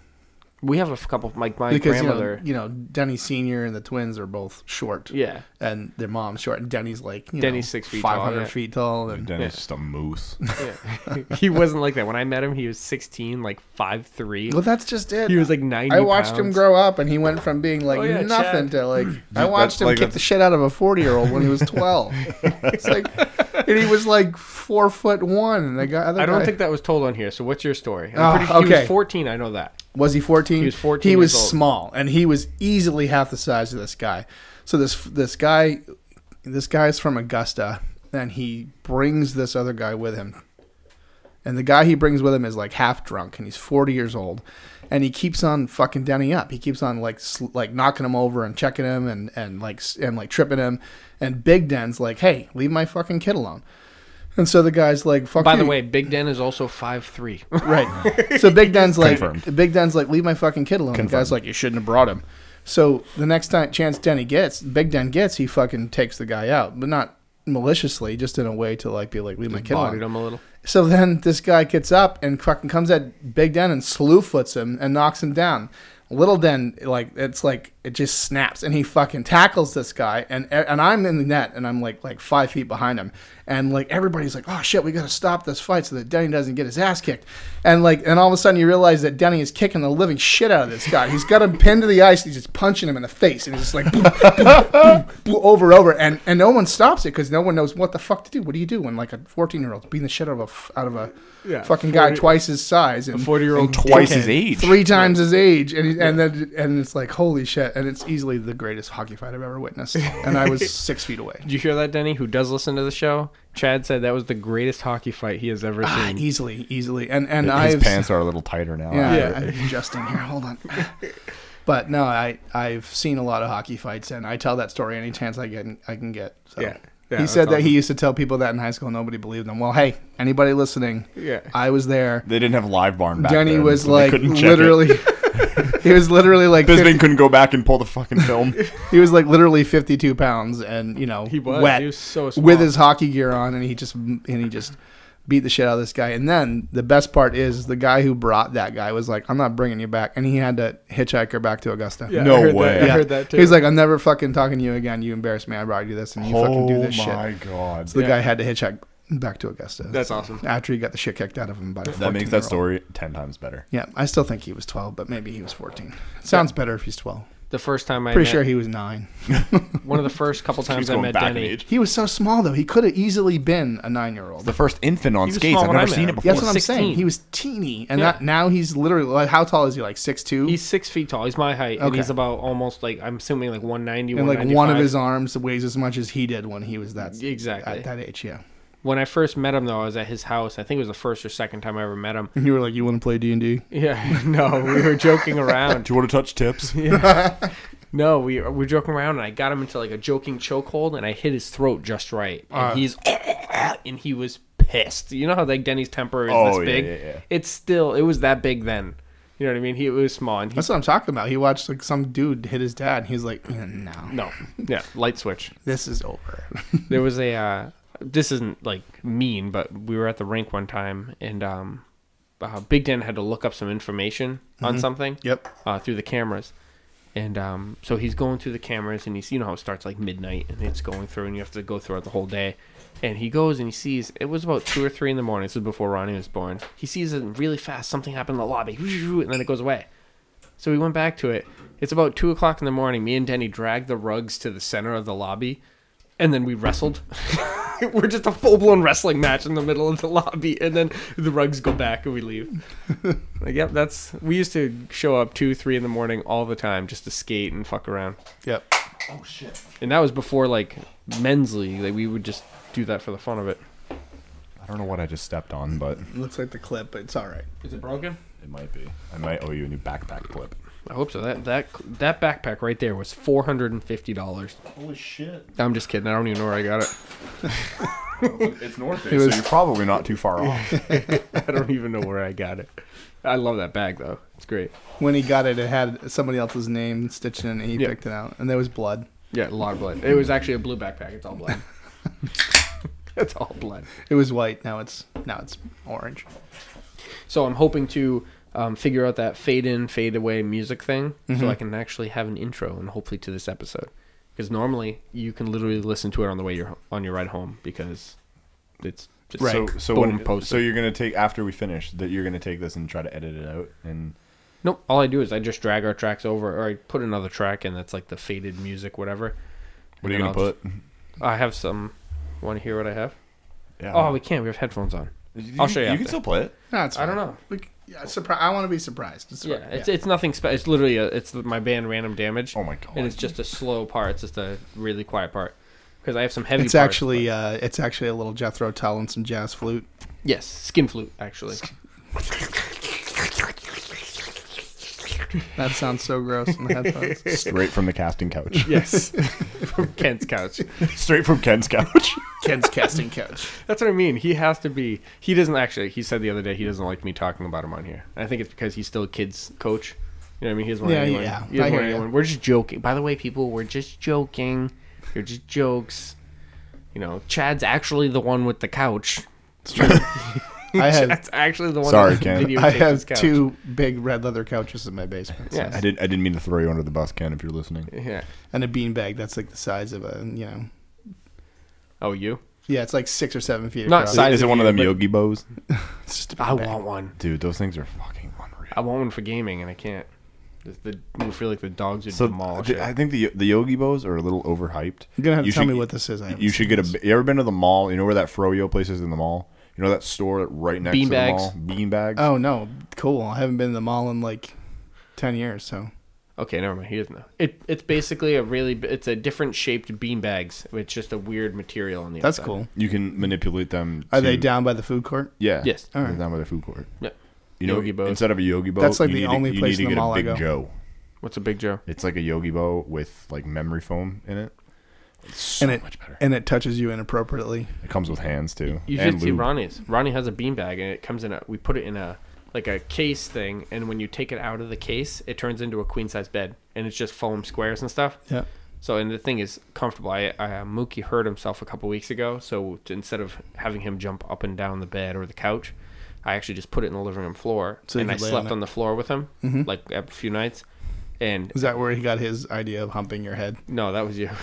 Speaker 2: but We have a f- couple. Like my
Speaker 3: Because you
Speaker 2: grandmother.
Speaker 3: know, you know, Denny Senior and the twins are both short.
Speaker 2: Yeah.
Speaker 3: and their mom's short, and Denny's like you
Speaker 2: Denny's
Speaker 3: know,
Speaker 2: six feet tall,
Speaker 3: 500
Speaker 2: yeah.
Speaker 3: feet tall, and
Speaker 1: Denny's just a moose.
Speaker 2: Yeah. he wasn't like that. When I met him, he was 16, like five three.
Speaker 3: well, that's just it.
Speaker 2: He was like 90
Speaker 3: I watched him
Speaker 2: pounds.
Speaker 3: grow up, and he went from being like
Speaker 2: Oh, yeah,
Speaker 3: nothing
Speaker 2: Chad.
Speaker 3: to like I watched him
Speaker 1: like
Speaker 3: kick
Speaker 1: a-
Speaker 3: the shit out of a forty year old when he was twelve. it's like, and he was like four foot one, and the guy. Other
Speaker 2: I don't
Speaker 3: guy-
Speaker 2: think that was told on here. So what's your story? I'm
Speaker 3: Ah,
Speaker 2: pretty sure He
Speaker 3: okay.
Speaker 2: was 14. I know that.
Speaker 3: Was he 14?
Speaker 2: He was 14
Speaker 3: He
Speaker 2: years
Speaker 3: was
Speaker 2: old.
Speaker 3: small, and he was easily half the size of this guy. So this this guy, this guy's from Augusta, and he brings this other guy with him. And the guy he brings with him is like half drunk, and he's 40 years old, and he keeps on fucking Denny up. He keeps on like sl- like knocking him over and checking him and and like s- and like tripping him. And Big Den's like, "Hey, leave my fucking kid alone." And so the guy's like, "Fuck."
Speaker 2: By the
Speaker 3: you."
Speaker 2: way, Big Den is also five three.
Speaker 3: Right. So Big Den's like,
Speaker 1: Confirmed.
Speaker 3: Big Den's like, leave my fucking kid alone. The guy's
Speaker 1: Confirmed.
Speaker 3: like, you shouldn't have brought him. So the next time chance Denny gets, Big Den gets, he fucking takes the guy out, but not maliciously, just in a way to like be like, leave my kid
Speaker 2: Bodied
Speaker 3: alone.
Speaker 2: him a little.
Speaker 3: So then this guy gets up and fucking comes at Big Den and slew foots him and knocks him down. Little Den, like it's like it just snaps and he fucking tackles this guy and and I'm in the net and I'm like like five feet behind him and like everybody's like oh shit we gotta stop this fight so that Denny doesn't get his ass kicked and like and all of a sudden you realize that Denny is kicking the living shit out of this guy he's got him pinned to the ice and he's just punching him in the face and he's just like boom, boom, boom, boom, over over and and no one stops it because no one knows what the fuck to do what do you do when like a 14 year old's beating the shit out of a f- out of a
Speaker 2: Yeah,
Speaker 3: fucking guy
Speaker 2: 40
Speaker 3: twice his size and
Speaker 2: Forty year old
Speaker 1: Twice his age.
Speaker 3: three times his age, and he, and then and it's like holy shit, and it's easily the greatest hockey fight I've ever witnessed, and I was six feet away.
Speaker 2: Did you hear that, Denny? Who does listen to the show? Chad said that was the greatest hockey fight he has ever
Speaker 3: Ah,
Speaker 2: seen.
Speaker 3: easily, easily, and and
Speaker 1: His
Speaker 3: I've
Speaker 1: pants are a little tighter now.
Speaker 3: yeah,
Speaker 2: Yeah.
Speaker 3: I'm adjusting here. Hold on. But no, I I've seen a lot of hockey fights, and I tell that story any chance I get. I can get. So.
Speaker 2: Yeah. Yeah,
Speaker 3: he
Speaker 2: that's
Speaker 3: said that he
Speaker 2: awesome.
Speaker 3: used to tell people that in high school, nobody believed him. Well, hey, anybody listening?
Speaker 2: Yeah.
Speaker 3: I was there.
Speaker 1: They didn't have live barn back
Speaker 3: Denny
Speaker 1: then,
Speaker 3: was
Speaker 1: so they
Speaker 3: like
Speaker 1: couldn't check it.
Speaker 3: literally. he was literally like
Speaker 1: Bisping couldn't go back and pull the fucking film.
Speaker 3: He was like literally 52 pounds and you know
Speaker 2: He was.
Speaker 3: wet
Speaker 2: He was so small.
Speaker 3: with his hockey gear on and he just and he just beat the shit out of this guy and then the best part is the guy who brought that guy was like I'm not bringing you back and he had to hitchhike her back to Augusta.
Speaker 2: Yeah,
Speaker 1: No
Speaker 2: I heard
Speaker 1: way.
Speaker 2: That, I
Speaker 1: Yeah.
Speaker 2: heard that too.
Speaker 3: He's like I'm never fucking talking to you again. You embarrassed me. I brought you this and you fucking do
Speaker 1: oh
Speaker 3: this
Speaker 1: my
Speaker 3: shit.
Speaker 1: god!
Speaker 3: So the guy had to hitchhike back to Augusta.
Speaker 2: That's awesome.
Speaker 3: After he got the shit kicked out of him by the
Speaker 1: that makes that story ten times better.
Speaker 3: Yeah, I still think he was 12, but maybe he was 14. It sounds better if he's 12.
Speaker 2: the first time I
Speaker 3: Pretty
Speaker 2: met,
Speaker 3: sure he was 9.
Speaker 2: one of the first couple times
Speaker 1: He's
Speaker 2: I
Speaker 1: going
Speaker 2: met
Speaker 1: back in
Speaker 2: Denny.
Speaker 1: age.
Speaker 3: He was so small though. He could have easily been a nine-year-old.
Speaker 1: The first infant on
Speaker 2: was
Speaker 1: skates.
Speaker 2: small
Speaker 1: I've
Speaker 2: when I
Speaker 1: never
Speaker 2: met
Speaker 1: seen
Speaker 2: him.
Speaker 1: it before.
Speaker 3: That's what I'm
Speaker 2: 16.
Speaker 3: saying. He was teeny, and
Speaker 2: Yeah.
Speaker 3: that now he's literally like, how tall is he? Like six two,
Speaker 2: He's six feet tall. He's my height, and
Speaker 3: Okay.
Speaker 2: he's about almost like I'm assuming like 190,
Speaker 3: and like one of
Speaker 2: 195.
Speaker 3: his arms weighs as much as he did when he was that
Speaker 2: Exactly.
Speaker 3: at that age. Yeah,
Speaker 2: When I first met him, though, I was at his house. I think it was the first or second time I ever met him.
Speaker 3: And you were like, you want to play D and D?
Speaker 2: Yeah, no, we were joking around.
Speaker 1: Do you want to touch tips?
Speaker 2: No, we, we were joking around, and I got him into like a joking chokehold, and I hit his throat just right, and he's and he was pissed. You know how like Denny's temper is
Speaker 1: Oh,
Speaker 2: this
Speaker 1: yeah,
Speaker 2: big?
Speaker 1: yeah, yeah.
Speaker 2: It's still it was that big then. You know what I mean? He it was small, and he,
Speaker 3: That's what I'm talking about. He watched like some dude hit his dad, and he's like, "Mm, no,
Speaker 2: no, yeah, light switch.
Speaker 3: this is over.
Speaker 2: there was a uh, this isn't like mean, but we were at the rink one time and um, uh, Big Dan had to look up some information on something.
Speaker 3: Yep.
Speaker 2: Uh, through the cameras, and um, so he's going through the cameras and he's you know how it starts like midnight and it's going through and you have to go throughout the whole day. And he goes and he sees it was about two or three in the morning. This is before Ronnie was born. He sees it really fast. Something happened in the lobby, and then it goes away. So we went back to it. It's about two o'clock in the morning. Me and Denny dragged the rugs to the center of the lobby, and then we wrestled. We're just a full blown wrestling match in the middle of the lobby, and then the rugs go back and we leave. like, yep, that's we used to show up two, three in the morning all the time just to skate and fuck around.
Speaker 3: Yep.
Speaker 2: And that was before like men's league. Like we would just do that for the fun of it.
Speaker 1: I don't know what I just stepped on, but
Speaker 3: Looks like the clip, but it's all right.
Speaker 2: Is it broken?
Speaker 1: it might be. I might owe you a new backpack clip.
Speaker 2: I hope so. That that that backpack right there was four hundred and fifty dollars.
Speaker 1: Holy shit!
Speaker 2: I'm just kidding. I don't even know where I got it.
Speaker 1: It's North Face,
Speaker 3: was-
Speaker 1: so you're probably not too far off.
Speaker 2: I don't even know where I got it. I love that bag though. It's great.
Speaker 3: When he got it, it had somebody else's name stitched in, and he
Speaker 2: Yeah.
Speaker 3: picked it out, and there was blood.
Speaker 2: Yeah, a lot of blood. It was actually a blue backpack. It's all blood. it's all blood.
Speaker 3: It was white. Now it's now it's orange.
Speaker 2: So I'm hoping to um, figure out that fade in, fade away music thing,
Speaker 1: Mm-hmm.
Speaker 2: so I can actually have an intro and hopefully to this episode. Because normally you can literally listen to it on the way you're on your ride home because it's just
Speaker 1: So,
Speaker 2: so,
Speaker 1: so
Speaker 2: boom
Speaker 1: when,
Speaker 2: posted.
Speaker 1: so you're gonna take after we finish that you're gonna take this and try to edit it out and
Speaker 2: Nope. All I do is I just drag our tracks over, or I put another track in that's like the faded music, whatever.
Speaker 1: what are
Speaker 2: And
Speaker 1: you gonna
Speaker 2: then I'll
Speaker 1: put?
Speaker 2: just- I have some. Want to hear what I have?
Speaker 1: Yeah.
Speaker 2: Oh, we can't. We have headphones on.
Speaker 1: You-
Speaker 2: I'll show you
Speaker 1: You
Speaker 2: after.
Speaker 1: can still play it.
Speaker 3: No, it's
Speaker 2: I don't
Speaker 3: fine.
Speaker 2: know.
Speaker 3: We, c- yeah, surpri- I want to be surprised. It's
Speaker 2: Yeah,
Speaker 3: fine.
Speaker 2: it's it's nothing special. It's literally a, it's my band Random Damage.
Speaker 1: Oh my God.
Speaker 2: And it's just a slow part. It's just a really quiet part because I have some heavy.
Speaker 3: It's
Speaker 2: parts,
Speaker 3: actually uh, it's actually a little Jethro Tull and some jazz flute.
Speaker 2: but- yes, skin flute actually.
Speaker 3: That sounds so gross in the headphones.
Speaker 1: Straight from the casting couch.
Speaker 2: yes, from Kent's couch.
Speaker 1: Straight from Ken's couch.
Speaker 3: Ken's casting couch.
Speaker 2: That's what I mean. He has to be. He doesn't actually. He said the other day he doesn't like me talking about him on here. I think it's because he's still a kids coach. You know what I mean? He doesn't want
Speaker 3: Yeah,
Speaker 2: anyone.
Speaker 3: yeah.
Speaker 2: He doesn't
Speaker 3: I hear
Speaker 2: want
Speaker 3: ya.
Speaker 2: anyone. We're just joking. By the way, people, we're just joking. They're just jokes. You know, Chad's actually the one with the couch.
Speaker 3: I have
Speaker 2: That's actually the one.
Speaker 1: Sorry,
Speaker 2: that
Speaker 1: Ken.
Speaker 2: videotaped
Speaker 3: I
Speaker 2: his
Speaker 3: have
Speaker 2: couch.
Speaker 3: two big red leather couches in my basement. so-
Speaker 2: Yes.
Speaker 1: I did. I didn't mean to throw you under the bus, Ken. If you're listening,
Speaker 2: Yeah.
Speaker 3: And a beanbag that's like the size of a you know
Speaker 2: Oh, you?
Speaker 3: yeah it's like six or seven feet.
Speaker 2: Not
Speaker 3: across.
Speaker 2: size-
Speaker 1: is it
Speaker 2: of
Speaker 1: one of
Speaker 2: you,
Speaker 1: them
Speaker 2: but-
Speaker 1: Yogi Bows?
Speaker 3: It's just a
Speaker 2: I
Speaker 3: beanbag.
Speaker 2: want one.
Speaker 1: Dude, those things are fucking unreal.
Speaker 2: I want one for gaming, and I can't. Just The, I feel like the dogs would
Speaker 1: So
Speaker 2: demolish
Speaker 1: th-
Speaker 2: it.
Speaker 1: I think the the Yogi Bows are a little overhyped.
Speaker 3: You're gonna have to
Speaker 1: You
Speaker 3: tell
Speaker 1: should-
Speaker 3: me what this is. I haven't
Speaker 1: You
Speaker 3: seen
Speaker 1: should get a.
Speaker 3: this.
Speaker 1: b- You ever been to the mall? You know where that Froyo place is in the mall? You know that store right next to the
Speaker 2: Beanbags.
Speaker 1: mall? Beanbags.
Speaker 3: Oh no, cool. I haven't been to the mall in like ten years, so
Speaker 2: Okay, never mind. He doesn't know. It, it's basically a really. b- It's a different shaped beanbags. It's just a weird material on the.
Speaker 3: that's
Speaker 2: outside.
Speaker 3: cool.
Speaker 1: You can manipulate them.
Speaker 3: Are they
Speaker 1: to-
Speaker 3: down by the food court?
Speaker 1: Yeah.
Speaker 2: Yes.
Speaker 1: They're
Speaker 3: Alright.
Speaker 1: down by the food court.
Speaker 2: Yeah.
Speaker 1: You know,
Speaker 2: Yogi Bows.
Speaker 1: instead of a Yogi Bow,
Speaker 3: That's like
Speaker 1: you
Speaker 3: the
Speaker 1: need to-
Speaker 3: only
Speaker 1: you
Speaker 3: place
Speaker 1: need to
Speaker 3: in the
Speaker 1: get
Speaker 3: mall
Speaker 1: a
Speaker 3: I
Speaker 1: Big
Speaker 3: go.
Speaker 1: Joe.
Speaker 2: What's a big Joe?
Speaker 1: It's like a Yogi Bow with like memory foam in it. It's so
Speaker 3: and it
Speaker 1: much better.
Speaker 3: and it touches you inappropriately.
Speaker 1: It comes with hands too.
Speaker 2: You
Speaker 1: and
Speaker 2: should see
Speaker 1: lube.
Speaker 2: Ronnie's. Ronnie has a beanbag, and it comes in a. We put it in a like a case thing, and when you take it out of the case, it turns into a queen size bed, and it's just foam squares and stuff.
Speaker 3: Yeah.
Speaker 2: So and the thing is comfortable. I, I uh, Mookie hurt himself a couple weeks ago, so to, instead of having him jump up and down the bed or the couch, I actually just put it in the living room floor,
Speaker 3: So you
Speaker 2: and I
Speaker 3: could lay on it.
Speaker 2: slept
Speaker 3: Mm-hmm.
Speaker 2: on, the floor with him like a few nights. And
Speaker 3: Is that where he got his idea of humping your head?
Speaker 2: no, that was you.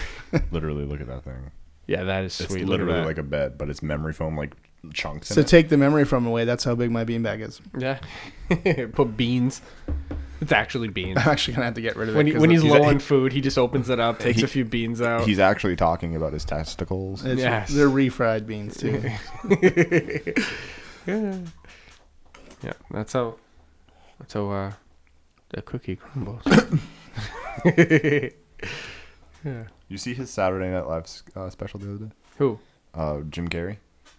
Speaker 1: Literally, look at that thing.
Speaker 2: yeah, that is sweet.
Speaker 1: It's
Speaker 2: Look at
Speaker 1: literally
Speaker 2: that.
Speaker 1: like a bed, but it's memory foam like chunks.
Speaker 3: So
Speaker 1: in it.
Speaker 3: take the memory from away. That's how big my beanbag is.
Speaker 2: yeah, put beans. It's actually beans.
Speaker 3: I'm actually gonna have to get rid of it.
Speaker 2: When, he,
Speaker 3: 'cause
Speaker 2: when he's
Speaker 3: it's-
Speaker 2: low on food, he just opens it up, takes
Speaker 1: He-
Speaker 2: a few beans out.
Speaker 1: He's actually talking about his testicles.
Speaker 3: it's-
Speaker 2: Yes.
Speaker 3: they're refried beans too.
Speaker 2: Yeah, that's how. That's how uh, the cookie crumbles.
Speaker 1: You see his Saturday Night Live uh, special the other day?
Speaker 2: Who?
Speaker 1: Uh, Jim Carrey.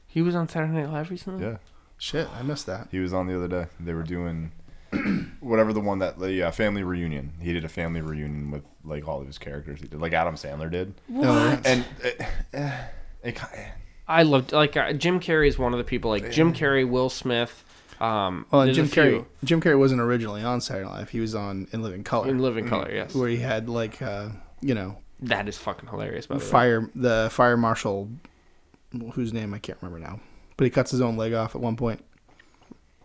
Speaker 2: He was on Saturday Night Live
Speaker 3: Oh.
Speaker 2: recently.
Speaker 1: Yeah.
Speaker 3: Shit, I missed that.
Speaker 1: He was on the other day. They were doing whatever the one that the uh, family reunion. He did a family reunion with like all of his characters. He did like Adam Sandler did,
Speaker 3: What?
Speaker 1: and it, eh, it, ki-
Speaker 2: I loved like uh, Jim Carrey is one of the people like Jim Carrey, Will Smith. Um,
Speaker 3: Well, and
Speaker 2: there's a
Speaker 3: Jim Carrey.
Speaker 2: few
Speaker 3: Jim Carrey wasn't originally on Saturday Night Live. He was on In Living Color,
Speaker 2: in Living Color. Yes,
Speaker 3: Mm-hmm. where he had like uh, you know
Speaker 2: that is fucking hilarious. By the way,
Speaker 3: fire the fire marshal, whose name I can't remember now, but he cuts his own leg off at one point.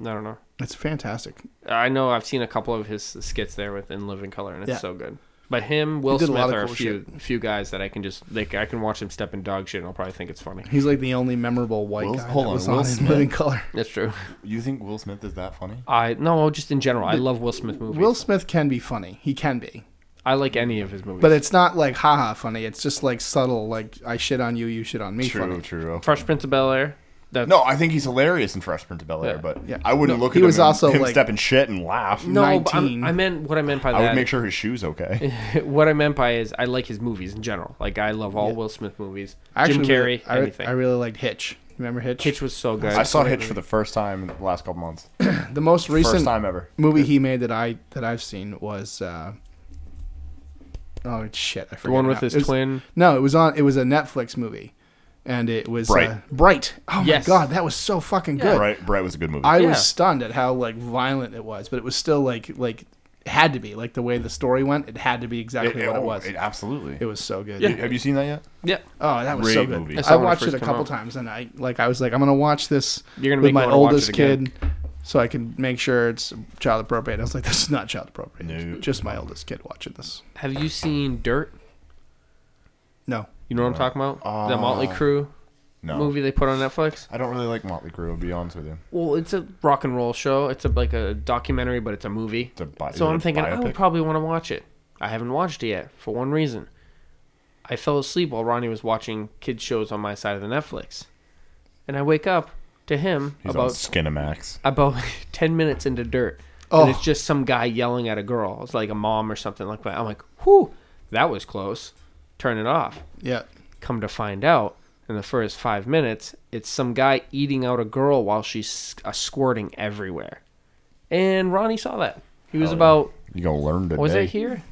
Speaker 2: I don't know.
Speaker 3: It's fantastic.
Speaker 2: I know I've seen a couple of his skits there with In Living Color, and it's
Speaker 3: Yeah.
Speaker 2: so good. But him, Will
Speaker 3: He did a
Speaker 2: Smith
Speaker 3: lot of
Speaker 2: are
Speaker 3: cool
Speaker 2: a few few guys that I can just like I can watch him step in dog shit, and I'll probably think it's funny.
Speaker 3: He's like the only memorable white
Speaker 1: Will-
Speaker 3: guy
Speaker 1: hold
Speaker 3: that
Speaker 1: on,
Speaker 3: was
Speaker 1: Will
Speaker 3: on In
Speaker 1: Smith?
Speaker 3: Living Color.
Speaker 2: That's true.
Speaker 1: you think Will Smith is that funny?
Speaker 2: I no, just in general, I love Will Smith movies.
Speaker 3: Will Smith can be funny. He can be,
Speaker 2: I like any of his movies.
Speaker 3: but it's not like haha funny. It's just like subtle. Like I shit on you, you shit on me.
Speaker 1: True,
Speaker 3: funny.
Speaker 1: true. okay.
Speaker 2: Fresh Prince of Bel Air. That
Speaker 1: No, I think he's hilarious in Fresh Prince of Bel Air,
Speaker 2: Yeah.
Speaker 1: but
Speaker 3: Yeah.
Speaker 1: I wouldn't
Speaker 3: No,
Speaker 1: look at
Speaker 3: he
Speaker 1: him,
Speaker 3: was
Speaker 1: and-
Speaker 3: also,
Speaker 1: him
Speaker 3: like-
Speaker 1: step in shit and laugh.
Speaker 2: no, but I'm-
Speaker 3: 19.
Speaker 2: I meant what I meant by that.
Speaker 1: I would make sure his shoes okay.
Speaker 2: what I meant by is I like his movies in general. Like I love all Will Smith movies.
Speaker 3: I actually
Speaker 2: Jim Carrey,
Speaker 3: really- I,
Speaker 2: anything.
Speaker 3: I really liked Hitch. Remember Hitch?
Speaker 2: Hitch was so good.
Speaker 1: I saw Hitch for the first time in the last couple months.
Speaker 3: the most
Speaker 1: First
Speaker 3: recent
Speaker 1: time ever.
Speaker 3: movie he made that I that I've seen was uh, oh shit, I forgot.
Speaker 2: the one with
Speaker 3: now.
Speaker 2: his
Speaker 3: It was-
Speaker 2: twin.
Speaker 3: No, it was on. It was a Netflix movie, and it was
Speaker 1: Bright.
Speaker 3: Uh, Bright. Oh
Speaker 2: Yes.
Speaker 3: my god, that was so fucking good.
Speaker 1: Bright, Bright was a good movie.
Speaker 3: I
Speaker 2: Yeah.
Speaker 3: was stunned at how like violent it was, but it was still like like it had to be like the way the story went. It had to be exactly what
Speaker 1: oh,
Speaker 3: it was. It,
Speaker 1: absolutely.
Speaker 3: was so good.
Speaker 1: Have you seen that yet?
Speaker 2: Yeah,
Speaker 3: Oh, that was
Speaker 1: Great
Speaker 3: so good.
Speaker 1: movie. I
Speaker 2: saw
Speaker 3: I
Speaker 2: when it
Speaker 3: watched it
Speaker 2: first
Speaker 3: a
Speaker 2: came
Speaker 3: couple
Speaker 2: out.
Speaker 3: times, and I like I was like, I'm gonna watch this
Speaker 2: You're gonna
Speaker 3: with
Speaker 2: make
Speaker 3: my
Speaker 2: me wanna watch
Speaker 3: oldest
Speaker 2: it again.
Speaker 3: kid, so I can make sure it's child appropriate. And I was like, this is not child appropriate. It's
Speaker 1: Nope.
Speaker 3: Just my oldest kid watching this.
Speaker 2: Have you seen Dirt?
Speaker 3: No,
Speaker 2: You know what I'm talking about? the Motley Crue
Speaker 1: Uh, No.
Speaker 2: movie they put on Netflix.
Speaker 1: I don't really like Motley Crue. I'll be honest with you.
Speaker 2: Well, it's a rock and roll show. It's a, like a documentary, but it's a movie.
Speaker 1: It's a bi- is
Speaker 2: so
Speaker 1: it
Speaker 2: I'm
Speaker 1: a
Speaker 2: thinking I would
Speaker 1: biopic?
Speaker 2: probably want to watch it. I haven't watched it yet for one reason. I fell asleep while Ronnie was watching kids shows on my side of the Netflix, and I wake up to him
Speaker 1: He's on
Speaker 2: about
Speaker 1: Skinamax.
Speaker 2: about 10 minutes into dirt
Speaker 3: Oh.
Speaker 2: and it's just some guy yelling at a girl it's like a mom or something like that i'm like whew that was close turn it off
Speaker 3: yeah,
Speaker 2: come to find out in the first five minutes it's some guy eating out a girl while she's uh, squirting everywhere and ronnie saw that he was about
Speaker 1: You gonna learn today?
Speaker 2: was it here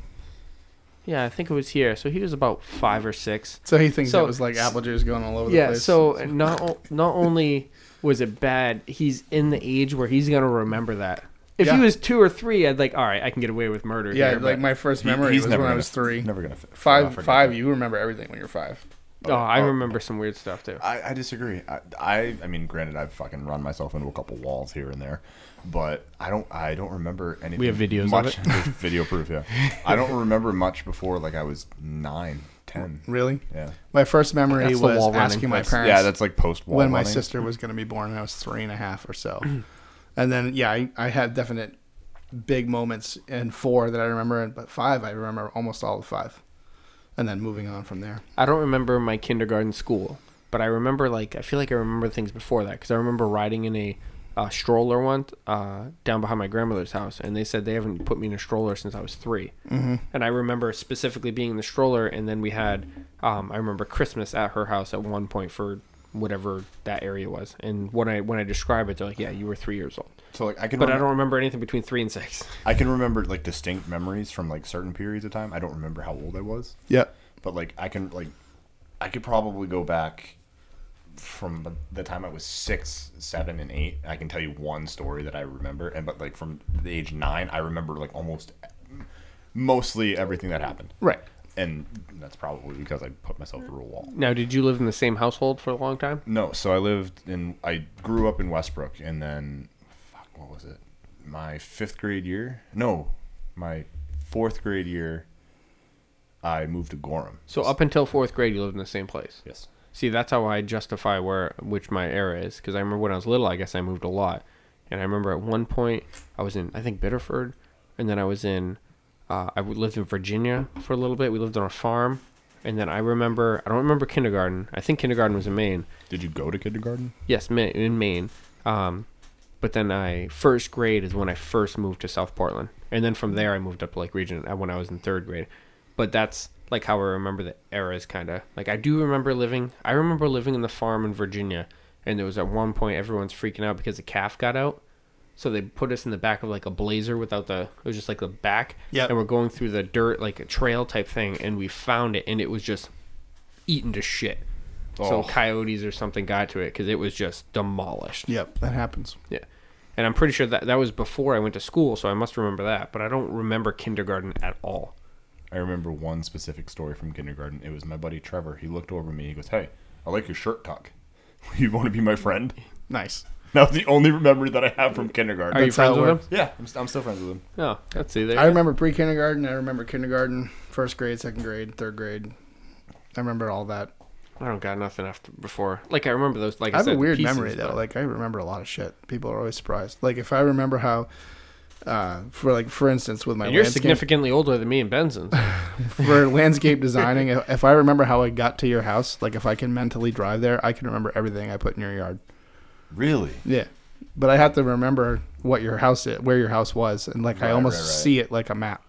Speaker 2: yeah i think it was here so he was about five or six
Speaker 3: so he thinks
Speaker 2: So-
Speaker 3: it was like apple juice going all over the
Speaker 2: yeah
Speaker 3: place.
Speaker 2: so not o- not only was it bad he's in the age where he's gonna remember that if
Speaker 3: Yeah.
Speaker 2: he was two or three i'd like all right i can get away with murder
Speaker 3: yeah,
Speaker 2: here,
Speaker 3: like
Speaker 2: but-
Speaker 3: my first
Speaker 1: He-
Speaker 3: memory
Speaker 1: he's
Speaker 3: was when
Speaker 1: never
Speaker 3: I
Speaker 1: gonna-
Speaker 3: was three,
Speaker 1: Never gonna. fi-
Speaker 3: five,
Speaker 1: forget
Speaker 3: five.
Speaker 1: that.
Speaker 3: You remember everything when you're five.
Speaker 2: oh i remember some weird stuff too
Speaker 1: I, I disagree. I, I I mean, granted, I've fucking run myself into a couple walls here and there, but I don't I don't remember anything.
Speaker 2: have videos of
Speaker 1: much, There's video proof, yeah. I don't remember much before like I was nine, ten.
Speaker 3: Really?
Speaker 1: Yeah.
Speaker 3: My first memory
Speaker 2: That's the
Speaker 3: was
Speaker 2: wall running.
Speaker 3: asking my
Speaker 1: That's-
Speaker 3: parents.
Speaker 1: Yeah, that's like post wall.
Speaker 3: when my sister was going to be born. I was three and a half or so. and then, yeah, I, I had definite big moments in four that I remember, but five, I remember almost all of five. And then moving on from there.
Speaker 2: i don't remember my kindergarten school but i remember like i feel like i remember things before that because i remember riding in a uh, stroller once uh, down behind my grandmother's house and they said they haven't put me in a stroller since i was 3 mm-hmm. and i remember specifically being in the stroller and then we had um, i remember christmas at her house at one point for whatever that area was and when i when i describe it they're like yeah you were three years old
Speaker 1: So like I can.
Speaker 2: but i
Speaker 1: remember-
Speaker 2: don't remember anything between three and six
Speaker 1: I can remember like distinct memories from like certain periods of time. I don't remember how old I was,
Speaker 3: Yeah.
Speaker 1: but like I can like I could probably go back from the time I was six, seven, and eight. I can tell you one story that I remember, and but like from the age nine, I remember like almost mostly everything that happened.
Speaker 3: Right.
Speaker 1: and that's probably because I put myself through a wall.
Speaker 2: now did you live in the same household for a long time
Speaker 1: No, so I lived in I grew up in Westbrook and then fuck what was it? My 5th grade year? No, my 4th grade year I moved to Gorham.
Speaker 2: so up until fourth grade you lived in the same place
Speaker 1: Yes.
Speaker 2: See, that's how I justify where which my era is because I remember when I was little, I guess I moved a lot, and I remember at one point I was in I think Bitterford, and then I was in uh, I lived in Virginia for a little bit. We lived on a farm, and then I remember I don't remember kindergarten. I think kindergarten was in Maine.
Speaker 1: Did you go to kindergarten?
Speaker 2: Yes, Ma in Maine. Um, but then I first grade is when I first moved to South Portland, and then from there I moved up to Lake Region uh, when I was in third grade. But that's like how I remember the eras, kind of. Like I do remember living. I remember living in the farm in Virginia, and there was at one point everyone's freaking out because the calf got out. So they put us in the back of like a blazer without the it was just like the back.
Speaker 3: Yep.
Speaker 2: And we're going through the dirt like a trail type thing and we found it and it was just eaten to shit. So
Speaker 1: Oh.
Speaker 2: coyotes or something got to it because it was just demolished.
Speaker 3: Yep, that happens.
Speaker 2: Yeah. And I'm pretty sure that that was before I went to school, so I must remember that, but I don't remember kindergarten at all.
Speaker 1: I remember one specific story from kindergarten. It was my buddy Trevor. He looked over at me. He goes, "Hey, I like your shirt tuck. You want to be my friend?"
Speaker 3: Nice.
Speaker 1: That was the only memory that I have from kindergarten.
Speaker 2: Are you
Speaker 3: That's how
Speaker 2: friends
Speaker 3: it
Speaker 2: with him?
Speaker 3: works.
Speaker 1: yeah, I'm, st- I'm still friends with him.
Speaker 2: No, that's either.
Speaker 3: I remember pre kindergarten. I remember kindergarten, first grade, second grade, third grade. I remember all that.
Speaker 2: I don't got nothing after before. Like I remember those. Like
Speaker 3: I
Speaker 2: I,
Speaker 3: have
Speaker 2: said,
Speaker 3: a
Speaker 2: the
Speaker 3: weird
Speaker 2: pieces,
Speaker 3: memory though.
Speaker 2: but-
Speaker 3: Like I remember a lot of shit. People are always surprised. Like if I remember how, uh, for like for instance with my
Speaker 2: and you're
Speaker 3: landscape
Speaker 2: significantly older than me and Benson. so-
Speaker 3: for landscape designing, if if I remember how I got to your house, like if I can mentally drive there, I can remember everything I put in your yard.
Speaker 1: Really?
Speaker 3: Yeah, but I have to remember what your house is, where your house was, and like I
Speaker 1: Right,
Speaker 3: almost
Speaker 1: right, Hmm. right.
Speaker 3: see it like a map.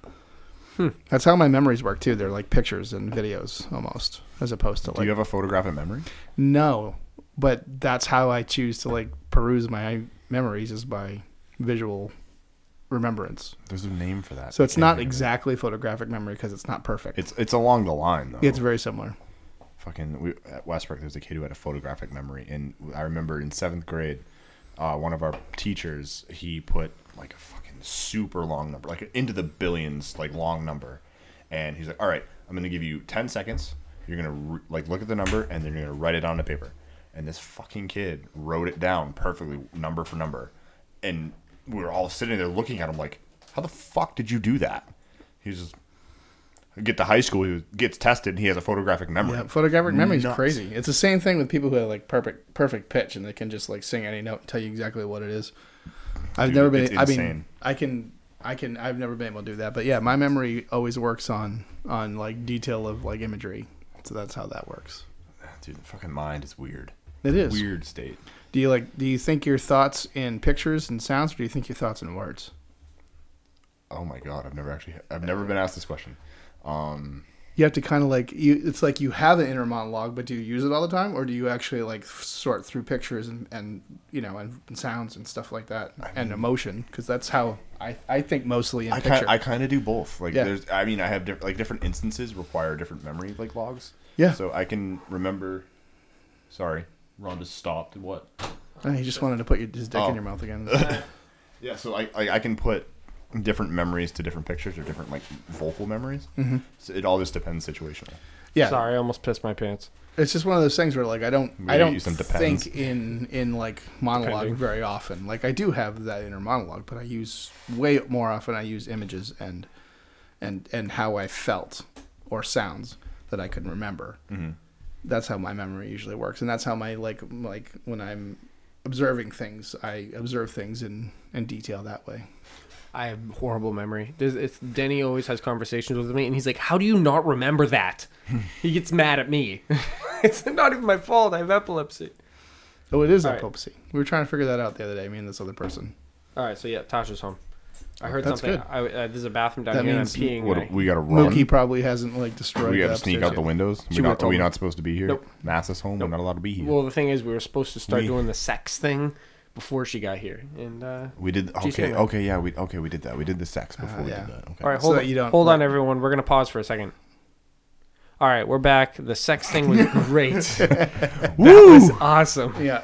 Speaker 3: That's how my memories work too. They're like pictures and videos almost, as opposed to like
Speaker 1: Do you have a photographic memory?
Speaker 3: No, but that's how I choose to like peruse my memories is by visual remembrance.
Speaker 1: There's a name for that.
Speaker 3: So it's
Speaker 1: Can't
Speaker 3: not
Speaker 1: think of it.
Speaker 3: exactly photographic memory because it's not perfect. It's
Speaker 1: It's it's along the line though.
Speaker 3: it's very similar.
Speaker 1: fucking we, at Westbrook. There's a kid who had a photographic memory, and I remember in seventh grade, uh, one of our teachers he put like a fucking super long number, like into the billions, like long number, and he's like, "All right, I'm gonna give you ten seconds. You're gonna re- like look at the number, and then you're gonna write it on the paper." And this fucking kid wrote it down perfectly, number for number, and we were all sitting there looking at him like, "How the fuck did you do that?" He's just get to high school, he gets tested, and he has a photographic memory.
Speaker 3: Yeah, photographic memory is
Speaker 1: Nuts.
Speaker 3: crazy. It's the same thing with people who have like perfect perfect pitch and they can just like sing any note and tell you exactly what it is. I've
Speaker 1: Dude,
Speaker 3: never been.
Speaker 1: it's
Speaker 3: I mean,
Speaker 1: insane.
Speaker 3: I can. I can. I've never been able to do that, but yeah, my memory always works on on like detail of like imagery, so that's how that works.
Speaker 1: Dude, the fucking mind is weird.
Speaker 3: It is
Speaker 1: Weird state.
Speaker 3: Do you like? Do you think your thoughts in pictures and sounds, or do you think your thoughts in words?
Speaker 1: Oh my god, I've never actually, I've never been asked this question. Um,
Speaker 3: You have to kind of like you. It's like you have an inner monologue, but do you use it all the time, or do you actually like sort through pictures and and you know and, and sounds and stuff like that and emotion? Because that's how I I think mostly in
Speaker 1: I kind,
Speaker 3: picture.
Speaker 1: I kind of do both. Like,
Speaker 3: Yeah.
Speaker 1: there's, I mean, I have different, like, different instances require different memory, like logs.
Speaker 3: Yeah.
Speaker 1: So I can remember. Sorry, Ron just stopped. What?
Speaker 3: Uh, he just wanted to put your, his dick
Speaker 1: Oh.
Speaker 3: in your mouth again.
Speaker 1: Yeah. So I, I, I can put different memories to different pictures or different like vocal memories. Mm-hmm. So it all just depends situational.
Speaker 3: yeah,
Speaker 2: Sorry, I almost pissed my pants.
Speaker 3: it's just one of those things where like I don't
Speaker 1: We
Speaker 3: I don't
Speaker 1: use them depends.
Speaker 3: think in in like monologue
Speaker 2: Depending.
Speaker 3: very often. Like I do have that inner monologue, but I use way more often. I use images and and and how I felt or sounds that I can remember. Mm-hmm. That's how my memory usually works, and that's how my like like when I'm observing things, I observe things in in detail that way.
Speaker 2: I have horrible memory. There's, it's Denny always has conversations with me, and he's like, "How do you not remember that?" he gets mad at me. it's not even my fault. I have epilepsy.
Speaker 3: Oh, it is
Speaker 2: All right.
Speaker 3: epilepsy. We were trying to figure that out the other day. Me and this other person.
Speaker 2: All right, so yeah, Tasha's home. I heard
Speaker 3: That's
Speaker 2: something.
Speaker 3: good.
Speaker 2: I, uh, there's a bathroom down
Speaker 3: That
Speaker 2: here.
Speaker 3: means
Speaker 2: and I'm peeing. and I-
Speaker 1: What? We gotta run.
Speaker 3: Mookie probably hasn't like destroyed.
Speaker 1: we
Speaker 3: the
Speaker 1: gotta sneak
Speaker 3: upstairs
Speaker 1: out the
Speaker 3: yet.
Speaker 1: windows.
Speaker 3: She
Speaker 1: We
Speaker 3: would've
Speaker 1: not, are
Speaker 3: told
Speaker 1: we
Speaker 3: me.
Speaker 1: not supposed to be here?
Speaker 2: Nope.
Speaker 1: Mass is home. We're not allowed to be here.
Speaker 2: Well, the thing is, we were supposed to start
Speaker 1: We-
Speaker 2: doing the sex thing before she got here, and uh,
Speaker 1: We did
Speaker 2: you say
Speaker 1: okay.
Speaker 2: that?
Speaker 1: Okay, yeah, we okay we did that. We did the sex before we
Speaker 3: Ah, yeah.
Speaker 1: did that. Okay.
Speaker 2: All right,
Speaker 3: So
Speaker 2: hold
Speaker 3: that
Speaker 2: on.
Speaker 3: you don't-
Speaker 2: hold on, everyone. We're gonna pause for a second. All right, we're back. The sex thing was great. that was awesome.
Speaker 3: Yeah.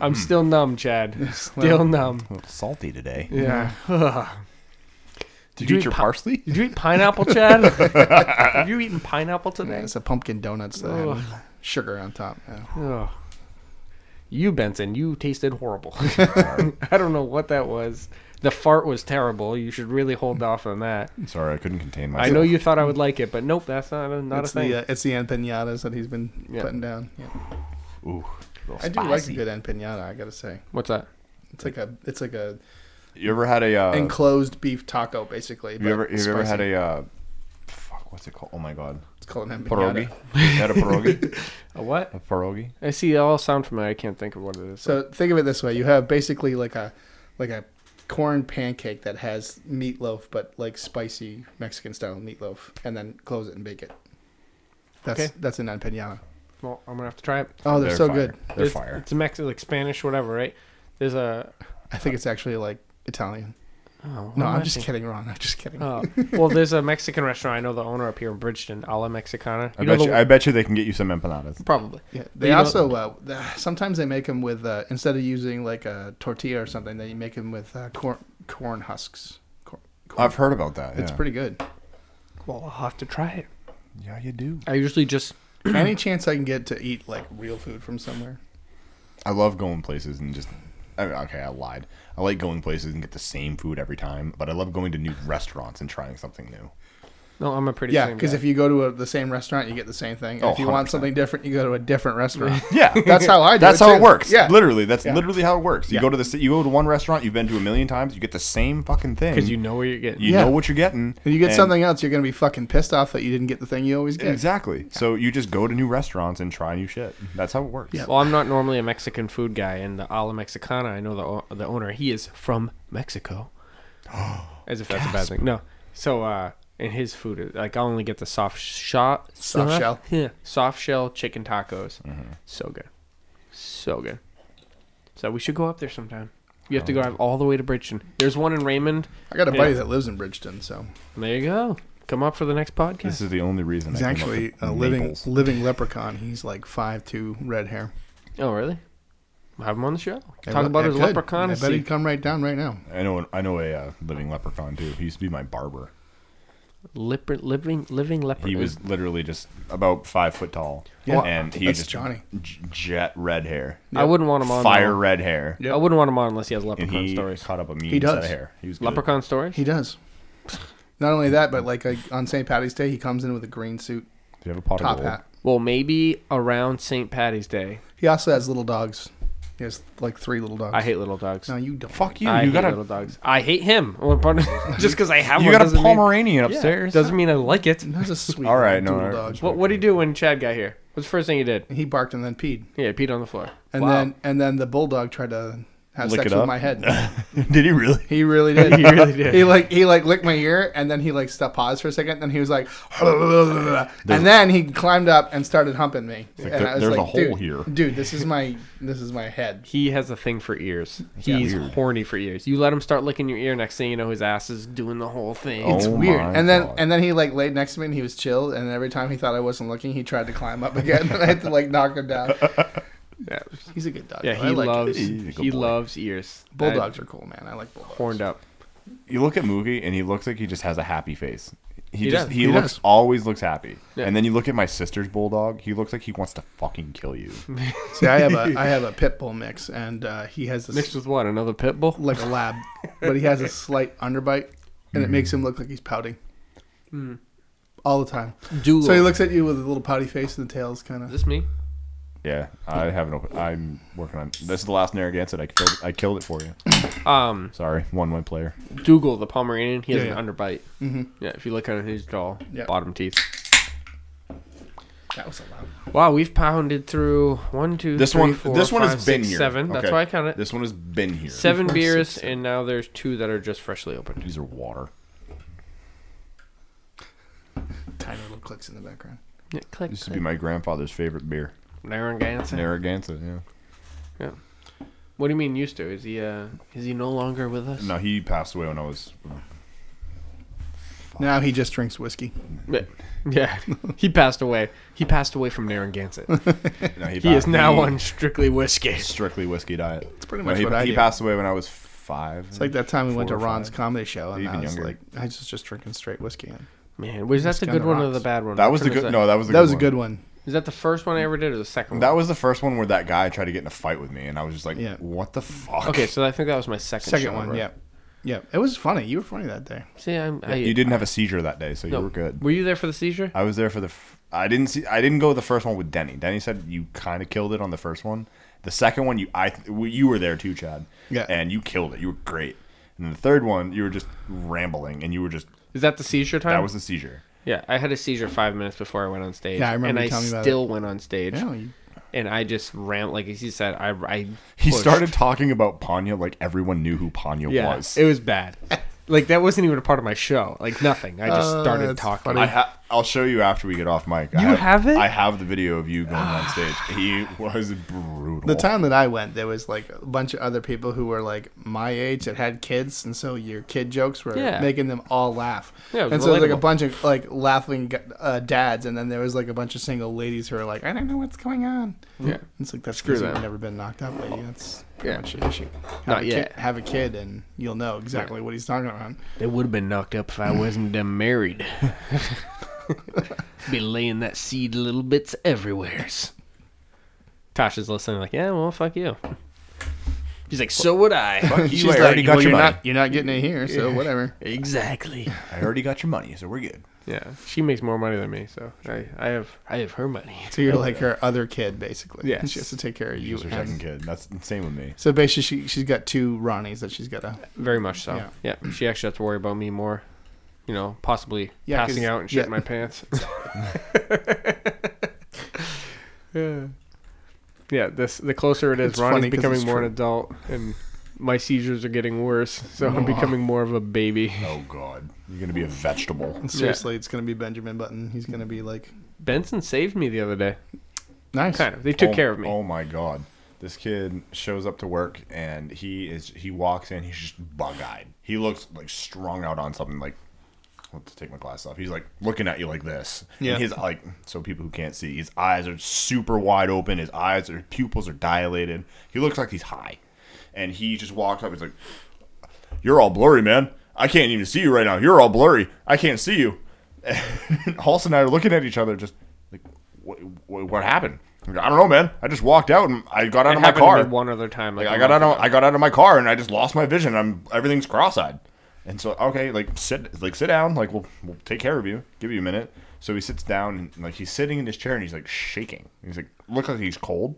Speaker 2: I'm still numb, Chad. Still numb.
Speaker 1: A little salty today.
Speaker 2: Yeah.
Speaker 1: Did,
Speaker 2: Did
Speaker 1: you
Speaker 2: you eat
Speaker 1: eat your
Speaker 2: pa-
Speaker 1: parsley?
Speaker 2: Did you eat pineapple, Chad? Have you eaten pineapple
Speaker 3: Yeah,
Speaker 2: today?
Speaker 3: it's the pumpkin donuts that
Speaker 2: Ugh.
Speaker 3: have sugar on top. Yeah.
Speaker 2: Ugh. You, Benson, you tasted horrible. I don't know what that was. The fart was terrible. You should really hold off on that.
Speaker 1: Sorry, I couldn't contain
Speaker 2: I
Speaker 1: myself.
Speaker 2: know you thought I would like it, but nope, that's not a, not
Speaker 3: it's
Speaker 2: a thing.
Speaker 3: the uh, it's the end pinatas that he's been
Speaker 2: Yeah.
Speaker 3: putting down. Yeah.
Speaker 1: Ooh,
Speaker 3: I do like a good end pinata. I gotta say,
Speaker 2: What's that?
Speaker 3: it's like a it's like a
Speaker 1: You ever had a? Uh,
Speaker 3: enclosed beef taco basically.
Speaker 1: you ever you ever had a? Uh, fuck, what's it called? Oh my god,
Speaker 3: It's called an
Speaker 1: pierogi.
Speaker 3: empanada.
Speaker 1: You had a pierogi.
Speaker 2: A what?
Speaker 1: a pierogi.
Speaker 2: I see. They all sound familiar. I can't think of what it is.
Speaker 3: So think of it this way: you have basically like a like a corn pancake that has meatloaf, but like spicy Mexican style meatloaf, and then close it and bake it. That's
Speaker 2: Okay.
Speaker 3: that's an empanada.
Speaker 2: Well, I'm gonna have to try it.
Speaker 3: Oh, they're, so
Speaker 1: fire.
Speaker 3: good.
Speaker 1: They're
Speaker 2: It's-
Speaker 1: fire.
Speaker 2: It's Mexican, like Spanish, whatever, right? There's a.
Speaker 3: I think it's actually like Italian.
Speaker 2: Oh,
Speaker 3: No,
Speaker 2: what am
Speaker 3: I'm
Speaker 2: I
Speaker 3: just
Speaker 2: thinking?
Speaker 3: kidding. Wrong. I'm just kidding.
Speaker 2: Oh, well, there's a Mexican restaurant. I know the owner up here in Bridgeton, a la Mexicana.
Speaker 1: I
Speaker 2: know
Speaker 1: bet
Speaker 2: the
Speaker 1: you. I bet you they can get you some empanadas.
Speaker 2: Probably.
Speaker 3: Yeah, they
Speaker 2: You know-
Speaker 3: also uh, th- sometimes they make them with uh, instead of using like a tortilla or something, they make them with uh, corn corn husks. Corn, corn.
Speaker 1: I've heard about that.
Speaker 3: It's
Speaker 1: Oh, yeah.
Speaker 3: pretty good.
Speaker 2: Well, I'll have to try it.
Speaker 1: Yeah, you do.
Speaker 2: I usually just
Speaker 3: Any chance I can get to eat like real food from somewhere?
Speaker 1: I love going places and just. I mean, okay, I lied. I like going places and get the same food every time, but I love going to new restaurants and trying something new.
Speaker 2: no. I'm a pretty
Speaker 3: Yeah,
Speaker 2: same
Speaker 3: because
Speaker 2: guy.
Speaker 3: if you go to a, the same restaurant, you get the same thing.
Speaker 1: Oh,
Speaker 3: if you want
Speaker 1: 100%.
Speaker 3: something different, you go to a different restaurant.
Speaker 1: Yeah,
Speaker 3: That's how I do
Speaker 1: That's
Speaker 3: it,
Speaker 1: how it
Speaker 3: too.
Speaker 1: works.
Speaker 3: Yeah.
Speaker 1: Yeah, literally. That's
Speaker 3: Yeah.
Speaker 1: literally how it works. You
Speaker 3: Yeah.
Speaker 1: go to the ci- you go to one restaurant you've been to a million times. You get the same fucking thing
Speaker 2: because you know where you're getting.
Speaker 1: you
Speaker 3: Yeah.
Speaker 1: know what you're getting.
Speaker 3: If you get
Speaker 1: and-
Speaker 3: something else, you're gonna be fucking pissed off that you didn't get the thing you always get.
Speaker 1: Exactly. So you just go to new restaurants and try new shit. That's how it works.
Speaker 3: Yeah.
Speaker 2: Well, I'm not normally a Mexican food guy, and the a la Mexicana, I know the o- the owner. He is from Mexico. As if that's a bad thing. No. So, uh, and his food, is, like, I only get the soft shot, uh-huh,
Speaker 3: Soft shell?
Speaker 2: yeah, soft shell chicken tacos.
Speaker 3: Mm-hmm.
Speaker 2: So good, so good. So we should go up there sometime. You have to
Speaker 3: Oh.
Speaker 2: go all the way to Bridgeton. There's one in Raymond.
Speaker 3: I got a buddy
Speaker 2: Yeah.
Speaker 3: that lives in Bridgeton, so
Speaker 2: There you go. Come up for the next podcast.
Speaker 1: This is the only reason.
Speaker 3: he's
Speaker 1: I came up
Speaker 3: actually
Speaker 1: with
Speaker 3: a living
Speaker 1: Naples.
Speaker 3: living leprechaun. He's like five two, red hair.
Speaker 2: oh, really? Have him on the show.
Speaker 3: I
Speaker 2: Talk
Speaker 3: re-
Speaker 2: about
Speaker 3: I
Speaker 2: his
Speaker 3: could.
Speaker 2: leprechaun.
Speaker 3: I
Speaker 2: and
Speaker 3: bet
Speaker 2: see-
Speaker 3: he'd come right down right now.
Speaker 1: I know. I know a uh, living leprechaun too. He used to be my barber.
Speaker 2: Lipper- living living leopard.
Speaker 1: He was literally just about five foot tall.
Speaker 3: Yeah.
Speaker 1: and he
Speaker 3: That's
Speaker 1: just
Speaker 3: Johnny.
Speaker 1: j- jet red hair,
Speaker 2: I wouldn't want him on.
Speaker 1: fire
Speaker 2: though.
Speaker 1: red hair.
Speaker 3: Yep.
Speaker 2: I wouldn't want him on unless he has
Speaker 1: And
Speaker 2: uh, leprechaun
Speaker 1: he
Speaker 2: stories.
Speaker 1: caught up a mean
Speaker 3: He
Speaker 1: set of
Speaker 3: does.
Speaker 1: hair. He was good.
Speaker 2: Leprechaun stories?
Speaker 3: He does. Not only that, but like, like on St. Patty's Day, he comes in with a green suit,
Speaker 1: Do you have a pot of
Speaker 3: top
Speaker 1: gold?
Speaker 3: hat.
Speaker 2: Well, maybe around St. Patty's Day.
Speaker 3: He also has little dogs. He has like three little dogs.
Speaker 2: I hate little dogs.
Speaker 3: No, you don't.
Speaker 1: Fuck you.
Speaker 2: I
Speaker 1: you
Speaker 2: hate
Speaker 1: got
Speaker 2: little
Speaker 1: a
Speaker 2: dogs. I hate him. Well, pardon- Just because I have
Speaker 1: you
Speaker 2: one
Speaker 1: got a
Speaker 2: doesn't mean-
Speaker 1: Pomeranian
Speaker 2: Yeah,
Speaker 1: upstairs.
Speaker 2: doesn't mean I like it.
Speaker 3: That's a sweet.
Speaker 1: All right,
Speaker 3: little
Speaker 1: no,
Speaker 3: doodle
Speaker 1: all right.
Speaker 3: dog.
Speaker 2: What What did he do when Chad got here? What's the first thing he did?
Speaker 3: He barked and then peed,
Speaker 2: Yeah, he peed on the floor.
Speaker 3: and
Speaker 2: Wow.
Speaker 3: then and then the bulldog tried to have
Speaker 1: Lick
Speaker 3: sex
Speaker 1: it
Speaker 3: with
Speaker 1: up?
Speaker 3: my head.
Speaker 1: Did he really?
Speaker 3: He really did.
Speaker 2: He really did.
Speaker 3: He like he like licked my ear, and then he like stopped paused for a second. Then he was like, and then he climbed up and started humping me.
Speaker 1: like,
Speaker 3: and
Speaker 1: there- there's a hole
Speaker 3: dude,
Speaker 1: here."
Speaker 3: dude. This is my this is my head.
Speaker 2: he has a thing for ears. He's
Speaker 1: weird.
Speaker 2: horny for ears. You let him start licking your ear, next thing you know, his ass is doing the whole thing.
Speaker 1: Oh
Speaker 3: It's weird.
Speaker 1: my
Speaker 3: And then
Speaker 1: God.
Speaker 3: and then he like laid next to me and he was chilled and every time he thought I wasn't looking, he tried to climb up again and I had to like knock him down.
Speaker 2: Yeah,
Speaker 3: He's a good dog.
Speaker 2: yeah
Speaker 3: though.
Speaker 2: he
Speaker 3: I like
Speaker 2: loves
Speaker 1: He's a good
Speaker 2: he
Speaker 1: boy.
Speaker 2: loves ears.
Speaker 3: bulldogs are cool, man. I like bulldogs.
Speaker 2: I- horned up.
Speaker 1: you look at Moogie and he looks like he just has a happy face. He,
Speaker 2: He
Speaker 1: just
Speaker 2: does.
Speaker 1: he,
Speaker 3: He
Speaker 1: looks
Speaker 3: does.
Speaker 1: always looks happy.
Speaker 2: Yeah.
Speaker 1: And then you look at my sister's bulldog, he looks like he wants to fucking kill you.
Speaker 3: See, I have a I have a pit bull mix and uh, he has this
Speaker 2: Mixed with what? Another pit bull?
Speaker 3: like a lab, but he has a slight underbite and
Speaker 1: Hmm.
Speaker 3: it makes him look like he's pouting. Hmm. All the time.
Speaker 2: Doolittle.
Speaker 3: So he looks at you with a little pouty face and the tail's kind
Speaker 2: Is
Speaker 3: of.
Speaker 2: this me?
Speaker 1: yeah, I haven't opened I'm working on this is the last Narragansett I killed I killed it for you.
Speaker 2: Um,
Speaker 1: Sorry, one one player.
Speaker 2: Dougal, the Pomeranian, he has
Speaker 3: Yeah,
Speaker 2: an underbite. Mm-hmm. Yeah, if you look at his jaw,
Speaker 3: Yeah.
Speaker 2: bottom teeth.
Speaker 3: That was a loud.
Speaker 2: Wow, we've pounded through one, two,
Speaker 1: This
Speaker 2: three,
Speaker 1: one
Speaker 2: four,
Speaker 1: this one
Speaker 2: five,
Speaker 1: has been
Speaker 2: six,
Speaker 1: here.
Speaker 2: seven. That's
Speaker 1: Okay.
Speaker 2: why I count it.
Speaker 1: This one has been here.
Speaker 2: seven
Speaker 3: four, six,
Speaker 2: beers,
Speaker 3: seven.
Speaker 2: and now there's two that are just freshly opened.
Speaker 1: These are water.
Speaker 3: Tiny little clicks in the background.
Speaker 2: Yeah, click.
Speaker 1: This would be my grandfather's favorite beer.
Speaker 2: Narragansett.
Speaker 1: Narragansett, yeah.
Speaker 2: what do you mean used to? Is he uh is he no longer with us?
Speaker 1: No, he passed away when I was uh,
Speaker 3: Now he just drinks whiskey.
Speaker 2: Yeah. Yeah. he passed away. He passed away from Narragansett.
Speaker 1: no,
Speaker 2: he is
Speaker 1: passed-
Speaker 2: now on strictly whiskey.
Speaker 1: strictly whiskey diet. It's
Speaker 3: pretty
Speaker 1: no,
Speaker 3: much
Speaker 1: he,
Speaker 3: what I
Speaker 1: he
Speaker 3: do.
Speaker 1: passed away when I was five.
Speaker 3: It's like that time we went to
Speaker 1: Four or
Speaker 3: Ron's
Speaker 1: five.
Speaker 3: comedy show, and
Speaker 1: Even
Speaker 3: I was
Speaker 1: younger.
Speaker 3: like, I was just drinking straight whiskey. And
Speaker 2: Man, was that
Speaker 3: This
Speaker 2: the
Speaker 3: kinda
Speaker 2: good one or
Speaker 3: rocks.
Speaker 2: the bad one?
Speaker 1: That was
Speaker 2: Which
Speaker 1: the
Speaker 2: one
Speaker 1: good.
Speaker 2: is
Speaker 1: No, that was the
Speaker 3: that
Speaker 1: good
Speaker 3: was a
Speaker 1: one.
Speaker 3: good one.
Speaker 2: Is that the first one I ever did or the second
Speaker 1: That
Speaker 2: one?
Speaker 1: was the first one where that guy tried to get in a fight with me, and I was just like,
Speaker 3: Yeah.
Speaker 1: "What the fuck?"
Speaker 2: Okay, so I think that was my second
Speaker 3: Second
Speaker 2: shot,
Speaker 3: one,
Speaker 2: right?
Speaker 3: yeah, yeah. It was funny. You were funny that day.
Speaker 2: See, I'm, I,
Speaker 1: you didn't have a seizure that day, so
Speaker 2: no.
Speaker 1: you were good.
Speaker 2: Were you there for the seizure?
Speaker 1: I was there for the. F- I didn't see. I didn't go the first one with Denny. Denny said you kind of killed it on the first one. The second one, you I th- you were there too, Chad.
Speaker 3: Yeah.
Speaker 1: And you killed it. You were great. And the third one, you were just rambling, and you were just
Speaker 2: Is that the seizure time?
Speaker 1: that was the seizure.
Speaker 2: yeah, I had a seizure five minutes before I went on stage.
Speaker 3: Yeah, I remember
Speaker 2: And
Speaker 3: you
Speaker 2: I
Speaker 3: telling me about
Speaker 2: still went on stage,
Speaker 3: Yeah, you-
Speaker 2: and I just ran like he said. I, I
Speaker 1: He
Speaker 2: pushed.
Speaker 1: started talking about Panya like everyone knew who Panya
Speaker 2: Yeah,
Speaker 1: was.
Speaker 2: it was bad. like that wasn't even a part of my show. Like nothing. I just
Speaker 3: Uh,
Speaker 2: started
Speaker 3: that's
Speaker 2: talking.
Speaker 3: funny.
Speaker 1: I ha- I'll show you after we get off mic. I
Speaker 2: You have it?
Speaker 1: I have the video of you going on stage. He was brutal.
Speaker 3: The time that I went, there was like a bunch of other people who were like my age that had kids, and so your kid jokes were
Speaker 2: Yeah.
Speaker 3: making them all laugh.
Speaker 2: Yeah, it was
Speaker 3: and so there was like a
Speaker 2: relatable.
Speaker 3: bunch of like laughing uh, dads, and then there was like a bunch of single ladies who were like, I don't know what's going on.
Speaker 2: Yeah.
Speaker 3: It's like that's
Speaker 2: Screw
Speaker 3: because you've
Speaker 2: them.
Speaker 3: never been knocked up, lady. That's pretty
Speaker 2: Yeah.
Speaker 3: much the issue. Have
Speaker 2: Not
Speaker 3: a
Speaker 2: yet. Uh,
Speaker 3: Kid, have a kid, and you'll know exactly what he's talking about.
Speaker 2: They would have been knocked up if I wasn't them married. Be laying that seed little bits everywheres. Tasha's listening, like, yeah, well, fuck you. He's like, so would I.
Speaker 1: Fuck you, I already got
Speaker 3: well,
Speaker 1: your
Speaker 3: you're
Speaker 1: money.
Speaker 3: not you're not getting it here, so whatever.
Speaker 2: exactly.
Speaker 1: I already got your money, so we're good.
Speaker 2: Yeah, she makes more money than me, so I, I have I have her money.
Speaker 3: So you're like her other kid, basically.
Speaker 2: Yes.
Speaker 3: She has to take care of you.
Speaker 1: He's her
Speaker 3: and-
Speaker 1: second kid. That's the same with me.
Speaker 3: So basically, she she's got two Ronnies that she's got to.
Speaker 2: Very much so.
Speaker 3: Yeah.
Speaker 2: Yeah. she actually has to worry about me more. You know, possibly
Speaker 3: Yeah, 'cause-
Speaker 2: passing out and shit
Speaker 3: yeah.
Speaker 2: in my pants. yeah. Yeah, this the closer it is,
Speaker 3: It's
Speaker 2: Ronnie's
Speaker 3: funny 'cause
Speaker 2: becoming
Speaker 3: it's
Speaker 2: more
Speaker 3: true.
Speaker 2: an adult and my seizures are getting worse, so I'm
Speaker 3: Aw.
Speaker 2: becoming more of a baby.
Speaker 1: Oh God, you're gonna be a vegetable.
Speaker 3: Seriously, it's gonna be Benjamin Button. He's gonna be like
Speaker 2: Benson saved me the other day.
Speaker 3: nice.
Speaker 2: Kind of. They took
Speaker 1: Oh-
Speaker 2: care of me.
Speaker 1: Oh my god. This kid shows up to work and he is he walks in, he's just bug eyed. He looks like strung out on something like let's take my glasses off. He's like looking at you like this.
Speaker 3: Yeah.
Speaker 1: And his like so people who can't see, his eyes are super wide open, his eyes are pupils are dilated. He looks like he's high. And he just walks up, he's like, You're all blurry, man. I can't even see you right now. You're all blurry. I can't see you. And Halston and I are looking at each other, just like, what, what, what happened? I'm like, I don't know, man. I just walked out and I got out
Speaker 2: It
Speaker 1: of my
Speaker 2: happened to
Speaker 1: car.
Speaker 2: me one other time. Like,
Speaker 1: Like, I
Speaker 2: a
Speaker 1: got
Speaker 2: month
Speaker 1: out of
Speaker 2: ago.
Speaker 1: I got out of my car and I just lost my vision. I'm everything's cross-eyed. And so okay, like sit like sit down. Like we'll we'll take care of you. Give you a minute. So he sits down and like he's sitting in his chair and he's like shaking. He's like look like he's cold.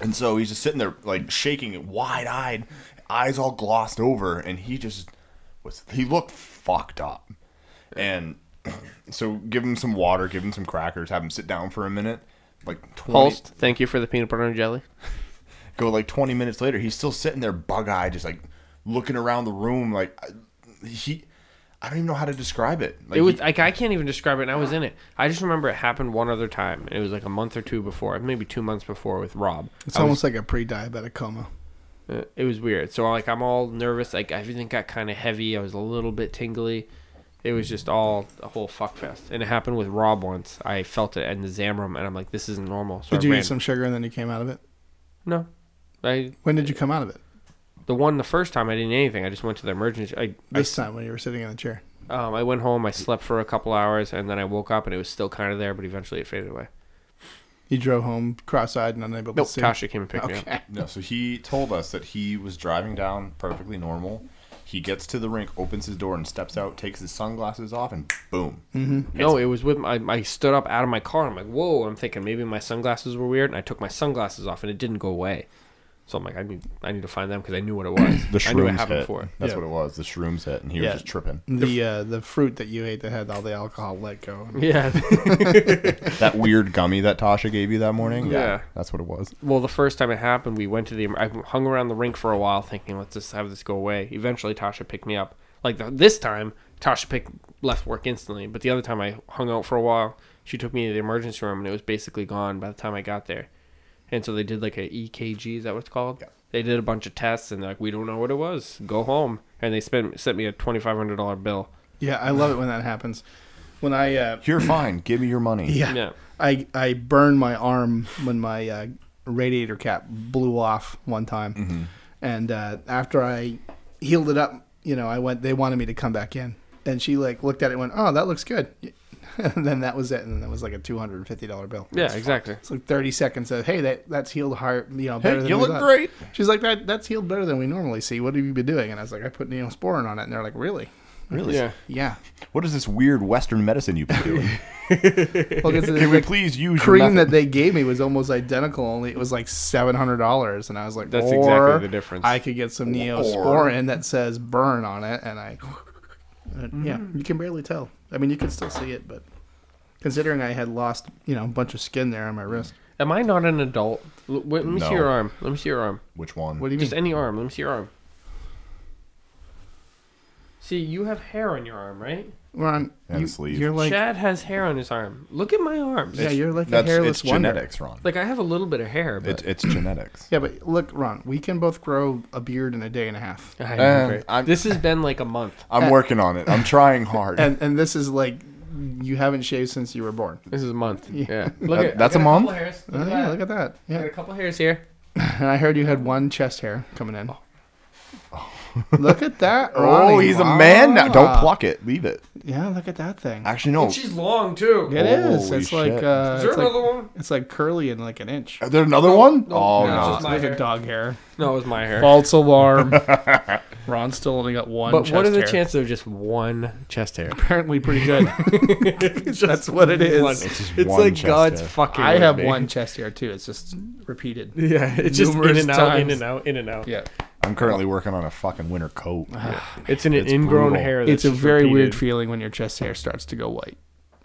Speaker 1: And so he's just sitting there, like shaking, wide eyed, eyes all glossed over, and he just was. He looked fucked up. And so, give him some water, give him some crackers, have him sit down for a minute. Like twenty,
Speaker 2: Pulsed, thank you for the peanut butter and jelly.
Speaker 1: go like twenty minutes later, he's still sitting there, bug eyed, just like looking around the room. Like I- he, I don't even know how to describe it. Like,
Speaker 2: It was
Speaker 1: he-
Speaker 2: like I can't even describe it. And I was in it. I just remember it happened one other time. and It was like a month or two before, maybe two months before with Rob.
Speaker 3: It's
Speaker 2: I was-
Speaker 3: almost like a pre-diabetic coma.
Speaker 2: uh, it was weird. So like I'm all nervous. Like everything got kind of heavy. I was a little bit tingly. It was just all a whole fuck fest. And it happened with Rob once. I felt it in the Zamrum, and I'm like, this isn't normal. So
Speaker 3: Did
Speaker 2: I
Speaker 3: you
Speaker 2: ran.
Speaker 3: eat some sugar and then you came out of it?
Speaker 2: No, I
Speaker 3: When did you come out of it?
Speaker 2: the one the first time I didn't eat anything. I just went to the emergency. I I,
Speaker 3: This time when you were sitting in the chair.
Speaker 2: um, I went home. I slept for a couple hours, and then I woke up, and it was still kind of there, but eventually it faded away.
Speaker 3: You drove home cross-eyed and unable
Speaker 2: Nope,
Speaker 3: to see.
Speaker 2: Tasha came and picked me up.
Speaker 3: Okay.
Speaker 1: No, so he told us that he was driving down perfectly normal. He gets to the rink, opens his door, and steps out, takes his sunglasses off, and boom.
Speaker 3: Mm-hmm.
Speaker 2: No, it was with my. I stood up out of my car. I'm like, whoa. I'm thinking maybe my sunglasses were weird, and I took my sunglasses off, and it didn't go away. So I'm like, I need, I need to find them because I knew what it was.
Speaker 1: The
Speaker 2: I knew
Speaker 1: shrooms
Speaker 2: it happened
Speaker 1: hit.
Speaker 2: before.
Speaker 1: That's
Speaker 3: Yeah.
Speaker 1: what it was. The shrooms hit, and he
Speaker 3: Yeah.
Speaker 1: was just tripping.
Speaker 3: The uh, the fruit that you ate that had all the alcohol let go.
Speaker 2: Yeah.
Speaker 1: that weird gummy that Tasha gave you that morning.
Speaker 2: Yeah.
Speaker 1: that's what it was.
Speaker 2: well, the first time it happened, we went to the. I hung around the rink for a while, thinking, let's just have this go away. Eventually, Tasha picked me up. Like the, this time, Tasha picked left work instantly. But the other time, I hung out for a while. She took me to the emergency room, and it was basically gone by the time I got there. And so they did like a EKG, is that what it's called?
Speaker 1: Yeah.
Speaker 2: They did a bunch of tests, and they're like, we don't know what it was. Go home. And they spent sent me a twenty five hundred dollar bill.
Speaker 3: Yeah, I love it when that happens. When I uh,
Speaker 1: You're fine. Give me your money.
Speaker 3: yeah,
Speaker 2: Yeah.
Speaker 3: I I burned my arm when my uh, radiator cap blew off one time,
Speaker 1: Mm-hmm.
Speaker 3: and uh, after I healed it up, you know, I went. They wanted me to come back in, and she like looked at it, and went, "Oh, that looks good." and then that was it, and that was like a two hundred and fifty dollar bill.
Speaker 2: Yeah, exactly.
Speaker 3: It's like thirty seconds of, "Hey, that that's healed heart, you know, better than
Speaker 1: you
Speaker 3: we
Speaker 1: look
Speaker 3: thought."
Speaker 1: great.
Speaker 3: She's like, "That that's healed better than we normally see. What have you been doing?" And I was like, "I put neosporin on it," and they're like, "Really?"
Speaker 1: Really?
Speaker 2: Yeah.
Speaker 3: Yeah.
Speaker 1: What is this weird Western medicine you've been doing?
Speaker 3: Well, 'cause
Speaker 1: Can
Speaker 3: the
Speaker 1: we please use your
Speaker 3: cream
Speaker 1: method?
Speaker 3: that they gave me was almost identical, only it was like seven hundred dollars, and I was like,
Speaker 2: That's
Speaker 3: "Or
Speaker 2: exactly the difference."
Speaker 3: I could get some neosporin that says "burn" on it, and I, and, yeah,
Speaker 2: Mm-hmm.
Speaker 3: you can barely tell. I mean, you can still see it, but considering I had lost, you know, a bunch of skin there on my wrist,
Speaker 2: Am I not an adult? L- wait, let me see
Speaker 1: No.
Speaker 2: your arm. Let me see your arm.
Speaker 1: Which one?
Speaker 3: what do you
Speaker 2: Just
Speaker 3: mean?
Speaker 2: any arm. Let me see your arm. See, you have hair on your arm, right?
Speaker 3: Ron,
Speaker 1: And
Speaker 3: you,
Speaker 1: the sleeve.
Speaker 3: you're like
Speaker 2: Chad has hair on his arm. Look at my arms.
Speaker 3: yeah, you're like a
Speaker 1: That's
Speaker 3: hairless
Speaker 1: it's
Speaker 3: wonder.
Speaker 1: genetics, Ron.
Speaker 2: Like I have a little bit of hair, but
Speaker 1: it's it's genetics.
Speaker 3: Yeah, but look, Ron, we can both grow a beard in a day and a half.
Speaker 2: I
Speaker 1: Uh,
Speaker 2: agree.
Speaker 1: I'm-
Speaker 2: this has been like a month.
Speaker 1: I'm working on it. I'm trying hard.
Speaker 3: And and this is like you haven't shaved since you were born.
Speaker 2: This is a month. Yeah,
Speaker 1: That-
Speaker 2: look at
Speaker 1: that's
Speaker 2: I
Speaker 1: a
Speaker 2: got couple
Speaker 1: month?
Speaker 2: hairs. Look
Speaker 3: Oh,
Speaker 2: at
Speaker 3: yeah,
Speaker 2: that.
Speaker 3: look at that.
Speaker 2: I
Speaker 3: Yeah.
Speaker 2: got a couple hairs here.
Speaker 3: And I heard you had one chest hair coming in. look at that. Ronnie.
Speaker 1: oh, he's a man now. Don't
Speaker 3: Wow.
Speaker 1: pluck it. Leave it.
Speaker 3: Yeah, look at that thing.
Speaker 1: Actually, no.
Speaker 2: And she's long too.
Speaker 3: It is.
Speaker 1: Holy
Speaker 3: It's like
Speaker 1: shit.
Speaker 3: uh,
Speaker 2: Is there
Speaker 3: it's
Speaker 2: another
Speaker 3: like,
Speaker 2: one?
Speaker 3: it's like curly and like an inch.
Speaker 1: Is there another one?
Speaker 2: no,
Speaker 1: oh
Speaker 2: no,
Speaker 1: no.
Speaker 2: it's
Speaker 3: It's
Speaker 2: just my
Speaker 3: like
Speaker 2: hair.
Speaker 3: a dog hair.
Speaker 2: No, it was my hair.
Speaker 3: False alarm. Ron's still only got one.
Speaker 2: but what
Speaker 3: chest
Speaker 2: are the
Speaker 3: hair.
Speaker 2: chances of just one chest hair?
Speaker 3: Apparently, pretty good. That's what it is.
Speaker 2: One.
Speaker 1: It's
Speaker 2: It's,
Speaker 1: just one
Speaker 2: like
Speaker 1: chest
Speaker 2: God's
Speaker 1: hair.
Speaker 2: fucking.
Speaker 3: I
Speaker 2: with
Speaker 3: have
Speaker 2: me.
Speaker 3: one chest hair too. It's just repeated.
Speaker 2: Yeah, it's just in
Speaker 3: Numerous
Speaker 2: and out, in
Speaker 3: times.
Speaker 2: and out, in and out.
Speaker 3: Yeah,
Speaker 1: I'm currently working on a fucking winter coat.
Speaker 2: It's an
Speaker 1: It's
Speaker 2: ingrown
Speaker 1: brutal.
Speaker 2: hair. That's
Speaker 3: it's a
Speaker 2: just
Speaker 3: very weird
Speaker 2: repeated.
Speaker 3: feeling when your chest hair starts to go white.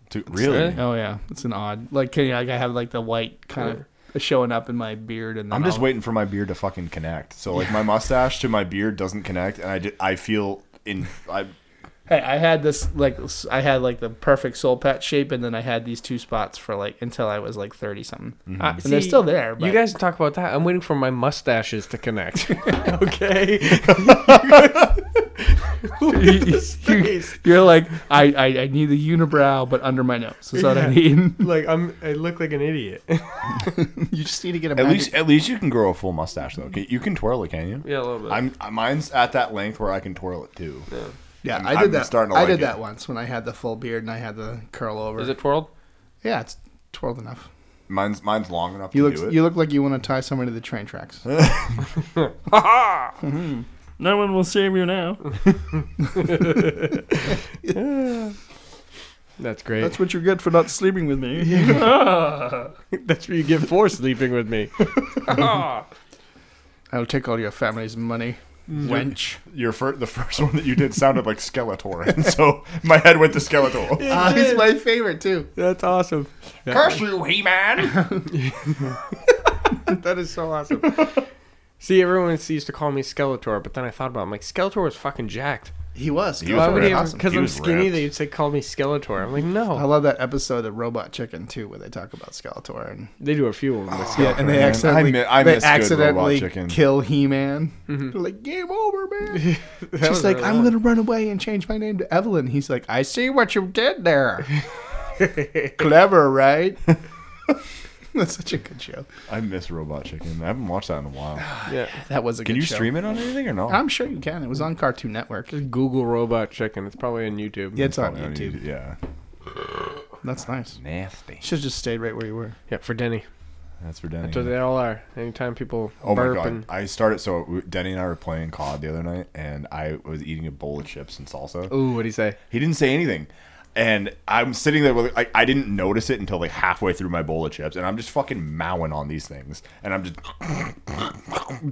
Speaker 1: Dude, really?
Speaker 3: Oh yeah, it's an odd. Like, can you, like I have like the white kind of showing up in my beard, and then
Speaker 1: I'm just
Speaker 3: I'll-
Speaker 1: waiting for my beard to fucking connect. So like my mustache to my beard doesn't connect, and I ju- I feel in I
Speaker 3: Hey, I had this like s- I had like the perfect soul patch shape, and then I had these two spots for like until I was like thirty something,
Speaker 1: Mm-hmm.
Speaker 2: Uh,
Speaker 3: and they're
Speaker 2: see,
Speaker 3: still there. But
Speaker 2: You guys talk about that. I'm waiting for my mustaches to connect. okay. Look at this face.
Speaker 3: you're like I, I I need the unibrow, but under my nose. Is what I
Speaker 2: Yeah.
Speaker 3: need.
Speaker 2: Like I'm, I look like an idiot.
Speaker 3: you just need to get a
Speaker 1: at
Speaker 3: magic-
Speaker 1: least at least you can grow a full mustache though. Can- You can twirl it, can you?
Speaker 2: yeah, a little bit.
Speaker 1: I'm uh, mine's at that length where I can twirl it too.
Speaker 3: Yeah,
Speaker 1: I'm-
Speaker 3: I did
Speaker 1: I'm
Speaker 3: that.
Speaker 1: starting to
Speaker 3: I
Speaker 1: like
Speaker 3: did
Speaker 1: it.
Speaker 3: that once when I had the full beard and I had the curl over.
Speaker 2: Is it twirled?
Speaker 3: Yeah, it's twirled enough.
Speaker 1: Mine's mine's long enough
Speaker 3: You
Speaker 1: to
Speaker 3: look
Speaker 1: do it.
Speaker 3: you look like you want to tie someone to the train tracks.
Speaker 4: No one will save you now.
Speaker 2: That's great.
Speaker 3: That's what you get for not sleeping with me.
Speaker 2: That's what you get for sleeping with me.
Speaker 3: I'll take all your family's money,
Speaker 1: Mm.
Speaker 3: wench.
Speaker 1: Your fir- the first one that you did sounded like Skeletor, and so my head went to Skeletor.
Speaker 3: Ah, he's my favorite too.
Speaker 2: That's awesome.
Speaker 1: Curse you, He-Man!
Speaker 3: That is so awesome.
Speaker 2: See, everyone used to call me Skeletor, but then I thought about it. I'm like, Skeletor was fucking jacked.
Speaker 3: He was.
Speaker 1: He was
Speaker 2: Why would he?
Speaker 1: ripped.
Speaker 2: Because
Speaker 1: He
Speaker 2: I'm
Speaker 1: was
Speaker 2: skinny,
Speaker 1: ripped.
Speaker 2: they'd say call me Skeletor. I'm like,
Speaker 3: I
Speaker 2: no.
Speaker 3: love that episode of Robot Chicken too, where they talk about Skeletor and
Speaker 2: They do a few of them. with
Speaker 3: yeah, and they
Speaker 1: Oh, man.
Speaker 3: accidentally
Speaker 1: I mi- I
Speaker 3: they
Speaker 1: miss good Robot
Speaker 3: accidentally
Speaker 1: Chicken. Mm-hmm.
Speaker 3: kill He Man. They're like, game over, man.
Speaker 2: Skeletor. That
Speaker 3: She's
Speaker 2: was
Speaker 3: like,
Speaker 2: really
Speaker 3: I'm
Speaker 2: long.
Speaker 3: gonna run away and change my name to Evelyn. He's like, I see what you did there. Clever, right? That's such a good show.
Speaker 1: I miss Robot Chicken. I haven't watched that in a while.
Speaker 2: Yeah.
Speaker 3: Ah, That was a
Speaker 1: Can
Speaker 3: good
Speaker 1: you
Speaker 3: show.
Speaker 1: stream it on anything or no?
Speaker 3: I'm sure you can. It was on Cartoon Network.
Speaker 2: Just Google robot chicken. It's probably on YouTube.
Speaker 3: Yeah, it's on
Speaker 1: Probably
Speaker 3: YouTube.
Speaker 1: Oh, Yeah.
Speaker 3: That's nice.
Speaker 1: Nasty.
Speaker 3: Should have just stayed right where you were.
Speaker 2: Yeah, for Denny.
Speaker 1: That's for Denny.
Speaker 2: So they all are. Anytime people
Speaker 1: Oh my
Speaker 2: burp
Speaker 1: god!
Speaker 2: and
Speaker 1: I started. So we- Denny and I were playing COD the other night, and I was eating a bowl of chips and salsa.
Speaker 2: ooh, what do you say?
Speaker 1: He didn't say anything, and I'm sitting there with like I didn't notice it until like halfway through my bowl of chips, and I'm just fucking mowing on these things, and I'm just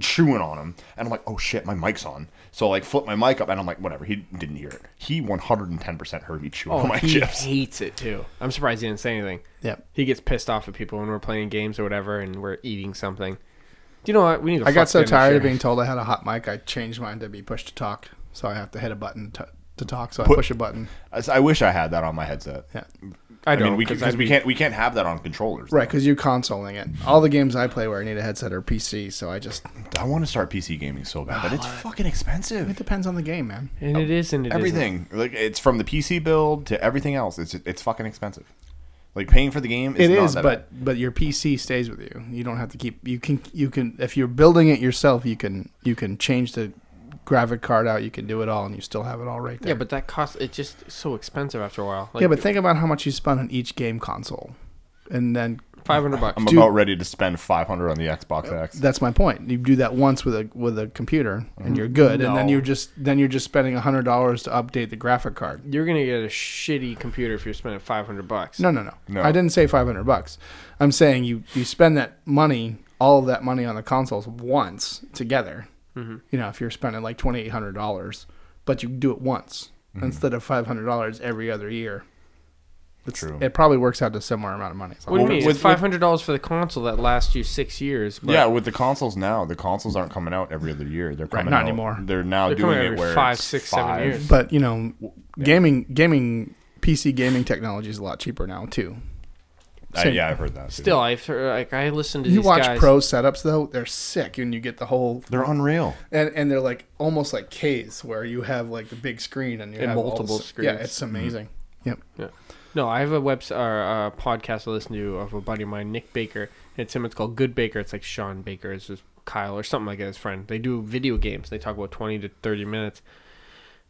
Speaker 1: chewing on them, and I'm like, oh shit, my mic's on. So I, like flip my mic up, and I'm like, whatever. He didn't hear it. He 110 percent heard me chewing on Oh my
Speaker 2: Oh, he
Speaker 1: chips.
Speaker 2: hates it too. I'm surprised he didn't say anything.
Speaker 3: Yep.
Speaker 2: He gets pissed off at people when we're playing games or whatever, and we're eating something. Do you know what? We need. To
Speaker 3: I got
Speaker 2: fuck
Speaker 3: so
Speaker 2: Denny
Speaker 3: tired of
Speaker 2: here.
Speaker 3: being told I had a hot mic, I changed mine to be push to talk. So I have to hit a button to, to talk. So I push a button.
Speaker 1: I, I wish I had that on my headset.
Speaker 3: Yeah.
Speaker 2: I
Speaker 1: I
Speaker 2: don't
Speaker 1: mean, we because
Speaker 2: I'd
Speaker 1: we
Speaker 2: be-
Speaker 1: can't we can't have that on controllers.
Speaker 3: Right, because you're consoling it. All the games I play where I need a headset are PC, so I just.
Speaker 1: I want to start PC gaming so bad, but it's fucking expensive.
Speaker 3: It depends on the game, man.
Speaker 2: And it is, and it isn't.
Speaker 1: everything like it's from the PC build to everything else. It's it's fucking expensive. Like paying for the game is
Speaker 3: It's
Speaker 1: not that
Speaker 3: but but your PC stays with you. You don't have to keep. You can you can if you're building it yourself, you can you can change the graphic card out. You can do it all, and you still have it all right there.
Speaker 2: Yeah, but that costs. It's just so expensive after a while. Like,
Speaker 3: yeah, but think about how much you spent on each game console, and then
Speaker 2: five hundred bucks.
Speaker 1: I'm
Speaker 3: Dude-
Speaker 1: about ready to spend 500 on the Xbox X.
Speaker 3: That's my point. You do that once with a with a computer,
Speaker 1: Mm-hmm.
Speaker 3: and you're good, and then
Speaker 2: No.
Speaker 3: you're just then you're just spending hundred dollars to update the graphic card.
Speaker 2: You're gonna get a shitty computer if you're spending five hundred bucks.
Speaker 3: No, no, no.
Speaker 1: No.
Speaker 3: I didn't say five hundred bucks. I'm saying you you spend that money, all of that money on the consoles once together. You know, if you're spending like twenty eight hundred
Speaker 1: Mm-hmm.
Speaker 3: dollars, but you do it once instead of five hundred dollars every other year. It's,
Speaker 1: True.
Speaker 3: It probably works out to similar amount of money. It's
Speaker 2: What do you
Speaker 3: like-
Speaker 2: mean?
Speaker 1: With-
Speaker 2: With five hundred dollars for the console that lasts you six years. But
Speaker 1: yeah, with the consoles now, the consoles aren't coming out every other year. They're coming
Speaker 3: not
Speaker 1: out-
Speaker 3: anymore.
Speaker 1: They're now
Speaker 2: They're
Speaker 1: doing
Speaker 2: coming out
Speaker 1: it
Speaker 2: every
Speaker 1: where
Speaker 2: five,
Speaker 1: it's
Speaker 2: six, seven
Speaker 1: five.
Speaker 2: years.
Speaker 3: But you know, gaming, gaming, PC gaming technology is a lot cheaper now too.
Speaker 1: I,
Speaker 3: Same.
Speaker 1: yeah, I've heard that. too.
Speaker 2: still, I've heard, like I listened to
Speaker 3: You
Speaker 2: these
Speaker 3: watch
Speaker 2: guys.
Speaker 3: pro setups though; they're sick, and you get the whole
Speaker 1: they're unreal.
Speaker 3: and and they're like almost like K's where you have like the big screen and you
Speaker 2: And
Speaker 3: have all
Speaker 2: multiple
Speaker 3: this-
Speaker 2: screens. Mm-hmm.
Speaker 3: Yeah, it's amazing. Yep.
Speaker 2: No, I have a website or a podcast I listen to of a buddy of mine, Nick Baker. And it's him. It's called Good Baker. It's like Sean Baker. It's just Kyle or something like that. His friend. They do video games. They talk about twenty to thirty minutes,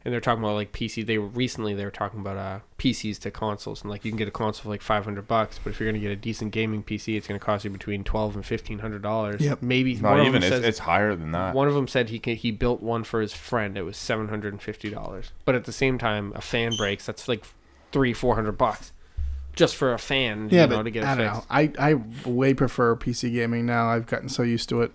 Speaker 2: and they're talking about like PC. They were- recently they were talking about uh, PCs to consoles and like you can get a console for like five hundred bucks, but if you're gonna get a decent gaming PC, it's gonna cost you between twelve and fifteen hundred dollars.
Speaker 3: Yep.
Speaker 2: Maybe one
Speaker 1: Not
Speaker 2: of
Speaker 1: even.
Speaker 2: them
Speaker 1: It's,
Speaker 2: says-
Speaker 1: it's higher than
Speaker 3: Uh.
Speaker 1: that.
Speaker 2: one of them said he can, he built one for his friend. It was seven hundred and fifty dollars. But at the same time, a fan breaks. That's like three four hundred bucks just for a fan.
Speaker 3: Yeah,
Speaker 2: you know,
Speaker 3: but
Speaker 2: to get it
Speaker 3: I don't know.
Speaker 2: fixed.
Speaker 3: I, I way prefer PC gaming now. I've gotten so used to it.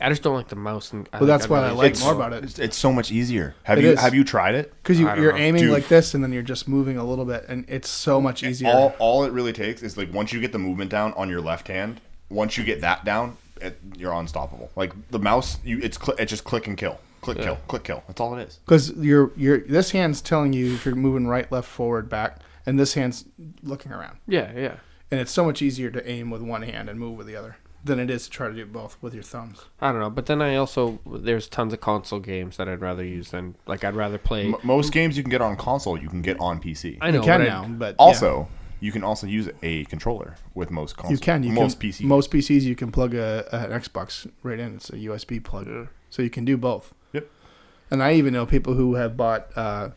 Speaker 2: I just don't like the mouse. And I
Speaker 3: Well, that's
Speaker 2: I'd
Speaker 3: why
Speaker 2: rather
Speaker 3: I like
Speaker 2: just-
Speaker 3: more about it
Speaker 1: It's, it's so much easier. Have
Speaker 3: It
Speaker 1: you
Speaker 3: is.
Speaker 1: have you tried it?
Speaker 3: because you,
Speaker 2: I don't
Speaker 3: you're
Speaker 2: know.
Speaker 3: aiming
Speaker 1: Dude.
Speaker 3: like this, and then you're just moving a little bit, and it's so much easier.
Speaker 1: All all it really takes is like once you get the movement down on your left hand, once you get that down, it, you're unstoppable. Like the mouse, you it's cl- it's just click and kill, click kill, click kill. That's all it is.
Speaker 3: because you're you're this hand's telling you if you're moving right, left, forward, back, and this hand's looking around,
Speaker 2: Yeah, yeah.
Speaker 3: and it's so much easier to aim with one hand and move with the other than it is to try to do both with your thumbs.
Speaker 2: I don't know. But then I also there's tons of console games that I'd rather use than like I'd rather play.
Speaker 1: M- most games you can get on console, you can get on PC.
Speaker 2: I
Speaker 3: You
Speaker 2: know.
Speaker 3: can
Speaker 2: but I-
Speaker 3: now, but yeah.
Speaker 1: Also, you can also use a controller with most consoles.
Speaker 3: You can. You
Speaker 1: most
Speaker 3: can,
Speaker 1: PC.
Speaker 3: Most PCs you can plug a, an Xbox right in. It's a USB plug, so you can do both.
Speaker 1: Yep.
Speaker 3: And I even know people who have bought uh,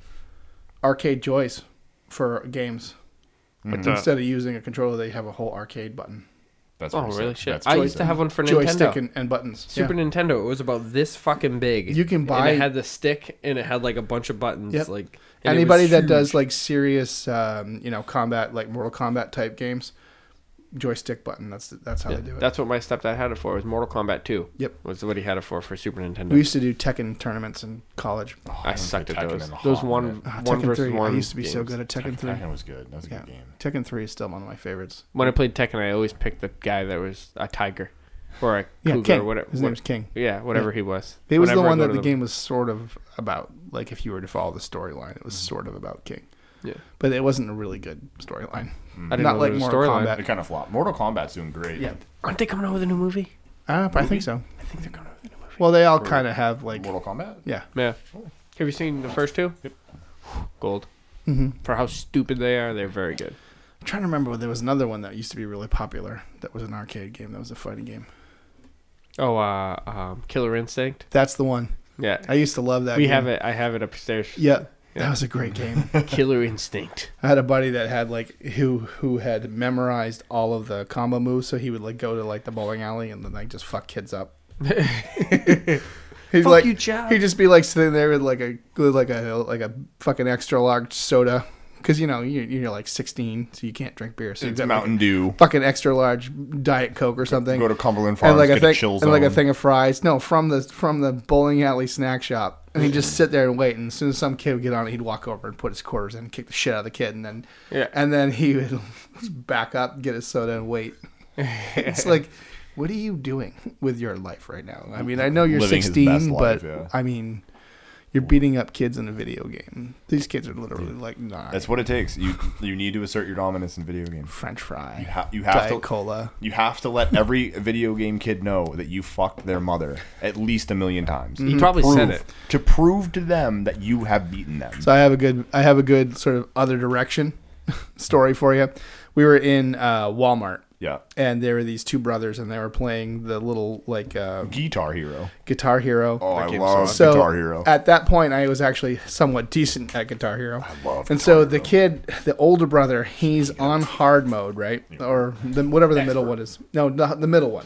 Speaker 3: arcade joys for games.
Speaker 1: Mm-hmm.
Speaker 3: But
Speaker 4: that?
Speaker 2: uh,
Speaker 3: instead of using a controller, they have a whole arcade button,
Speaker 1: That's
Speaker 2: Oh
Speaker 1: pretty
Speaker 2: really?
Speaker 1: sick.
Speaker 2: Shit.
Speaker 1: That's
Speaker 2: I
Speaker 1: pretty
Speaker 2: used to
Speaker 1: sick.
Speaker 2: have one for Nintendo.
Speaker 3: joystick, and, and buttons.
Speaker 2: Super
Speaker 3: Yeah.
Speaker 2: Nintendo. It was about this fucking big.
Speaker 3: You can buy-
Speaker 2: And it had the stick and it had like a bunch of buttons.
Speaker 3: Yep.
Speaker 2: Like and it was
Speaker 3: Anybody that
Speaker 2: huge.
Speaker 3: does like serious, um, you know, combat like Mortal Kombat type games, joystick button. That's that's how
Speaker 2: Yeah,
Speaker 3: they do it.
Speaker 2: That's what my stepdad had it for. Was Mortal Kombat 2.
Speaker 3: Yep.
Speaker 2: Was what he had it for for Super Nintendo.
Speaker 3: we used to do Tekken tournaments in college.
Speaker 2: I sucked at
Speaker 1: Tekken
Speaker 2: those.
Speaker 1: in a hot
Speaker 2: Those one
Speaker 1: minute.
Speaker 3: Ah,
Speaker 2: one
Speaker 3: Tekken
Speaker 2: versus
Speaker 3: three.
Speaker 2: one.
Speaker 3: I used to be so
Speaker 2: games.
Speaker 3: good at Tekken three.
Speaker 1: Tekken was good. That was a
Speaker 3: Yeah.
Speaker 1: good game.
Speaker 3: Tekken 3 is still one of my favorites.
Speaker 2: When I played Tekken, I always picked the guy that was a tiger, or a
Speaker 3: Yeah,
Speaker 2: cougar,
Speaker 3: King.
Speaker 2: or whatever.
Speaker 3: His
Speaker 2: what-
Speaker 3: name's King.
Speaker 2: yeah, whatever he was.
Speaker 3: He was the
Speaker 2: Whenever I
Speaker 3: one
Speaker 2: go
Speaker 3: that
Speaker 2: to
Speaker 3: the
Speaker 2: them-
Speaker 3: game was sort of about. Like, if you were to follow the storyline, it was sort of about King.
Speaker 2: Yeah.
Speaker 3: But it wasn't a really good storyline.
Speaker 2: I didn't
Speaker 3: Not
Speaker 2: know
Speaker 3: like
Speaker 2: there was a
Speaker 3: Mortal
Speaker 2: storyline.
Speaker 3: Kombat.
Speaker 1: It kind of flopped. Mortal Kombat's doing great.
Speaker 3: Yeah.
Speaker 2: Aren't they coming out with a new movie?
Speaker 3: Uh, but I think so.
Speaker 2: I think they're coming out with a new movie.
Speaker 3: Well, they all kind of have, like.
Speaker 1: Mortal Kombat.
Speaker 3: Yeah.
Speaker 2: Yeah. Have you seen the first two? Yep. Gold.
Speaker 3: Mhm.
Speaker 2: For how stupid they are, they're very good.
Speaker 3: I'm trying to remember. There was another one that used to be really popular that was an arcade game, that was a fighting game.
Speaker 2: Oh, uh, um, Killer Instinct.
Speaker 3: That's the one.
Speaker 2: Yeah.
Speaker 3: I used to love that
Speaker 2: we
Speaker 3: game.
Speaker 2: have it. I have it upstairs.
Speaker 3: Yeah. That
Speaker 2: Yeah.
Speaker 3: was a great game.
Speaker 2: Killer Instinct.
Speaker 3: I had a buddy that had like who who had memorized all of the combo moves, so he would like go to like the bowling alley and then like just fuck kids up. He's
Speaker 2: Fuck
Speaker 3: like
Speaker 2: you, Chad.
Speaker 3: he'd just be like sitting there with like a with like a like a fucking extra large soda because you know you're, you're like 16, so you can't drink beer, so you
Speaker 1: It's
Speaker 3: got like,
Speaker 1: Mountain Dew.
Speaker 3: fucking extra large diet coke or something,
Speaker 1: Go to Cumberland Farms.
Speaker 3: and like
Speaker 1: get
Speaker 3: a
Speaker 1: a
Speaker 3: thing
Speaker 1: chill
Speaker 3: and like a
Speaker 1: zone.
Speaker 3: thing of fries. No, from the from the bowling alley snack shop, and he'd just sit there and wait. And as soon as some kid would get on, it, he'd walk over and put his quarters in, kick the shit out of the kid, and then
Speaker 2: Yeah.
Speaker 3: and then he would back up, get his soda, and wait. it's like, what are you doing with your life right now? I mean, I know you're
Speaker 1: Living his
Speaker 3: 16,
Speaker 1: best life,
Speaker 3: but
Speaker 1: yeah.
Speaker 3: I mean, you're beating up kids in a video game. These kids are literally like, nah,
Speaker 1: That's what it takes. You you need to assert your dominance in video games.
Speaker 3: French fry,
Speaker 1: You, ha- you have
Speaker 3: diet
Speaker 1: to
Speaker 3: cola.
Speaker 1: you have to let every video game kid know that you fucked their mother at least a million times.
Speaker 2: He probably
Speaker 1: prove,
Speaker 2: said it.
Speaker 1: to prove to them that you have beaten them.
Speaker 3: So I have a good I have a good sort of other direction story for you. We were in uh, Walmart
Speaker 1: yeah,
Speaker 3: and there were these two brothers and they were playing the little like uh,
Speaker 1: Guitar Hero.
Speaker 3: Guitar Hero.
Speaker 1: Oh, I
Speaker 3: That game's
Speaker 1: love
Speaker 3: so-
Speaker 1: Guitar Hero.
Speaker 3: At that point, I was actually somewhat decent at Guitar Hero. I
Speaker 1: love
Speaker 3: and so the kid, the older brother, he's on hard mode, right? Or the, whatever the middle one is. No, the, the middle one,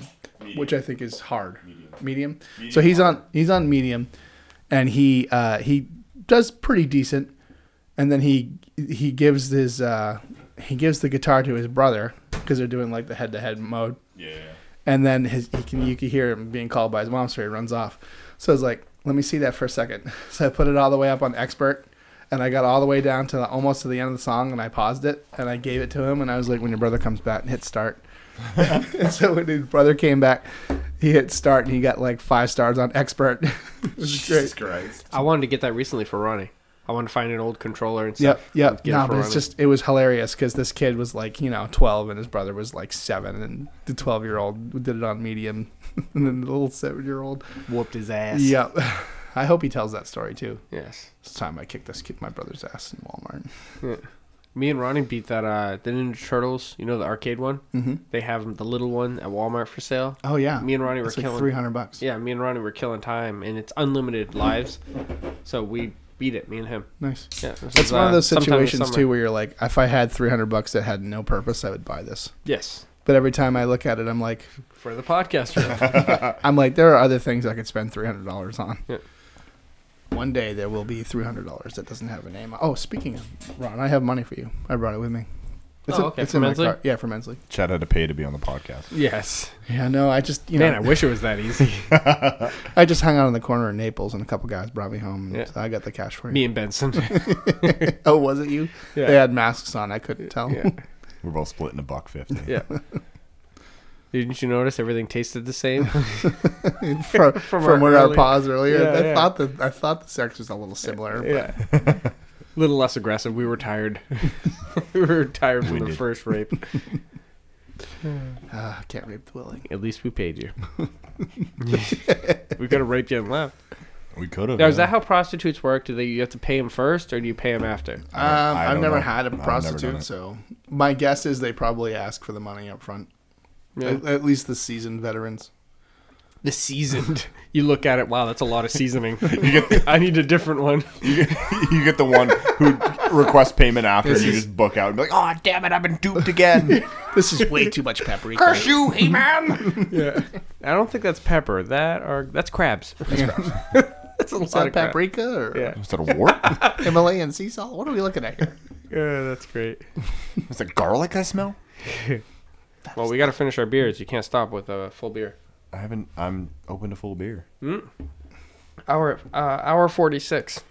Speaker 3: which I think is hard. Medium. So he's on he's on medium, and he uh, he does pretty decent, and then he he gives his uh, he gives the guitar to his brother because they're doing like the head to head mode
Speaker 1: Yeah.
Speaker 3: and then his, he can you can hear him being called by his mom, so he runs off. So I was like, let me see that for a second. So I put it all the way up on expert, and I got all the way down to the, almost to the end of the song, and I paused it, and I gave it to him, and I was like, "When your brother comes back, hit start." and so when his brother came back, he hit start, and he got like five stars on expert. it was great.
Speaker 1: Christ.
Speaker 2: I wanted to get that recently for Ronnie. I wanted to find an old controller and
Speaker 3: Yep,
Speaker 2: stuff.
Speaker 3: yep.
Speaker 2: Get it
Speaker 3: No,
Speaker 2: for
Speaker 3: but it's
Speaker 2: Ronnie.
Speaker 3: just it was hilarious because this kid was like you know twelve, and his brother was like seven, and the twelve year old did it on medium, and then the little seven year old.
Speaker 2: whooped his ass.
Speaker 3: Yep. I hope he tells that story too.
Speaker 2: Yes.
Speaker 3: It's time I kicked this kid, my brother's ass in Walmart.
Speaker 2: Me and Ronnie beat that uh the Ninja Turtles, you know the arcade one? Mm-hmm. They have the little one at Walmart for sale.
Speaker 3: Oh yeah,
Speaker 2: Me and Ronnie were
Speaker 3: it's like
Speaker 2: killing-
Speaker 3: three hundred bucks.
Speaker 2: Yeah, me and Ronnie were killing time and it's unlimited lives. So we beat it, me and him.
Speaker 3: nice.
Speaker 2: Yeah. this
Speaker 3: That's
Speaker 2: was,
Speaker 3: one
Speaker 2: uh,
Speaker 3: of those
Speaker 2: sometime this
Speaker 3: situations
Speaker 2: summer.
Speaker 3: too where you're like, if I had 300 bucks that had no purpose, I would buy this.
Speaker 2: Yes.
Speaker 3: But every time I look at it, I'm like,
Speaker 2: For the podcaster.
Speaker 3: I'm like, there are other things I could spend 300 dollars on.
Speaker 2: Yeah.
Speaker 3: One day there will be 300 dollars that doesn't have a name. Oh, speaking of Ron, I have money for you. I brought it with me. It's,
Speaker 2: Oh,
Speaker 3: a-
Speaker 2: okay,
Speaker 3: it's
Speaker 2: for
Speaker 3: in my
Speaker 2: men's league?
Speaker 3: car. Yeah, for men's league.
Speaker 1: Chad had to pay to be on the podcast.
Speaker 2: yes.
Speaker 3: Yeah, no, I just you
Speaker 2: Man,
Speaker 3: know
Speaker 2: I wish it was that easy.
Speaker 3: I just hung out in the corner in Naples and a couple guys brought me home. And
Speaker 2: Yeah.
Speaker 3: so I got the cash for you.
Speaker 2: me and Benson.
Speaker 3: Oh, was it you?
Speaker 2: Yeah.
Speaker 3: They had masks on. I couldn't tell.
Speaker 2: yeah.
Speaker 1: We're both splitting a buck fifty.
Speaker 2: Yeah. Didn't you notice everything tasted the same?
Speaker 3: from,
Speaker 2: From
Speaker 3: from,
Speaker 2: our
Speaker 3: where
Speaker 2: earlier-
Speaker 3: I paused earlier.
Speaker 2: Yeah,
Speaker 3: I
Speaker 2: yeah.
Speaker 3: thought the I thought the sex was a little similar.
Speaker 2: yeah. A little less aggressive. We were tired. we were tired from
Speaker 1: We
Speaker 2: the
Speaker 1: did.
Speaker 2: first rape.
Speaker 3: But, uh, can't rape the willing.
Speaker 2: At least we paid you. we could have raped you and left.
Speaker 1: We could have.
Speaker 2: Now, is that how prostitutes work? Do they you have to pay them first, or do you pay them after?
Speaker 3: Um, I've never had a
Speaker 1: I've never done
Speaker 3: prostitute,
Speaker 1: it.
Speaker 3: so my guess is they probably ask for the money up front. At, at least the seasoned veterans.
Speaker 2: The seasoned. You look at it. Wow, that's a lot of seasoning. I need a different one.
Speaker 1: you get the one who requests payment after, and you just book out and be like, "Oh damn it, I've been duped again."
Speaker 3: This is way too much paprika.
Speaker 1: Curse you, he man.
Speaker 2: I don't think that's pepper. That or that's crabs. that's a lot
Speaker 3: Is that
Speaker 2: of crab.
Speaker 3: paprika or
Speaker 2: Yeah.
Speaker 1: Is that a warp?
Speaker 3: Himalayan sea salt? What are we looking at here?
Speaker 2: Yeah, that's great.
Speaker 1: Is that garlic I smell?
Speaker 2: Well, we got to finish our beers. You can't stop with a full beer.
Speaker 1: I haven't. I'm open to full beer.
Speaker 2: Hour uh, hour forty six.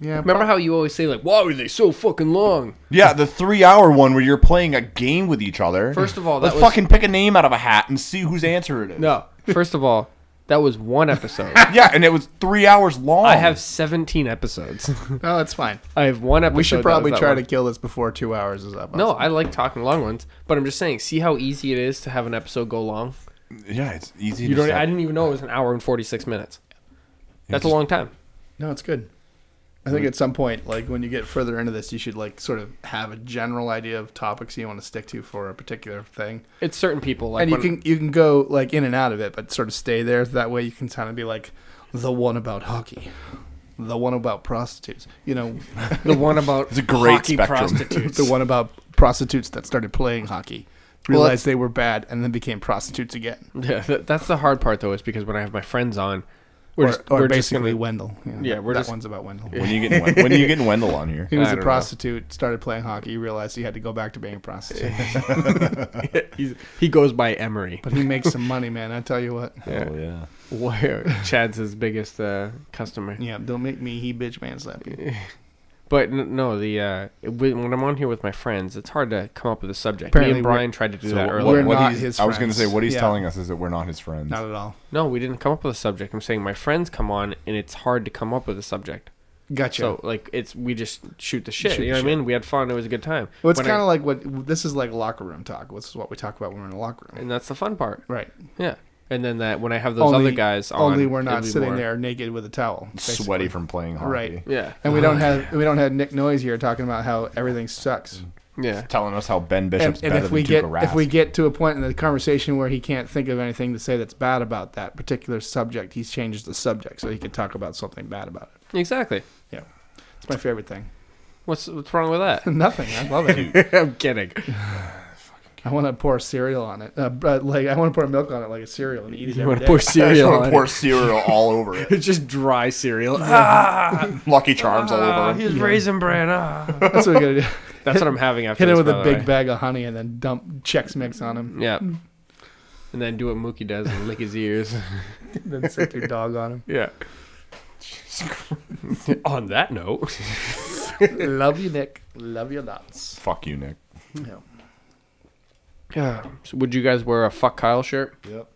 Speaker 3: Yeah,
Speaker 2: Remember how you always say like, "Why are they so fucking long?"
Speaker 1: Yeah, the three-hour one where you're playing a game with each other.
Speaker 2: First of all, that
Speaker 1: let's
Speaker 2: was-
Speaker 1: fucking pick a name out of a hat and see whose answer it is.
Speaker 2: No. First of all, that was one episode.
Speaker 1: Yeah, and it was three hours long.
Speaker 2: I have seventeen episodes.
Speaker 3: no, it's Oh, fine.
Speaker 2: I have one episode.
Speaker 3: We should
Speaker 2: that
Speaker 3: probably
Speaker 2: was that
Speaker 3: try
Speaker 2: long.
Speaker 3: to kill this before two hours is up.
Speaker 2: No, I like talking long ones, but I'm just saying. See how easy it is to have an episode go long.
Speaker 1: Yeah, it's easy.
Speaker 2: You
Speaker 1: to
Speaker 2: don't. e-,
Speaker 1: set.
Speaker 2: I didn't even know it was an hour and forty six minutes. That's a long time.
Speaker 3: No, it's good. I
Speaker 2: Mm-hmm.
Speaker 3: think at some point, like when you get further into this, you should like sort of have a general idea of topics you want to stick to for a particular thing,
Speaker 2: It's certain people like
Speaker 3: and you
Speaker 2: when-
Speaker 3: can you can go like in and out of it, but sort of stay there. That way, you can kind of be like the one about hockey, the one about prostitutes, you know,
Speaker 2: the one about
Speaker 1: a great
Speaker 2: hockey
Speaker 1: spectrum.
Speaker 2: prostitutes.
Speaker 3: the one about prostitutes that started playing hockey, realized they were bad, and then became prostitutes again,
Speaker 2: Yeah, that, that's the hard part though, is because when I have my friends on, we're
Speaker 3: or,
Speaker 2: just,
Speaker 3: or
Speaker 2: we're just
Speaker 3: basically
Speaker 2: gonna,
Speaker 3: Wendell. Yeah,
Speaker 2: Yeah, we're
Speaker 3: that
Speaker 2: just-
Speaker 3: one's about Wendell.
Speaker 1: When are you getting Wen- when are you getting Wendell on here?
Speaker 3: He was
Speaker 2: I
Speaker 3: a
Speaker 2: don't know.
Speaker 3: prostitute, started playing hockey, realized he had to go back to being a prostitute.
Speaker 2: he's, he goes by Emery.
Speaker 3: But he makes some money, man. I tell you what.
Speaker 2: Yeah.
Speaker 1: yeah.
Speaker 2: Where Chad's his biggest uh, customer.
Speaker 3: Yeah, don't make me he bitch man slap you.
Speaker 2: But n- no, the uh, when when I'm on here with my friends, it's hard to come up with a subject. Me
Speaker 3: Apparently
Speaker 2: and
Speaker 3: we're-
Speaker 2: Brian tried to do
Speaker 1: So
Speaker 2: that
Speaker 1: what-
Speaker 2: earlier.
Speaker 3: We're
Speaker 1: what
Speaker 3: not
Speaker 1: he's-
Speaker 3: his
Speaker 1: I was going to say
Speaker 3: friends.
Speaker 1: what he's
Speaker 3: Yeah.
Speaker 1: telling us is that we're not his friends.
Speaker 3: Not at all.
Speaker 2: No, we didn't come up with a subject. I'm saying my friends come on, and it's hard to come up with a subject.
Speaker 3: Gotcha.
Speaker 2: So like, it's we just shoot the shit.
Speaker 3: Shoot the
Speaker 2: you know what I
Speaker 3: shit.
Speaker 2: mean? We had fun. It was a good time.
Speaker 3: well, it's
Speaker 2: When
Speaker 3: kind
Speaker 2: I-
Speaker 3: of like what this is like locker room talk. This is what we talk about when we're in a locker room.
Speaker 2: and that's the fun part.
Speaker 3: Right.
Speaker 2: Yeah. And then that when I have those other guys on,
Speaker 3: Only we're not
Speaker 2: it'll be
Speaker 3: sitting
Speaker 2: more-
Speaker 3: there naked with a towel. basically.
Speaker 1: Sweady from playing hockey.
Speaker 3: Right.
Speaker 2: Yeah.
Speaker 3: And we don't have we don't have Nick Noyes here talking about how everything sucks.
Speaker 2: Mm-hmm. Yeah.
Speaker 1: Telling us how Ben
Speaker 3: And,
Speaker 1: Bishop's
Speaker 3: and
Speaker 1: better
Speaker 3: if we
Speaker 1: than
Speaker 3: get
Speaker 1: Tuukka Rask.
Speaker 3: if we get to a point in the conversation where he can't think of anything to say that's bad about that particular subject, he changes the subject so he can talk about something bad about it.
Speaker 2: Exactly.
Speaker 3: Yeah. It's my favorite thing.
Speaker 2: What's what's wrong with that?
Speaker 3: Nothing. I love it.
Speaker 2: I'm kidding.
Speaker 3: I want to pour cereal on it. Uh, but like I want to pour milk on it like a cereal and eat it
Speaker 2: You
Speaker 3: every
Speaker 2: want
Speaker 3: day.
Speaker 2: to pour
Speaker 1: I just
Speaker 2: cereal
Speaker 1: want
Speaker 2: on
Speaker 1: to
Speaker 2: it.
Speaker 1: pour cereal all over it.
Speaker 2: It's just dry cereal. Ah,
Speaker 1: Lucky Charms all over it.
Speaker 2: he's raisin bran. Ah.
Speaker 3: That's what we're gonna do.
Speaker 2: That's what I'm having after
Speaker 3: Hit him
Speaker 2: this,
Speaker 3: with
Speaker 2: by
Speaker 3: a
Speaker 2: the
Speaker 3: big
Speaker 2: way.
Speaker 3: bag of honey and then dump Chex Mix on him.
Speaker 2: Yeah. And then do what Mookie does and lick his ears.
Speaker 3: then sick your dog on him.
Speaker 2: yeah. on that note,
Speaker 3: Love you, Nick. Love your nuts.
Speaker 1: Fuck you, Nick.
Speaker 3: Yep.
Speaker 2: Yeah. So would you guys wear a fuck Kyle shirt?
Speaker 3: Yep.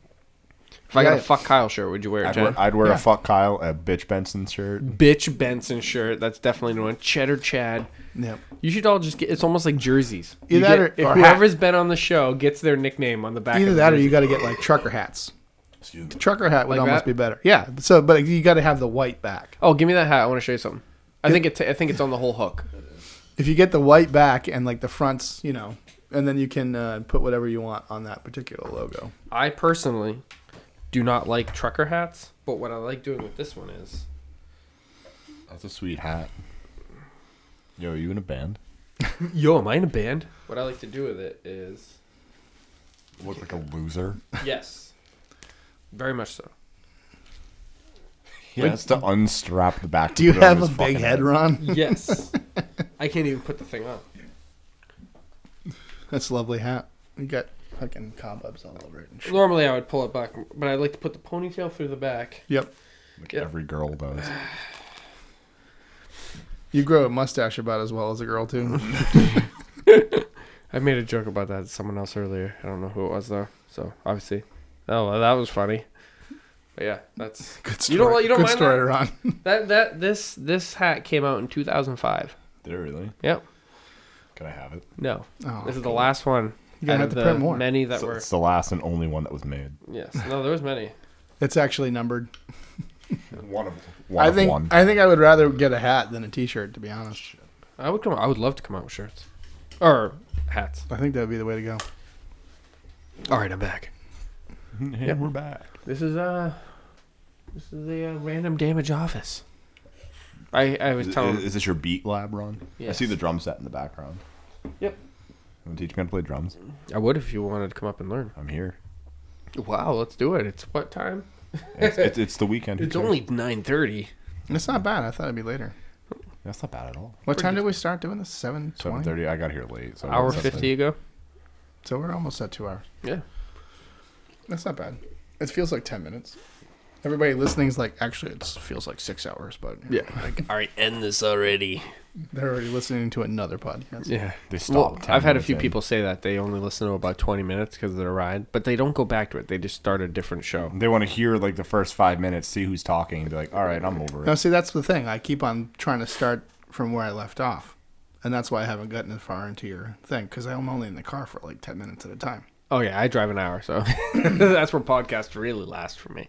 Speaker 2: If I got a
Speaker 3: Yeah.
Speaker 2: fuck Kyle shirt, would you wear it?
Speaker 1: I'd
Speaker 2: Jen?
Speaker 1: wear, I'd wear
Speaker 3: Yeah.
Speaker 1: a fuck Kyle, a bitch Benson shirt.
Speaker 2: Bitch Benson shirt. That's definitely the one. Cheddar Chad.
Speaker 3: Yep.
Speaker 2: You should all just get. It's almost like jerseys. You
Speaker 3: Either that
Speaker 2: get-
Speaker 3: or-
Speaker 2: if
Speaker 3: or hat.
Speaker 2: whoever's been on the show gets their nickname on the back.
Speaker 3: Either
Speaker 2: of
Speaker 3: that,
Speaker 2: the
Speaker 3: or you
Speaker 2: jersey.
Speaker 3: got to get like trucker hats.
Speaker 1: Excuse me.
Speaker 3: Trucker hat would
Speaker 2: Like
Speaker 3: almost
Speaker 2: that?
Speaker 3: be better. Yeah. So, but you got to have the white back.
Speaker 2: Oh, give me that hat. I want to show you something. I think it. I think it's on the whole hook.
Speaker 3: If you get the white back and like the fronts, you know, and then you can uh, put whatever you want on that particular logo.
Speaker 2: I personally do not like trucker hats, but what I like doing with this one is
Speaker 1: That's a sweet hat. Yo, are you in a band?
Speaker 2: Yo, am I in a band? What I like to do with it is
Speaker 1: Look like a loser.
Speaker 2: yes, very much so.
Speaker 1: He has to unstrap the back.
Speaker 3: Do you have a big head, Ron?
Speaker 2: Yes, I can't even put the thing on.
Speaker 3: That's a lovely hat. You got fucking cobwebs all over it. And shit.
Speaker 2: Normally I would pull it back, but I like to put the ponytail through the back.
Speaker 3: Yep.
Speaker 1: Like
Speaker 2: Yeah.
Speaker 1: every girl does.
Speaker 3: You grow a mustache about as well as a girl too.
Speaker 2: I made a joke about that to someone else earlier. I don't know who it was though. So obviously, oh, well, that was funny. But yeah, that's
Speaker 3: Good
Speaker 2: You don't
Speaker 3: story.
Speaker 2: li- you don't
Speaker 3: Good
Speaker 2: mind
Speaker 3: story,
Speaker 2: that?
Speaker 3: Ron.
Speaker 2: that that this this hat came out in 2005.
Speaker 1: Did it really?
Speaker 2: Yep.
Speaker 1: Can I have it?
Speaker 2: No,
Speaker 3: Oh,
Speaker 2: this is the last one.
Speaker 3: You're gonna
Speaker 2: out
Speaker 3: have to
Speaker 2: of the
Speaker 3: print more.
Speaker 2: Many that
Speaker 1: So
Speaker 2: were
Speaker 1: it's the last and only one that was made.
Speaker 2: yes. No, there was many.
Speaker 3: It's actually numbered.
Speaker 1: One of one.
Speaker 3: I think
Speaker 1: of one.
Speaker 3: I think I would rather get a hat than a T-shirt, to be honest.
Speaker 2: I would come. I would love to come out with shirts or hats.
Speaker 3: I think that would be the way to go.
Speaker 2: All right, I'm back.
Speaker 1: and
Speaker 2: yeah.
Speaker 1: we're back.
Speaker 2: This is uh, this is the uh, random damage office. I I was
Speaker 1: Is,
Speaker 2: telling.
Speaker 1: is this your beat lab, Ron? I see
Speaker 2: Yes.
Speaker 1: the drum set in the background.
Speaker 2: Yep.
Speaker 1: You wanna teach me how to play drums.
Speaker 2: I would if you wanted to come up and learn.
Speaker 1: I'm here.
Speaker 2: Wow, let's do it. It's what time?
Speaker 1: It's, it's, it's the weekend. who
Speaker 2: It's
Speaker 1: cares?
Speaker 2: only nine thirty.
Speaker 3: It's not bad. I thought it'd be later.
Speaker 1: That's not bad at all.
Speaker 3: What time did we start doing this? Seven
Speaker 1: Seven
Speaker 3: twenty.
Speaker 1: thirty. I got here late. So
Speaker 2: Hour
Speaker 1: it's up to-
Speaker 2: fifty ago.
Speaker 3: So we're almost at two hours.
Speaker 2: Yeah.
Speaker 3: That's not bad. It feels like ten minutes. Everybody listening's like, actually, it feels like six hours, but yeah,
Speaker 2: All right, end this already.
Speaker 3: they're already listening to another podcast.
Speaker 2: Yeah.
Speaker 1: They
Speaker 2: Well,
Speaker 1: stopped.
Speaker 2: I've had a few people say that they only listen to about twenty minutes because of their ride, but they don't go back to it. They just start a different show.
Speaker 1: They want to hear like the first five minutes, see who's talking, and be like, "All right, I'm over
Speaker 3: Now,
Speaker 1: it."
Speaker 3: see, that's the thing. I keep on trying to start from where I left off, and that's why I haven't gotten as far into your thing because I'm only in the car for like ten minutes at a time.
Speaker 2: Oh yeah, I drive an hour, so that's where podcasts really last for me.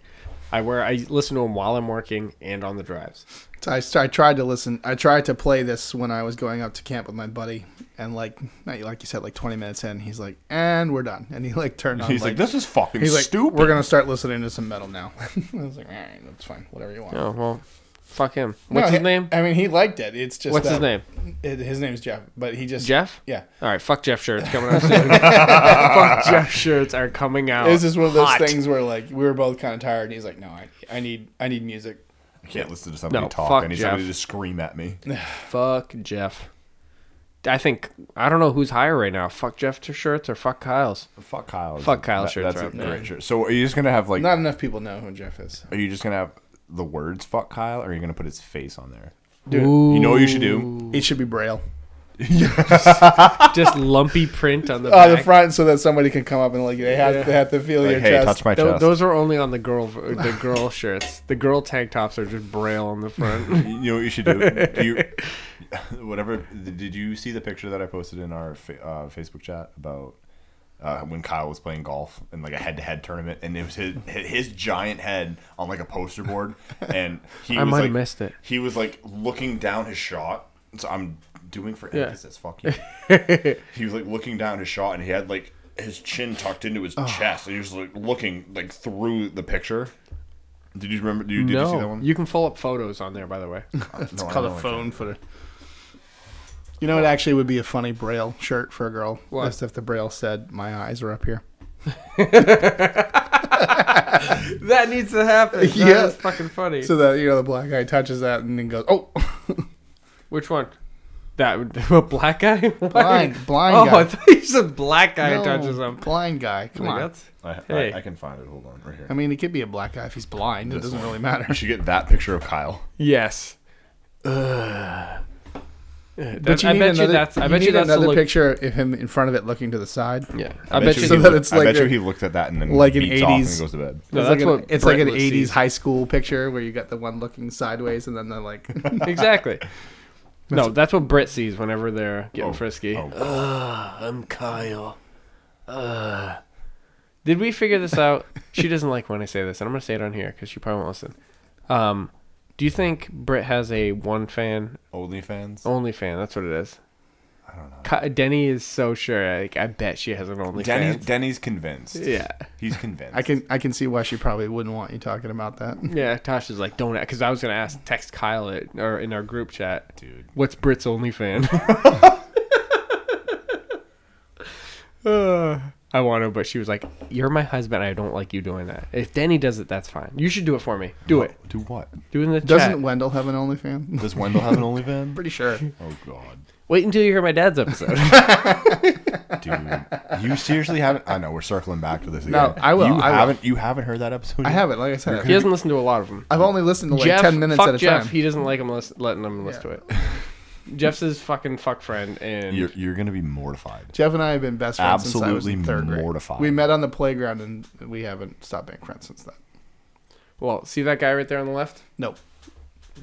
Speaker 2: I wear I listen to them while I'm working and on the drives.
Speaker 3: So I, st- I tried to listen. I tried to play this when I was going out to camp with my buddy, and like, not- like you said, like twenty minutes in, he's like, "And we're done," and he like turned on.
Speaker 1: He's like, "This is fucking
Speaker 3: he's like,
Speaker 1: stupid."
Speaker 3: We're gonna start listening to some metal now. I was like, "All right, that's fine, whatever you want."
Speaker 2: Oh well, fuck him.
Speaker 3: No,
Speaker 2: What's his
Speaker 3: he-
Speaker 2: name?
Speaker 3: I mean, he liked it. It's just
Speaker 2: What's his
Speaker 3: that-
Speaker 2: name?
Speaker 3: It, his name's Jeff, but he just
Speaker 2: Jeff.
Speaker 3: Yeah,
Speaker 2: All right, fuck Jeff shirts coming out soon. fuck Jeff shirts are coming out.
Speaker 3: it was just one of those
Speaker 2: Oh, hot.
Speaker 3: things where like we were both kind of tired, and he's like, "No, I, I need, I need music."
Speaker 1: I can't listen to somebody
Speaker 2: No, fuck
Speaker 1: talk. I need somebody
Speaker 2: Jeff.
Speaker 1: to scream at me.
Speaker 2: Fuck Jeff. I think I don't know who's higher right now. Fuck Jeff shirts or fuck Kyle's.
Speaker 1: Fuck Kyle. is-
Speaker 2: Fuck Kyle
Speaker 1: that-
Speaker 2: shirts
Speaker 1: That's
Speaker 2: are
Speaker 1: a
Speaker 2: up there.
Speaker 1: great shirt. So are you just gonna have like?
Speaker 3: Not enough people know who Jeff is.
Speaker 1: Are you just gonna have the words "fuck Kyle" or are you gonna put his face on there?
Speaker 3: Dude,
Speaker 1: You know what you should do?
Speaker 3: it should be braille.
Speaker 2: Just lumpy print on
Speaker 3: on
Speaker 2: the
Speaker 3: Oh, the
Speaker 2: back.
Speaker 3: front so that somebody can come up and like they have they have to feel
Speaker 1: Like,
Speaker 3: your
Speaker 1: hey,
Speaker 3: chest.
Speaker 1: touch my
Speaker 2: Tho-
Speaker 1: chest.
Speaker 2: Those are only on the girl the girl shirts. The girl tank tops are just braille on the front.
Speaker 1: You know what you should do? do you, whatever. Did you see the picture that I posted in our fa- uh, Facebook chat about uh, when Kyle was playing golf in like a head-to-head tournament, and it was his his giant head on like a poster board, and he
Speaker 2: I
Speaker 1: was,
Speaker 2: might have
Speaker 1: like-
Speaker 2: missed it.
Speaker 1: He was like looking down his shot. So I'm doing for emphasis. Fuck you. he was like looking down his shot, and he had like his chin tucked into his chest, and he was like looking like through the picture. Did you remember? Did you, did
Speaker 2: no,
Speaker 1: you see that one?
Speaker 2: can pull up photos on there, by the way.
Speaker 1: No, I
Speaker 3: Call
Speaker 1: don't
Speaker 3: a
Speaker 1: like
Speaker 3: phone footer. You know, it actually would be a funny braille shirt for a girl.
Speaker 2: What?
Speaker 3: Just if the braille said, "My eyes are up here."
Speaker 2: that needs to happen. That
Speaker 3: Yeah.
Speaker 2: is fucking funny.
Speaker 3: So that you know the black guy touches that and then goes, "Oh,
Speaker 2: Which one? That would- a black guy? Why would-
Speaker 3: Blind- blind
Speaker 2: oh,
Speaker 3: guy.
Speaker 2: I thought you said black guy
Speaker 3: no,
Speaker 2: touches him.
Speaker 3: blind guy." Come
Speaker 2: Like,
Speaker 3: on.
Speaker 2: that's-
Speaker 1: I,
Speaker 2: Hey.
Speaker 1: I, I can find it. Hold on, right here.
Speaker 3: I mean, it could be a black guy if he's blind. It doesn't really matter.
Speaker 1: You should get that picture of Kyle.
Speaker 2: yes.
Speaker 3: But you
Speaker 2: I
Speaker 3: need
Speaker 2: bet you
Speaker 3: another,
Speaker 2: that's- I bet
Speaker 3: need
Speaker 2: you that's the
Speaker 3: another
Speaker 2: look-
Speaker 3: picture of him in front of it looking to the side.
Speaker 2: Yeah,
Speaker 1: I, bet, you,
Speaker 3: so
Speaker 1: he
Speaker 3: that
Speaker 1: look-
Speaker 3: it's
Speaker 1: I
Speaker 3: like
Speaker 1: bet you
Speaker 3: a-
Speaker 1: he looks at that and then
Speaker 3: like
Speaker 1: like
Speaker 3: an
Speaker 1: beats off and
Speaker 3: 80s
Speaker 1: goes to bed.
Speaker 2: No,
Speaker 3: it's
Speaker 2: that's
Speaker 3: like an,
Speaker 2: what
Speaker 3: it's like
Speaker 2: Brett
Speaker 3: an
Speaker 2: would
Speaker 3: 80s
Speaker 2: see.
Speaker 3: high school picture where you got the one looking sideways and then they're like
Speaker 2: exactly. no, that's what Britt sees whenever they're getting
Speaker 1: Oh,
Speaker 2: frisky.
Speaker 1: oh.
Speaker 2: I'm Kyle. Uh. Did we figure this out? she doesn't like when I say this, and I'm gonna say it on here because she probably won't listen. Um, do you think Britt has a one fan
Speaker 3: Oh,
Speaker 1: OnlyFans.
Speaker 2: only fan? That's what it is. I don't know. Denny is so sure. Like, I bet she has an only
Speaker 1: Denny,
Speaker 2: fan.
Speaker 1: Denny's convinced.
Speaker 2: Yeah,
Speaker 1: He's convinced.
Speaker 3: I can I can see why she probably wouldn't want you talking about that.
Speaker 2: yeah. Tasha's like, don't, because I was gonna ask, text Kyle it or in our group chat.
Speaker 1: Dude.
Speaker 2: What's Brit's only fan? uh, I want to, but she was like, "You're my husband. I don't like you doing that. If Danny does it, that's fine. You should do it for me. Do it.
Speaker 1: Do what?
Speaker 2: Do it in the
Speaker 3: Doesn't
Speaker 2: chat.
Speaker 3: Wendell have an OnlyFans?
Speaker 1: Does Wendell have an OnlyFans?
Speaker 3: Pretty sure.
Speaker 1: Oh God,
Speaker 2: Wait until you hear my dad's episode.
Speaker 1: dude, you seriously haven't? I know we're circling back to this again.
Speaker 3: No, I will,
Speaker 1: You
Speaker 3: I will.
Speaker 1: haven't. You haven't heard that episode?
Speaker 3: I
Speaker 1: yet?
Speaker 3: haven't. Like I said,
Speaker 2: he doesn't listen to a lot of them.
Speaker 3: I've only listened to like
Speaker 2: Jeff,
Speaker 3: ten minutes
Speaker 2: fuck
Speaker 3: at a
Speaker 2: Jeff.
Speaker 3: time.
Speaker 2: He doesn't like him lis- letting him listen to it. Jeff's his fucking fuck friend, and
Speaker 1: You're, you're gonna be mortified.
Speaker 3: Jeff and I have been best friends since I was in
Speaker 1: Absolutely
Speaker 3: third grade.
Speaker 1: mortified.
Speaker 3: We met on the playground and we haven't stopped being friends since then.
Speaker 2: well, see that guy right there on the left?
Speaker 3: Nope.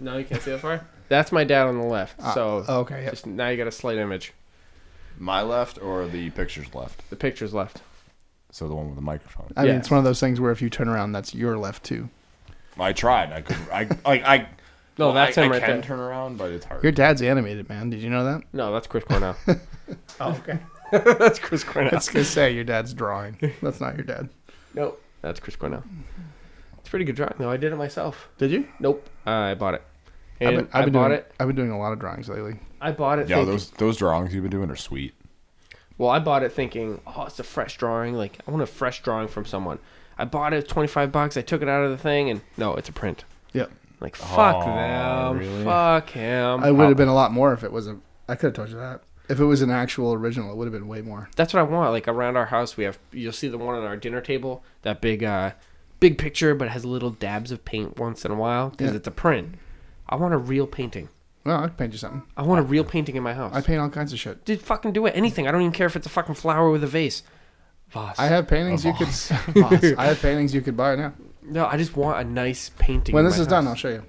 Speaker 2: No, you can't see that far. That's my dad on the left.
Speaker 3: Ah,
Speaker 2: so
Speaker 3: okay, yep.
Speaker 2: just now you got a slight image.
Speaker 1: My left or the pictures left?
Speaker 2: The picture's left.
Speaker 1: So the one with the microphone.
Speaker 3: I
Speaker 2: Yeah.
Speaker 3: mean, it's one of those things where if you turn around, that's your left too.
Speaker 1: I tried. I could. I like. I.
Speaker 2: No,
Speaker 1: well,
Speaker 2: that's
Speaker 1: I,
Speaker 2: him
Speaker 1: I
Speaker 2: right
Speaker 1: can
Speaker 2: there.
Speaker 1: turn around, but it's hard.
Speaker 3: Your dad's animated, man. Did you know that?
Speaker 2: No, that's Chris Cornell.
Speaker 3: Oh, okay.
Speaker 2: that's Chris Cornell.
Speaker 3: I was gonna say your dad's drawing. That's not your dad.
Speaker 2: Nope. That's Chris Cornell. It's a pretty good drawing, though. I did it myself.
Speaker 3: Did you?
Speaker 2: Nope. I bought it.
Speaker 3: I've
Speaker 2: And
Speaker 3: been, I've been
Speaker 2: I bought
Speaker 3: doing
Speaker 2: it.
Speaker 3: I've been doing a lot of drawings lately.
Speaker 2: I bought it.
Speaker 1: yeah,
Speaker 2: thinking-
Speaker 1: those those drawings you've been doing are sweet.
Speaker 2: Well, I bought it thinking, oh, it's a fresh drawing. Like, I want a fresh drawing from someone. I bought it, twenty five bucks. I took it out of the thing, and no, it's a print.
Speaker 3: Yep.
Speaker 2: Like, fuck
Speaker 1: Aw,
Speaker 2: them.
Speaker 1: really?
Speaker 2: Fuck him.
Speaker 3: I would have been a lot more if it wasn't. I could have told you that. If it was an actual original, it would have been way more.
Speaker 2: that's what I want. Like around our house, we have you'll see the one on our dinner table, that big, uh, big picture, but it has little dabs of paint once in a while because
Speaker 3: Yeah.
Speaker 2: it's a print. I want a real painting.
Speaker 3: Well, I could paint you something.
Speaker 2: I want a real painting in my house.
Speaker 3: I paint all kinds of shit.
Speaker 2: Dude, fucking do it. Anything. I don't even care if it's a fucking flower with a vase. Voss.
Speaker 3: I have paintings
Speaker 2: Oh,
Speaker 3: you could. I have paintings you could buy now.
Speaker 2: no, I just want a nice painting.
Speaker 3: When
Speaker 2: in
Speaker 3: this
Speaker 2: my
Speaker 3: is done, I'll
Speaker 2: house.
Speaker 3: show you.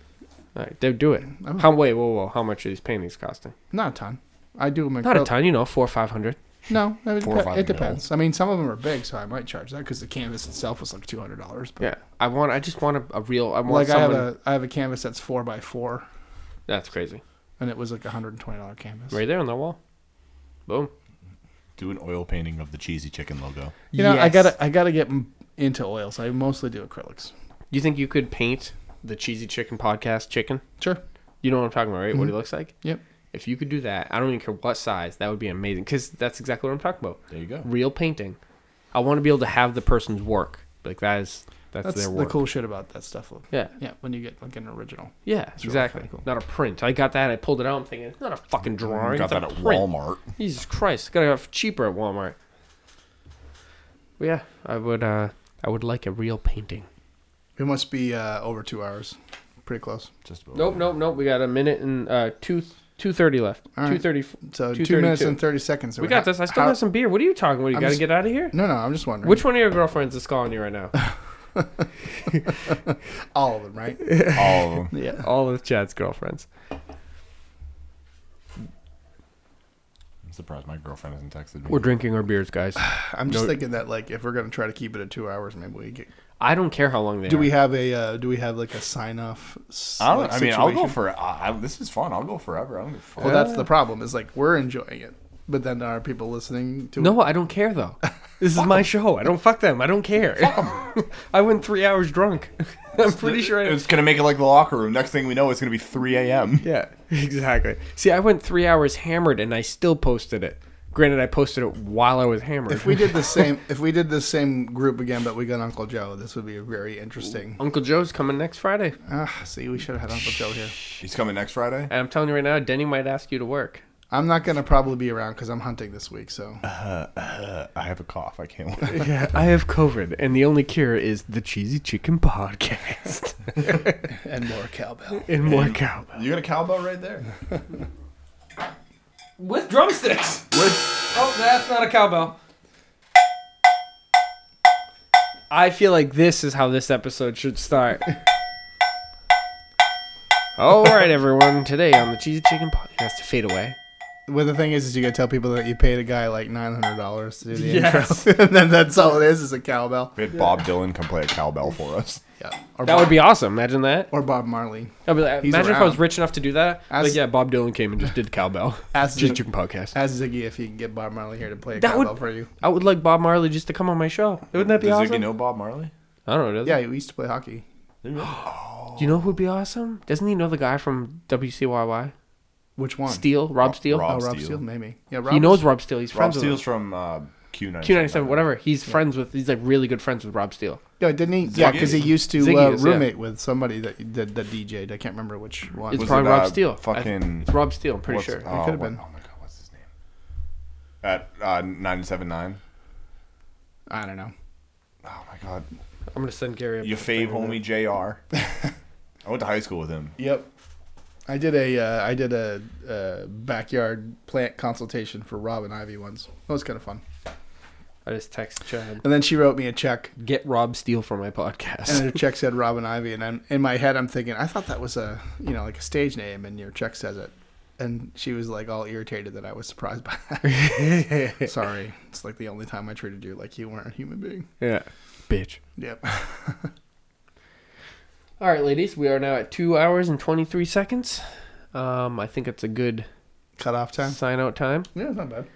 Speaker 2: All right, dude, do it. How? Wait, whoa, whoa. How much are these paintings costing?
Speaker 3: Not a ton. I do them. in
Speaker 2: Not a
Speaker 3: acryl-
Speaker 2: ton, you know, four or five hundred.
Speaker 3: No, I mean,
Speaker 1: Four or five
Speaker 3: it
Speaker 1: mil.
Speaker 3: depends. I mean, some of them are big, so I might charge that because the canvas itself was like two hundred dollars.
Speaker 2: Yeah, I want. I just want a, a real. I want
Speaker 3: Like I
Speaker 2: someone.
Speaker 3: have a I have a canvas that's four by four,
Speaker 2: That's crazy.
Speaker 3: and it was like a hundred and twenty dollar canvas.
Speaker 2: Right there on the wall. Boom.
Speaker 1: Do an oil painting of the cheesy chicken logo.
Speaker 3: You know, I
Speaker 2: Yes.
Speaker 3: gotta I gotta get m- into oils. I mostly do acrylics.
Speaker 2: You think you could paint the cheesy chicken podcast chicken?
Speaker 3: Sure.
Speaker 2: You know what I'm talking about, right?
Speaker 1: Mm-hmm.
Speaker 2: What he looks like.
Speaker 3: Yep.
Speaker 2: If you could do that, I don't even care what size. That would be amazing because that's exactly what I'm talking about.
Speaker 1: There you go.
Speaker 2: real painting. I want to be able to have the person's work. Like that is that's,
Speaker 3: That's
Speaker 2: their
Speaker 3: the
Speaker 2: work.
Speaker 3: cool shit about that stuff.
Speaker 2: Yeah,
Speaker 3: Yeah, when you get like an original.
Speaker 2: yeah,
Speaker 3: really
Speaker 2: exactly.
Speaker 3: kinda cool.
Speaker 2: Not a print. I got that. I pulled it out. I'm thinking it's not a fucking drawing.
Speaker 1: Mm-hmm. Got
Speaker 2: it's a
Speaker 1: that at
Speaker 2: print.
Speaker 1: Walmart.
Speaker 2: Jesus Christ, gotta have cheaper at Walmart. But yeah, I would. uh I would like a real painting.
Speaker 3: It must be uh, over two hours. Pretty close.
Speaker 1: Just about
Speaker 2: Nope, nope, nope. We got a minute and uh two two thirty left.
Speaker 3: All right.
Speaker 2: Two thirty.
Speaker 3: So
Speaker 2: Two
Speaker 3: two minutes
Speaker 2: thirty-two.
Speaker 3: and thirty seconds.
Speaker 2: We got this. I still
Speaker 3: How-
Speaker 2: have some beer. What are you talking about? You
Speaker 3: I'm
Speaker 2: gotta
Speaker 3: just-
Speaker 2: get out of here.
Speaker 3: No, no. I'm just wondering.
Speaker 2: Which one of your girlfriends is calling you right now?
Speaker 3: all of them, right?
Speaker 1: all of them.
Speaker 3: yeah.
Speaker 2: All of Chad's girlfriends.
Speaker 1: I'm surprised my girlfriend hasn't texted me.
Speaker 2: We're drinking our beers, guys.
Speaker 3: I'm just
Speaker 2: No-
Speaker 3: thinking that like if we're gonna try to keep it at two hours, maybe we get.
Speaker 2: I don't care how long they
Speaker 3: Do
Speaker 2: are.
Speaker 3: we have a? Uh, do we have like a sign off? s-
Speaker 1: I, don't,
Speaker 3: like,
Speaker 1: I mean, I'll go
Speaker 3: situation?
Speaker 1: for. I, I, this is fun. I'll go forever. I don't give a fuck.
Speaker 3: Well, that's the problem. Is like we're enjoying it, but then there are people listening to it?
Speaker 2: No, I don't care though. This is my show. I don't fuck them. I don't care. I went three hours drunk. I'm pretty sure. I,
Speaker 1: It's gonna make it like the locker room. Next thing we know, it's gonna be 3 a.m.
Speaker 2: yeah, exactly. See, I went three hours hammered, and I still posted it. Granted, I posted it while I was hammered.
Speaker 3: If we did the same, if we did the same group again, but we got Uncle Joe, this would be very interesting.
Speaker 2: Uncle Joe's coming next Friday,
Speaker 3: Ah, see, we should have had Uncle Joe here.
Speaker 1: He's coming next Friday.
Speaker 2: and I'm telling you right now, Denny might ask you to work.
Speaker 3: I'm not gonna probably be around because I'm hunting this week. So
Speaker 1: I have a cough. I can't. Wait.
Speaker 2: Yeah, I have COVID, and the only cure is the Cheesy Chicken Podcast
Speaker 3: and more cowbell.
Speaker 2: and more cowbell.
Speaker 1: you got a cowbell right there.
Speaker 2: With drumsticks.
Speaker 1: With,
Speaker 2: Oh, that's not a cowbell. I feel like this is how this episode should start. All right, everyone. Today on the Cheesy Chicken Podcast, to fade away.
Speaker 3: Well, the thing is, is you gotta tell people that you paid a guy like nine hundred dollars to do the
Speaker 2: Yes.
Speaker 3: intro, and then that's all it is is a cowbell.
Speaker 1: we had Bob Dylan come play a cowbell for us.
Speaker 3: Yeah, or
Speaker 2: That would be awesome. Imagine that.
Speaker 3: or Bob Marley.
Speaker 2: I'd be like,
Speaker 3: He's
Speaker 2: imagine if I was
Speaker 3: around.
Speaker 2: rich enough to do that.
Speaker 3: As-
Speaker 2: like, yeah, Bob Dylan came and just did cowbell.
Speaker 3: As
Speaker 2: Cheesy
Speaker 3: Zig-
Speaker 2: Chicken Podcast.
Speaker 3: Ask Ziggy if you can get Bob Marley here to play a
Speaker 2: That would-
Speaker 3: cowbell for you.
Speaker 2: I would like Bob Marley just to come on my show. Wouldn't that be
Speaker 1: Does
Speaker 2: awesome?
Speaker 1: Ziggy know Bob Marley?
Speaker 2: I don't know. does he?
Speaker 3: Yeah, we used to play hockey.
Speaker 2: Do you know who'd be awesome? Doesn't he know the guy from WCYY?
Speaker 3: Which one?
Speaker 2: Steele, Rob Steele.
Speaker 3: Oh,
Speaker 1: Rob
Speaker 3: Rob Steele.
Speaker 1: Steele.
Speaker 3: maybe. Yeah, Rob
Speaker 2: he knows Rob Steele. He's
Speaker 1: Rob
Speaker 2: friends
Speaker 1: Steele's
Speaker 2: with
Speaker 1: from uh, Q97.
Speaker 2: Q ninety seven. Whatever. He's friends with. He's like really good friends with Rob Steele.
Speaker 3: No, didn't he? Yeah, because he used to
Speaker 2: Ziggy
Speaker 3: uh,
Speaker 2: is, yeah.
Speaker 3: roommate with somebody that that, that DJ'd. I can't remember which one.
Speaker 2: It's
Speaker 1: Was
Speaker 2: probably
Speaker 1: it,
Speaker 2: Rob
Speaker 1: uh,
Speaker 2: Steele. I-
Speaker 1: fucking-
Speaker 2: It's Rob Steele. I'm pretty
Speaker 1: What's-
Speaker 2: sure.
Speaker 1: Oh,
Speaker 3: could've
Speaker 1: what-
Speaker 3: been.
Speaker 1: Oh my god, what's his name? At uh, 97.9.
Speaker 3: I don't know.
Speaker 1: Oh my god.
Speaker 2: I'm gonna send Gary. Up
Speaker 1: Your fave homie JR. I went to high school with him.
Speaker 3: Yep. I did a uh, I did a uh, backyard plant consultation for Robin Ivy once. That was kind of fun.
Speaker 2: I just text Chad.
Speaker 3: And then she wrote me a check,
Speaker 2: Get Rob Steele for my podcast.
Speaker 3: and her check said Robin Ivy. And I'm, in my head, I'm thinking, I thought that was a you know like a stage name, and your check says it. And she was like all irritated that I was surprised by that. Sorry, it's like the only time I treated you like you weren't a human being.
Speaker 2: yeah. Bitch.
Speaker 3: Yep.
Speaker 2: All right, ladies. We are now at two hours and twenty three seconds. Um, I think it's a good
Speaker 3: Cut off time.
Speaker 2: sign out time.
Speaker 3: Yeah, it's not bad.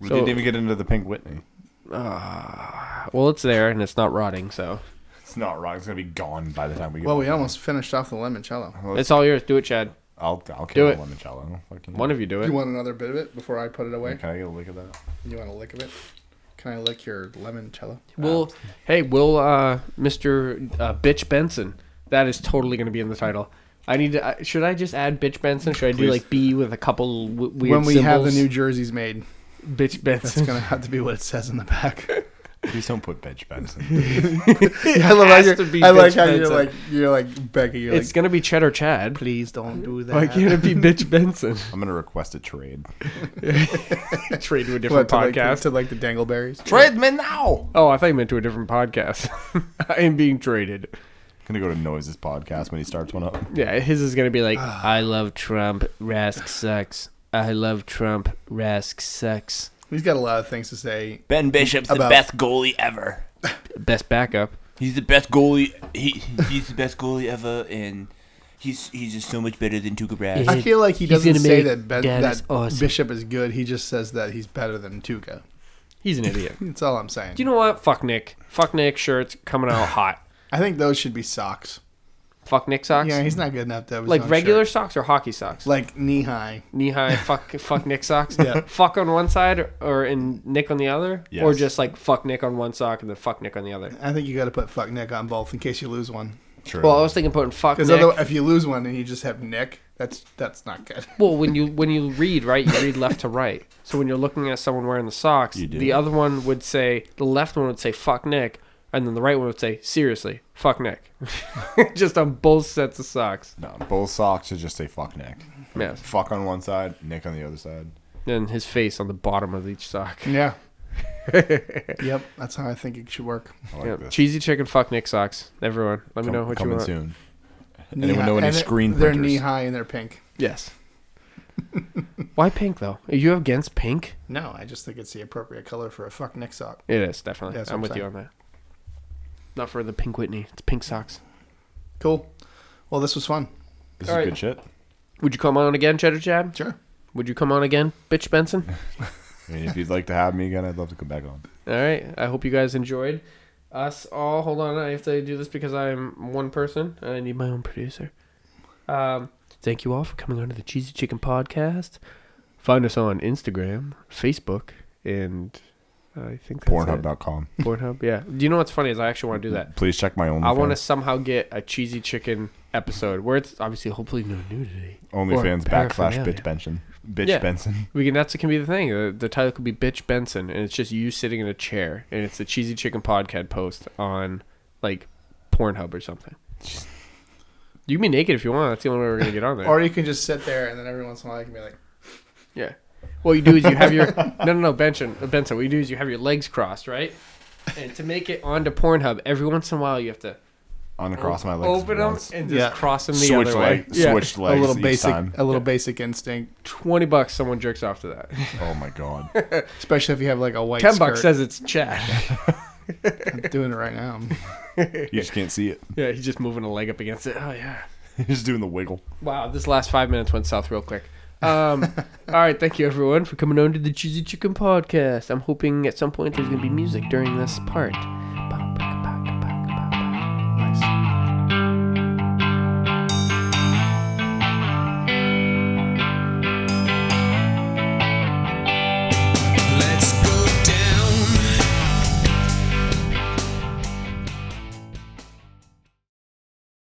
Speaker 1: We
Speaker 2: So-
Speaker 1: didn't even get into the Pink Whitney.
Speaker 2: Well, it's there and it's not rotting, so
Speaker 1: It's not wrong. It's gonna be gone by the time we get.
Speaker 3: Well, we almost finished off the limoncello.
Speaker 2: it's all yours. Do it, Chad.
Speaker 1: I'll I'll
Speaker 2: Do
Speaker 1: kill it.
Speaker 2: it.
Speaker 1: limoncello. Fucking
Speaker 2: One of you do it.
Speaker 3: You want another bit of it before I put it away?
Speaker 1: Can I get a lick of that?
Speaker 3: You want a lick of it? Can I lick your limoncello?
Speaker 2: Will hey, will uh, Mr. Uh, Bitch Benson? That is totally going to be in the title. I need to. I should I just add Bitch Benson? Should I do
Speaker 1: Please.
Speaker 2: like B with a couple w- weird
Speaker 3: when we have the new
Speaker 2: symbols?
Speaker 3: jerseys made,
Speaker 2: Bitch
Speaker 3: that's
Speaker 2: Benson?
Speaker 3: gonna have to be what it says in the back.
Speaker 1: Please don't put Bitch Benson.
Speaker 3: I love
Speaker 2: has
Speaker 3: you're-
Speaker 2: to be
Speaker 3: I like
Speaker 2: Bitch
Speaker 3: how you're
Speaker 2: Benson.
Speaker 3: like you're like Becky. You're
Speaker 2: it's
Speaker 3: like,
Speaker 2: going to be Cheddar Chad.
Speaker 3: please don't do that.
Speaker 2: Why can't it be Bitch Benson?
Speaker 1: I'm gonna request a trade.
Speaker 2: Trade to a
Speaker 3: What,
Speaker 2: different
Speaker 3: to like,
Speaker 2: podcast.
Speaker 3: to like the Dangleberries.
Speaker 1: Trade me now.
Speaker 2: oh, I thought you meant to a different podcast. I am being traded.
Speaker 1: gonna go to Noise's podcast when he starts one up.
Speaker 2: Yeah, his is going to be like, I love Trump. Rask sucks. I love Trump. Rask sucks.
Speaker 3: He's got a lot of things to say.
Speaker 6: Ben Bishop's
Speaker 3: About-
Speaker 6: the best goalie ever.
Speaker 2: Best backup.
Speaker 6: He's the best goalie. He he's the best goalie ever, and he's he's just so much better than Tuukka Rask.
Speaker 3: I feel like he doesn't
Speaker 2: gonna
Speaker 3: say
Speaker 2: make
Speaker 3: that ben,
Speaker 2: Dallas
Speaker 3: that
Speaker 2: awesome.
Speaker 3: Bishop is good. He just says that he's better than Tuca.
Speaker 2: He's an idiot.
Speaker 3: That's all I'm saying.
Speaker 2: Do you know what? Fuck Nick. Fuck Nick shirts coming out hot.
Speaker 3: I think those should be socks.
Speaker 2: Fuck Nick socks.
Speaker 3: Yeah, he's not good enough. to have his
Speaker 2: like
Speaker 3: own
Speaker 2: regular
Speaker 3: shirt.
Speaker 2: socks or hockey socks.
Speaker 3: like knee high.
Speaker 2: Knee high. Fuck. fuck Nick socks.
Speaker 3: Yeah.
Speaker 2: Fuck on one side or, or in Nick on the other, or
Speaker 1: Yes.
Speaker 2: just like fuck Nick on one sock and then fuck Nick on the other.
Speaker 3: I think you got to put fuck Nick on both in case you lose one.
Speaker 1: True.
Speaker 2: Well, I was thinking putting fuck Nick.
Speaker 3: Because otherwise, if you lose one and you just have Nick, that's that's not good.
Speaker 2: well, when you when you read right, you read left to right. So when you're looking at someone wearing the socks,
Speaker 1: You do.
Speaker 2: the other one would say the left one would say fuck Nick, and then the right one would say seriously fuck Nick. just on both sets of socks.
Speaker 1: no, Uh, both socks should just say fuck Nick.
Speaker 2: Yes.
Speaker 1: Fuck on one side, Nick on the other side.
Speaker 2: and his face on the bottom of each sock.
Speaker 3: Yeah. yep, that's how I think it should work.
Speaker 1: I like
Speaker 2: Yeah,
Speaker 1: this.
Speaker 2: Cheesy chicken, fuck Nick socks. Everyone, let
Speaker 1: Come-
Speaker 2: me know what you
Speaker 1: coming
Speaker 2: want.
Speaker 1: soon.
Speaker 3: Knee
Speaker 1: Anyone
Speaker 3: high-
Speaker 1: know any
Speaker 3: and they're-
Speaker 1: screen
Speaker 3: They're
Speaker 1: printers?
Speaker 3: knee high and they're pink.
Speaker 2: Yes. Why pink though? Are you against pink?
Speaker 3: No, I just think it's the appropriate color for a fuck Nick sock.
Speaker 2: It is definitely.
Speaker 3: That's what
Speaker 2: I'm
Speaker 3: I'm
Speaker 2: with you on
Speaker 3: saying.
Speaker 2: that. Not for the pink Whitney. It's pink socks.
Speaker 3: Cool. Well, this was fun.
Speaker 1: This
Speaker 2: All
Speaker 1: is
Speaker 2: right.
Speaker 1: good shit.
Speaker 2: Would you come on again, Cheddar Chad?
Speaker 3: Sure.
Speaker 2: Would you come on again, Bitch Benson?
Speaker 1: I mean, if you'd like to have me again, I'd love to come back on.
Speaker 2: All right. I hope you guys enjoyed us all. Hold on. I have to do this because I'm one person and I need my own producer. Um, thank you all for coming on to the Cheesy Chicken Podcast. Find us on Instagram, Facebook, and I think that's it.
Speaker 1: Pornhub.com.
Speaker 2: Pornhub. Yeah. Do you know what's funny is I actually want to do that.
Speaker 1: Please check my OnlyFans.
Speaker 2: I want to somehow get a Cheesy Chicken episode where it's obviously hopefully no nudity.
Speaker 1: OnlyFans
Speaker 2: or
Speaker 1: backslash
Speaker 2: paraphernalia.
Speaker 1: bitch Benson. Bitch
Speaker 2: Yeah.
Speaker 1: Benson.
Speaker 2: We can that's can be the thing. The, the title could be "Bitch Benson," and it's just you sitting in a chair, and it's the cheesy chicken podcast post on like Pornhub or something. You can be naked if you want. That's the only way we're gonna get on there.
Speaker 3: Or you can just sit there and then every once in a while you can be like,
Speaker 2: yeah, What you do is you have your no no no Benson Benson. What you do is you have your legs crossed, right? And to make it onto Pornhub, every once in a while you have to
Speaker 1: On across my legs.
Speaker 2: open them
Speaker 1: once.
Speaker 2: and just
Speaker 3: Yeah.
Speaker 2: cross them the
Speaker 1: Switch
Speaker 2: other
Speaker 1: leg.
Speaker 2: way. Yeah.
Speaker 1: Switch legs.
Speaker 3: a little
Speaker 1: each
Speaker 3: basic,
Speaker 1: Time.
Speaker 3: a little basic instinct,
Speaker 2: Twenty bucks, someone jerks off to that.
Speaker 1: Oh my god.
Speaker 3: especially if you have like a white.
Speaker 2: Ten
Speaker 3: skirt.
Speaker 2: bucks says it's Chad.
Speaker 3: I'm doing it right now.
Speaker 1: You just can't see it.
Speaker 2: yeah, he's just moving a leg up against it. Oh yeah.
Speaker 1: You're just doing the wiggle.
Speaker 2: Wow, this last five minutes went south real quick. Um, all right, thank you everyone for coming on to the Cheesy Chicken Podcast. I'm hoping at some point there's going to be music during this part.